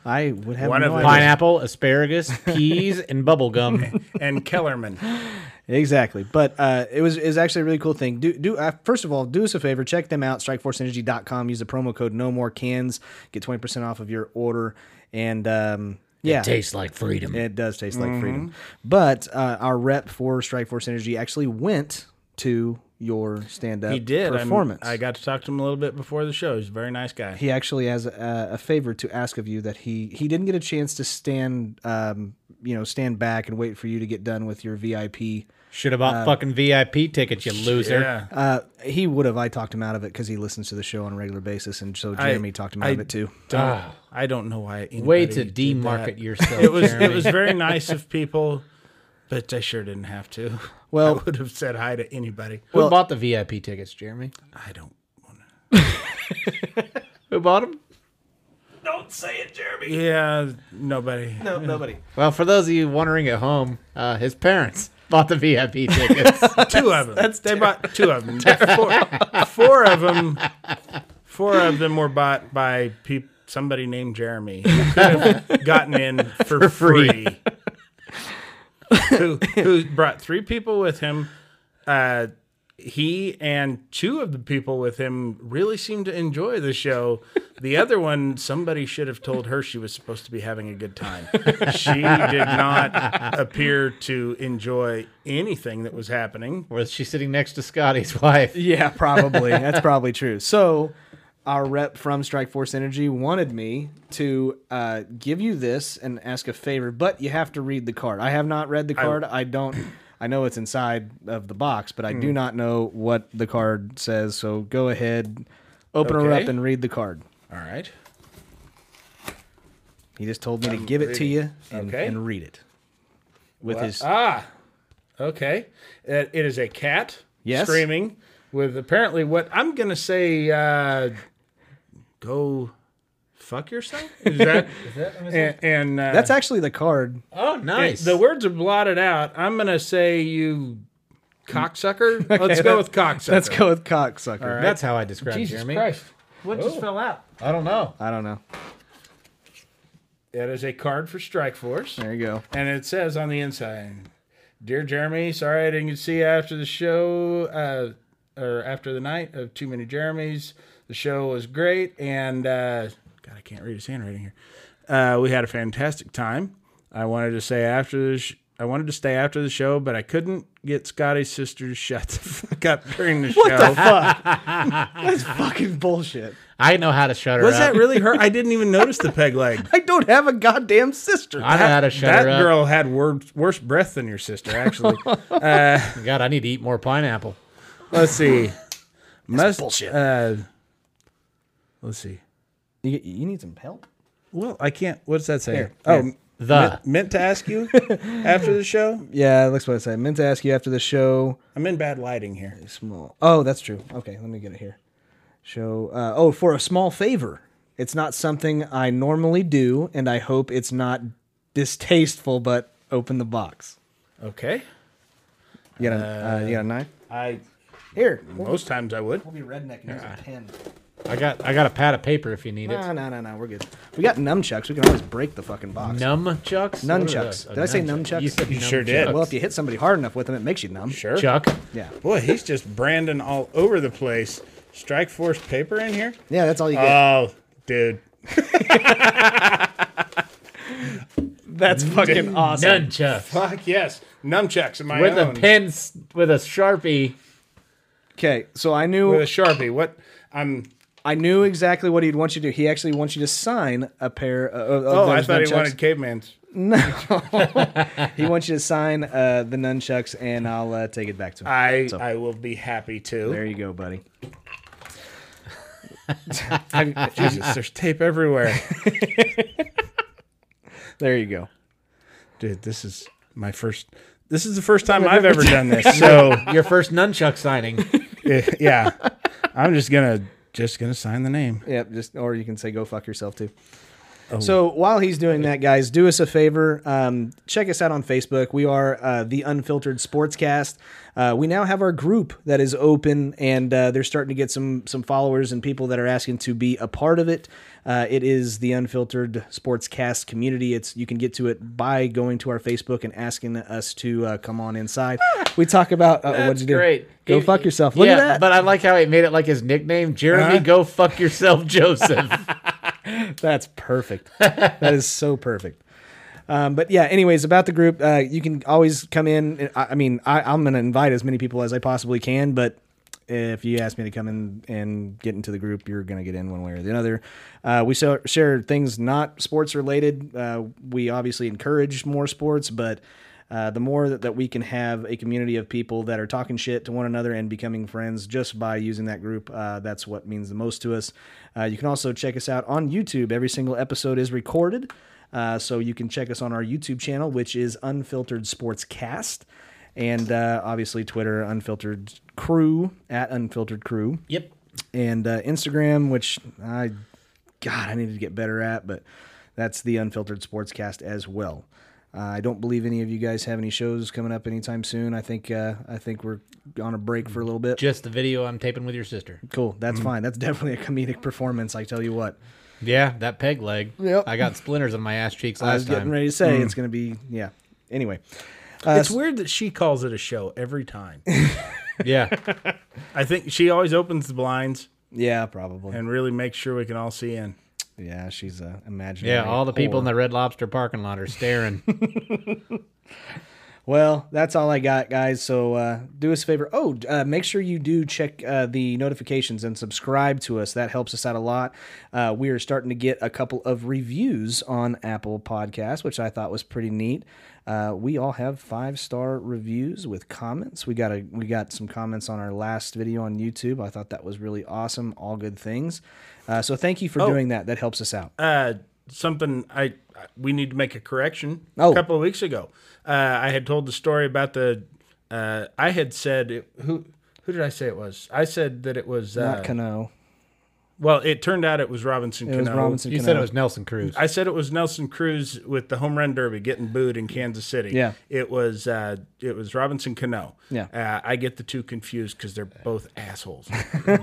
[SPEAKER 1] I would have
[SPEAKER 2] One
[SPEAKER 1] no
[SPEAKER 2] of
[SPEAKER 1] idea.
[SPEAKER 2] them-
[SPEAKER 3] pineapple, asparagus, peas, and bubble gum.
[SPEAKER 2] and Kellerman.
[SPEAKER 1] Exactly, but uh, it was is actually a really cool thing. Do do uh, first of all, do us a favor, check them out. StrikeForceEnergy.com. Use the promo code No More Cans, get twenty percent off of your order, and um, yeah,
[SPEAKER 5] Tastes like freedom.
[SPEAKER 1] it does taste
[SPEAKER 2] Mm-hmm.
[SPEAKER 1] like freedom. But uh, our rep for Strike Force Energy actually went to your stand up
[SPEAKER 2] He did I'm-
[SPEAKER 1] performance.
[SPEAKER 2] I got to talk to him a little bit before the show. He's a very nice guy.
[SPEAKER 1] he actually has a, a favor to ask of you that he he didn't get a chance to stand um, you know stand back and wait for you to get done with your VIP.
[SPEAKER 3] Should have bought
[SPEAKER 2] Uh,
[SPEAKER 3] fucking VIP tickets, you loser.
[SPEAKER 2] yeah.
[SPEAKER 1] Uh, he would have. I talked him out of it because he listens to the show on a regular basis, and so
[SPEAKER 2] I-
[SPEAKER 1] Jeremy talked him out
[SPEAKER 2] I
[SPEAKER 1] of it too.
[SPEAKER 2] don't- I don't know why.
[SPEAKER 3] Ah, Way
[SPEAKER 2] anybody
[SPEAKER 3] to
[SPEAKER 2] did
[SPEAKER 3] demarket
[SPEAKER 2] that.
[SPEAKER 3] yourself.
[SPEAKER 2] It was it
[SPEAKER 3] Jeremy.
[SPEAKER 2] was very nice of people, but I sure didn't have to.
[SPEAKER 1] Well-
[SPEAKER 2] I would have said hi to anybody.
[SPEAKER 3] Who bought the VIP tickets, Jeremy?
[SPEAKER 2] I don't.
[SPEAKER 3] Who bought them?
[SPEAKER 2] Yeah, nobody.
[SPEAKER 1] No, nobody.
[SPEAKER 3] Well, for those of you wondering at home, uh, his parents bought the VIP tickets.
[SPEAKER 2] two of them. they bought two of them. Four, four of them. Four of them were bought by peop, somebody named Jeremy. Who could have gotten in for, free. who, who brought three people with him? Uh, he and two of the people with him really seemed to enjoy the show. The other one, somebody should have told her she was supposed to be having a good time. She did not appear to enjoy anything that was happening.
[SPEAKER 3] Was she sitting next to Scotty's wife?
[SPEAKER 1] Yeah, probably. That's probably true. So, our rep from Strike Force Energy wanted me to uh, give you this and ask a favor, but you have to read the card. I have not read the card. I, don't. I know it's inside of the box, but I
[SPEAKER 2] Hmm.
[SPEAKER 1] do not know what the card says. So go ahead, open her up
[SPEAKER 3] Okay.
[SPEAKER 1] and read the card.
[SPEAKER 2] All right.
[SPEAKER 1] He just told me to give it to you and,
[SPEAKER 2] Okay.
[SPEAKER 1] and read it with his
[SPEAKER 2] Ah, Okay. Uh, It, it is a cat
[SPEAKER 1] Yes.
[SPEAKER 2] screaming with apparently what I'm going to say uh, go fuck yourself. Is that, and, and uh,
[SPEAKER 1] That's actually the card.
[SPEAKER 3] Oh, nice.
[SPEAKER 2] the words are blotted out. I'm going to say you cocksucker. let's go with cocksucker.
[SPEAKER 1] Let's go with cocksucker.
[SPEAKER 3] That's how I describe
[SPEAKER 2] Jesus
[SPEAKER 3] Jeremy.
[SPEAKER 2] Christ. What just fell out?
[SPEAKER 3] I don't know.
[SPEAKER 1] I don't know.
[SPEAKER 2] That is a card for Strike Force.
[SPEAKER 1] There you go.
[SPEAKER 2] And it says on the inside, "Dear Jeremy, sorry I didn't see you after the show uh, or after the night of Too Many Jeremys. The show was great, and uh, God, I can't read his handwriting here. Uh, we had a fantastic time. I wanted to say after the sh- I wanted to stay after the show, but I couldn't get Scotty's sister to shut the fuck up during the show.
[SPEAKER 1] Fucking bullshit.
[SPEAKER 3] I know how to shut her
[SPEAKER 2] was
[SPEAKER 3] up.
[SPEAKER 2] that really her? I didn't even notice the peg leg.
[SPEAKER 1] I don't have a goddamn sister.
[SPEAKER 3] I know how to shut
[SPEAKER 2] that
[SPEAKER 3] her up.
[SPEAKER 2] girl had wor- worse breath than your sister, actually.
[SPEAKER 3] God, I need to eat more pineapple.
[SPEAKER 2] Let's see. Must, Uh, let's see.
[SPEAKER 1] You, you need some help?
[SPEAKER 2] Well, I can't. What's that say?
[SPEAKER 1] Here,
[SPEAKER 2] oh,
[SPEAKER 1] here.
[SPEAKER 3] The
[SPEAKER 2] meant to ask you after the show.
[SPEAKER 1] Yeah, that's what I said. I meant to ask you after the show.
[SPEAKER 2] I'm in bad lighting here.
[SPEAKER 1] Small. Oh, that's true. Okay, let me get it here. Show. Uh, oh, for a small favor. It's not something I normally do, and I hope it's not distasteful. But open the box.
[SPEAKER 2] Okay.
[SPEAKER 1] You got a, uh, you got a knife?
[SPEAKER 2] I
[SPEAKER 1] Here.
[SPEAKER 2] most times I would.
[SPEAKER 1] We'll be redneck and use a pen.
[SPEAKER 3] I got I got a pad of paper if you need it.
[SPEAKER 2] Uh,
[SPEAKER 1] No, no, no, no. We're good. We got nunchucks. We can always break the fucking box.
[SPEAKER 3] Numchucks. What are
[SPEAKER 1] Nunchucks.
[SPEAKER 3] those? A
[SPEAKER 1] Did I say
[SPEAKER 3] nunchuck.
[SPEAKER 1] nunchucks?
[SPEAKER 3] You, said
[SPEAKER 2] You sure
[SPEAKER 3] nunchucks.
[SPEAKER 2] did.
[SPEAKER 1] Well, if you hit somebody hard enough with them, it makes you numb.
[SPEAKER 2] Sure.
[SPEAKER 3] Chuck.
[SPEAKER 1] Yeah.
[SPEAKER 2] Boy, he's just branding all over the place. Strike force paper in here.
[SPEAKER 1] Yeah, that's all you get.
[SPEAKER 2] Oh, dude.
[SPEAKER 1] that's fucking awesome.
[SPEAKER 3] Nunchucks.
[SPEAKER 2] Fuck yes. Nunchucks in my
[SPEAKER 3] With a
[SPEAKER 2] own.
[SPEAKER 3] pen, s- with a sharpie.
[SPEAKER 1] Okay, so I
[SPEAKER 2] With a
[SPEAKER 1] knew
[SPEAKER 2] sharpie. What? I'm.
[SPEAKER 1] I knew exactly what he'd want you to do. He actually wants you to sign a pair of, of
[SPEAKER 2] Oh, I
[SPEAKER 1] those
[SPEAKER 2] thought
[SPEAKER 1] nunchucks.
[SPEAKER 2] he wanted caveman's.
[SPEAKER 1] He wants you to sign uh, the nunchucks, and I'll uh, take it back to him.
[SPEAKER 2] I I will be happy to.
[SPEAKER 1] there you go, buddy.
[SPEAKER 2] Jesus, there's tape everywhere.
[SPEAKER 1] There you go.
[SPEAKER 2] Dude, this is my first. This is the first time I've ever done this. So
[SPEAKER 3] Your first nunchuck signing.
[SPEAKER 2] yeah, I'm just gonna
[SPEAKER 6] Just gonna sign the name.
[SPEAKER 1] Yep, just or you can say go fuck yourself too. So while he's doing that, guys, do us a favor. Um, check us out on Facebook. We are uh, the Unfiltered Sportscast. Uh, we now have our group that is open, and uh, they're starting to get some some followers and people that are asking to be a part of it. Uh, it is the Unfiltered Sportscast community. It's you can get to it by going to our Facebook and asking us to uh, come on inside. We talk about uh, what'd you do?
[SPEAKER 3] Great.
[SPEAKER 1] Go
[SPEAKER 3] He-
[SPEAKER 1] fuck yourself. Look
[SPEAKER 3] yeah,
[SPEAKER 1] at that.
[SPEAKER 3] But I like how he made it like his nickname, Jeremy. Go fuck yourself, Joseph.
[SPEAKER 1] That's perfect. that is so perfect. Um, but yeah, anyways, about the group, uh, you can always come in. I, I mean, I, I'm going to invite as many people as I possibly can, but if you ask me to come in and get into the group, you're going to get in one way or the other. Uh, we so, share things not sports related. Uh, we obviously encourage more sports, but uh, the more that, that we can have a community of people that are talking shit to one another and becoming friends just by using that group, uh, that's what means the most to us. Uh, you can also check us out on YouTube. Every single episode is recorded. Uh, so you can check us on our YouTube channel, which is Unfiltered Sportscast. And uh, obviously, Twitter, Unfiltered Crew, at Unfiltered Crew.
[SPEAKER 3] yep.
[SPEAKER 1] And uh, Instagram, which I, God, I need to get better at, but that's the Unfiltered Sportscast as well. Uh, I don't believe any of you guys have any shows coming up anytime soon. I think uh, I think we're on a break for a little bit.
[SPEAKER 3] Just Mm-hmm. the video I'm taping with your sister.
[SPEAKER 1] Cool, that's fine. That's definitely a comedic performance. I tell you what.
[SPEAKER 3] Yeah, that peg leg.
[SPEAKER 1] Yep.
[SPEAKER 3] I got splinters on my ass cheeks
[SPEAKER 1] I was
[SPEAKER 3] last
[SPEAKER 1] getting
[SPEAKER 3] time. Mm.
[SPEAKER 1] ready to say it's going to be yeah. Anyway, uh,
[SPEAKER 2] It's weird that she calls it a show every time.
[SPEAKER 3] Yeah.
[SPEAKER 2] I think she always opens the blinds
[SPEAKER 1] yeah, probably.
[SPEAKER 2] and really makes sure we can all see in.
[SPEAKER 1] Yeah, she's a imaginary.
[SPEAKER 3] Yeah. All the people in
[SPEAKER 1] whore.
[SPEAKER 3] the Red Lobster parking lot are staring.
[SPEAKER 1] Well, that's all I got, guys. So uh, do us a favor. Oh, d- uh, make sure you do check uh, the notifications and subscribe to us. That helps us out a lot. Uh, we are starting to get a couple of reviews on Apple Podcasts, which I thought was pretty neat. Uh, we all have five star reviews with comments. We got a we got some comments on our last video on YouTube. I thought that was really awesome. All good things. Uh, so thank you for
[SPEAKER 2] Oh.
[SPEAKER 1] doing that. That helps us out.
[SPEAKER 2] Uh, something I I- we need to make a correction.
[SPEAKER 1] Oh.
[SPEAKER 2] A couple of weeks ago, uh, I had told the story about the. Uh, I had said it- who who did I say it was? I said that it was. Uh,
[SPEAKER 1] Not Cano.
[SPEAKER 2] well, it turned out it was Robinson.
[SPEAKER 1] It was
[SPEAKER 2] Cano.
[SPEAKER 1] Robinson.
[SPEAKER 3] you
[SPEAKER 1] Cano.
[SPEAKER 3] said it was Nelson Cruz.
[SPEAKER 2] I said it was Nelson Cruz with the home run derby getting booed in Kansas City.
[SPEAKER 1] Yeah.
[SPEAKER 2] it was. Uh, it was Robinson Cano.
[SPEAKER 1] Yeah.
[SPEAKER 2] uh, I get the two confused because they're both assholes.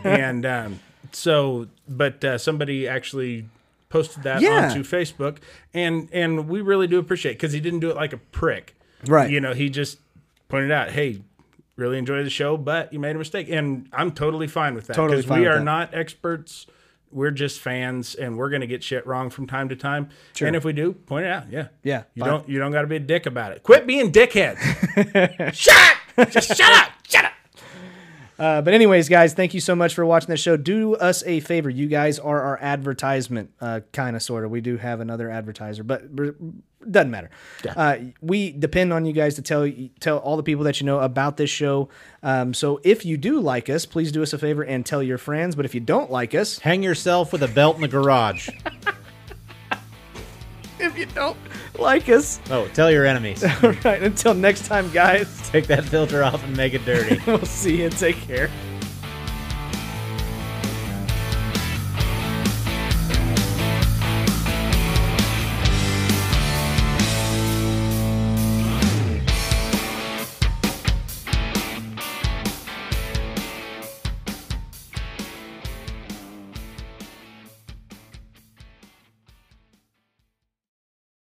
[SPEAKER 2] and um, so, but uh, somebody actually posted that
[SPEAKER 1] Yeah.
[SPEAKER 2] onto Facebook, and and we really do appreciate because he didn't do it like a prick.
[SPEAKER 1] Right.
[SPEAKER 2] You know, he just pointed out, hey. Really enjoy the show, but you made a mistake, and I'm totally fine with that.
[SPEAKER 1] Totally
[SPEAKER 2] 'cause
[SPEAKER 1] fine
[SPEAKER 2] we
[SPEAKER 1] with
[SPEAKER 2] are
[SPEAKER 1] that.
[SPEAKER 2] not experts we're just fans and we're gonna get shit wrong from time to time. And if we do, point it out. Yeah.
[SPEAKER 1] Yeah,
[SPEAKER 2] You
[SPEAKER 1] fine.
[SPEAKER 2] don't you don't gotta be a dick about it. Quit being dickheads. shut up! Just shut up! Shut up.
[SPEAKER 1] Uh, but anyways, guys, thank you so much for watching this show. Do us a favor. You guys are our advertisement, uh, kind of, sort of. We do have another advertiser, but b- doesn't matter. Uh, we depend on you guys to tell tell all the people that you know about this show. Um, so if you do like us, please do us a favor and tell your friends. But if you don't like us,
[SPEAKER 3] Hang yourself with a belt in the garage.
[SPEAKER 1] if you don't like us,
[SPEAKER 3] Oh, tell your enemies.
[SPEAKER 1] all right. Until next time, guys.
[SPEAKER 3] Take that filter off and make it dirty.
[SPEAKER 1] We'll see you. Take care.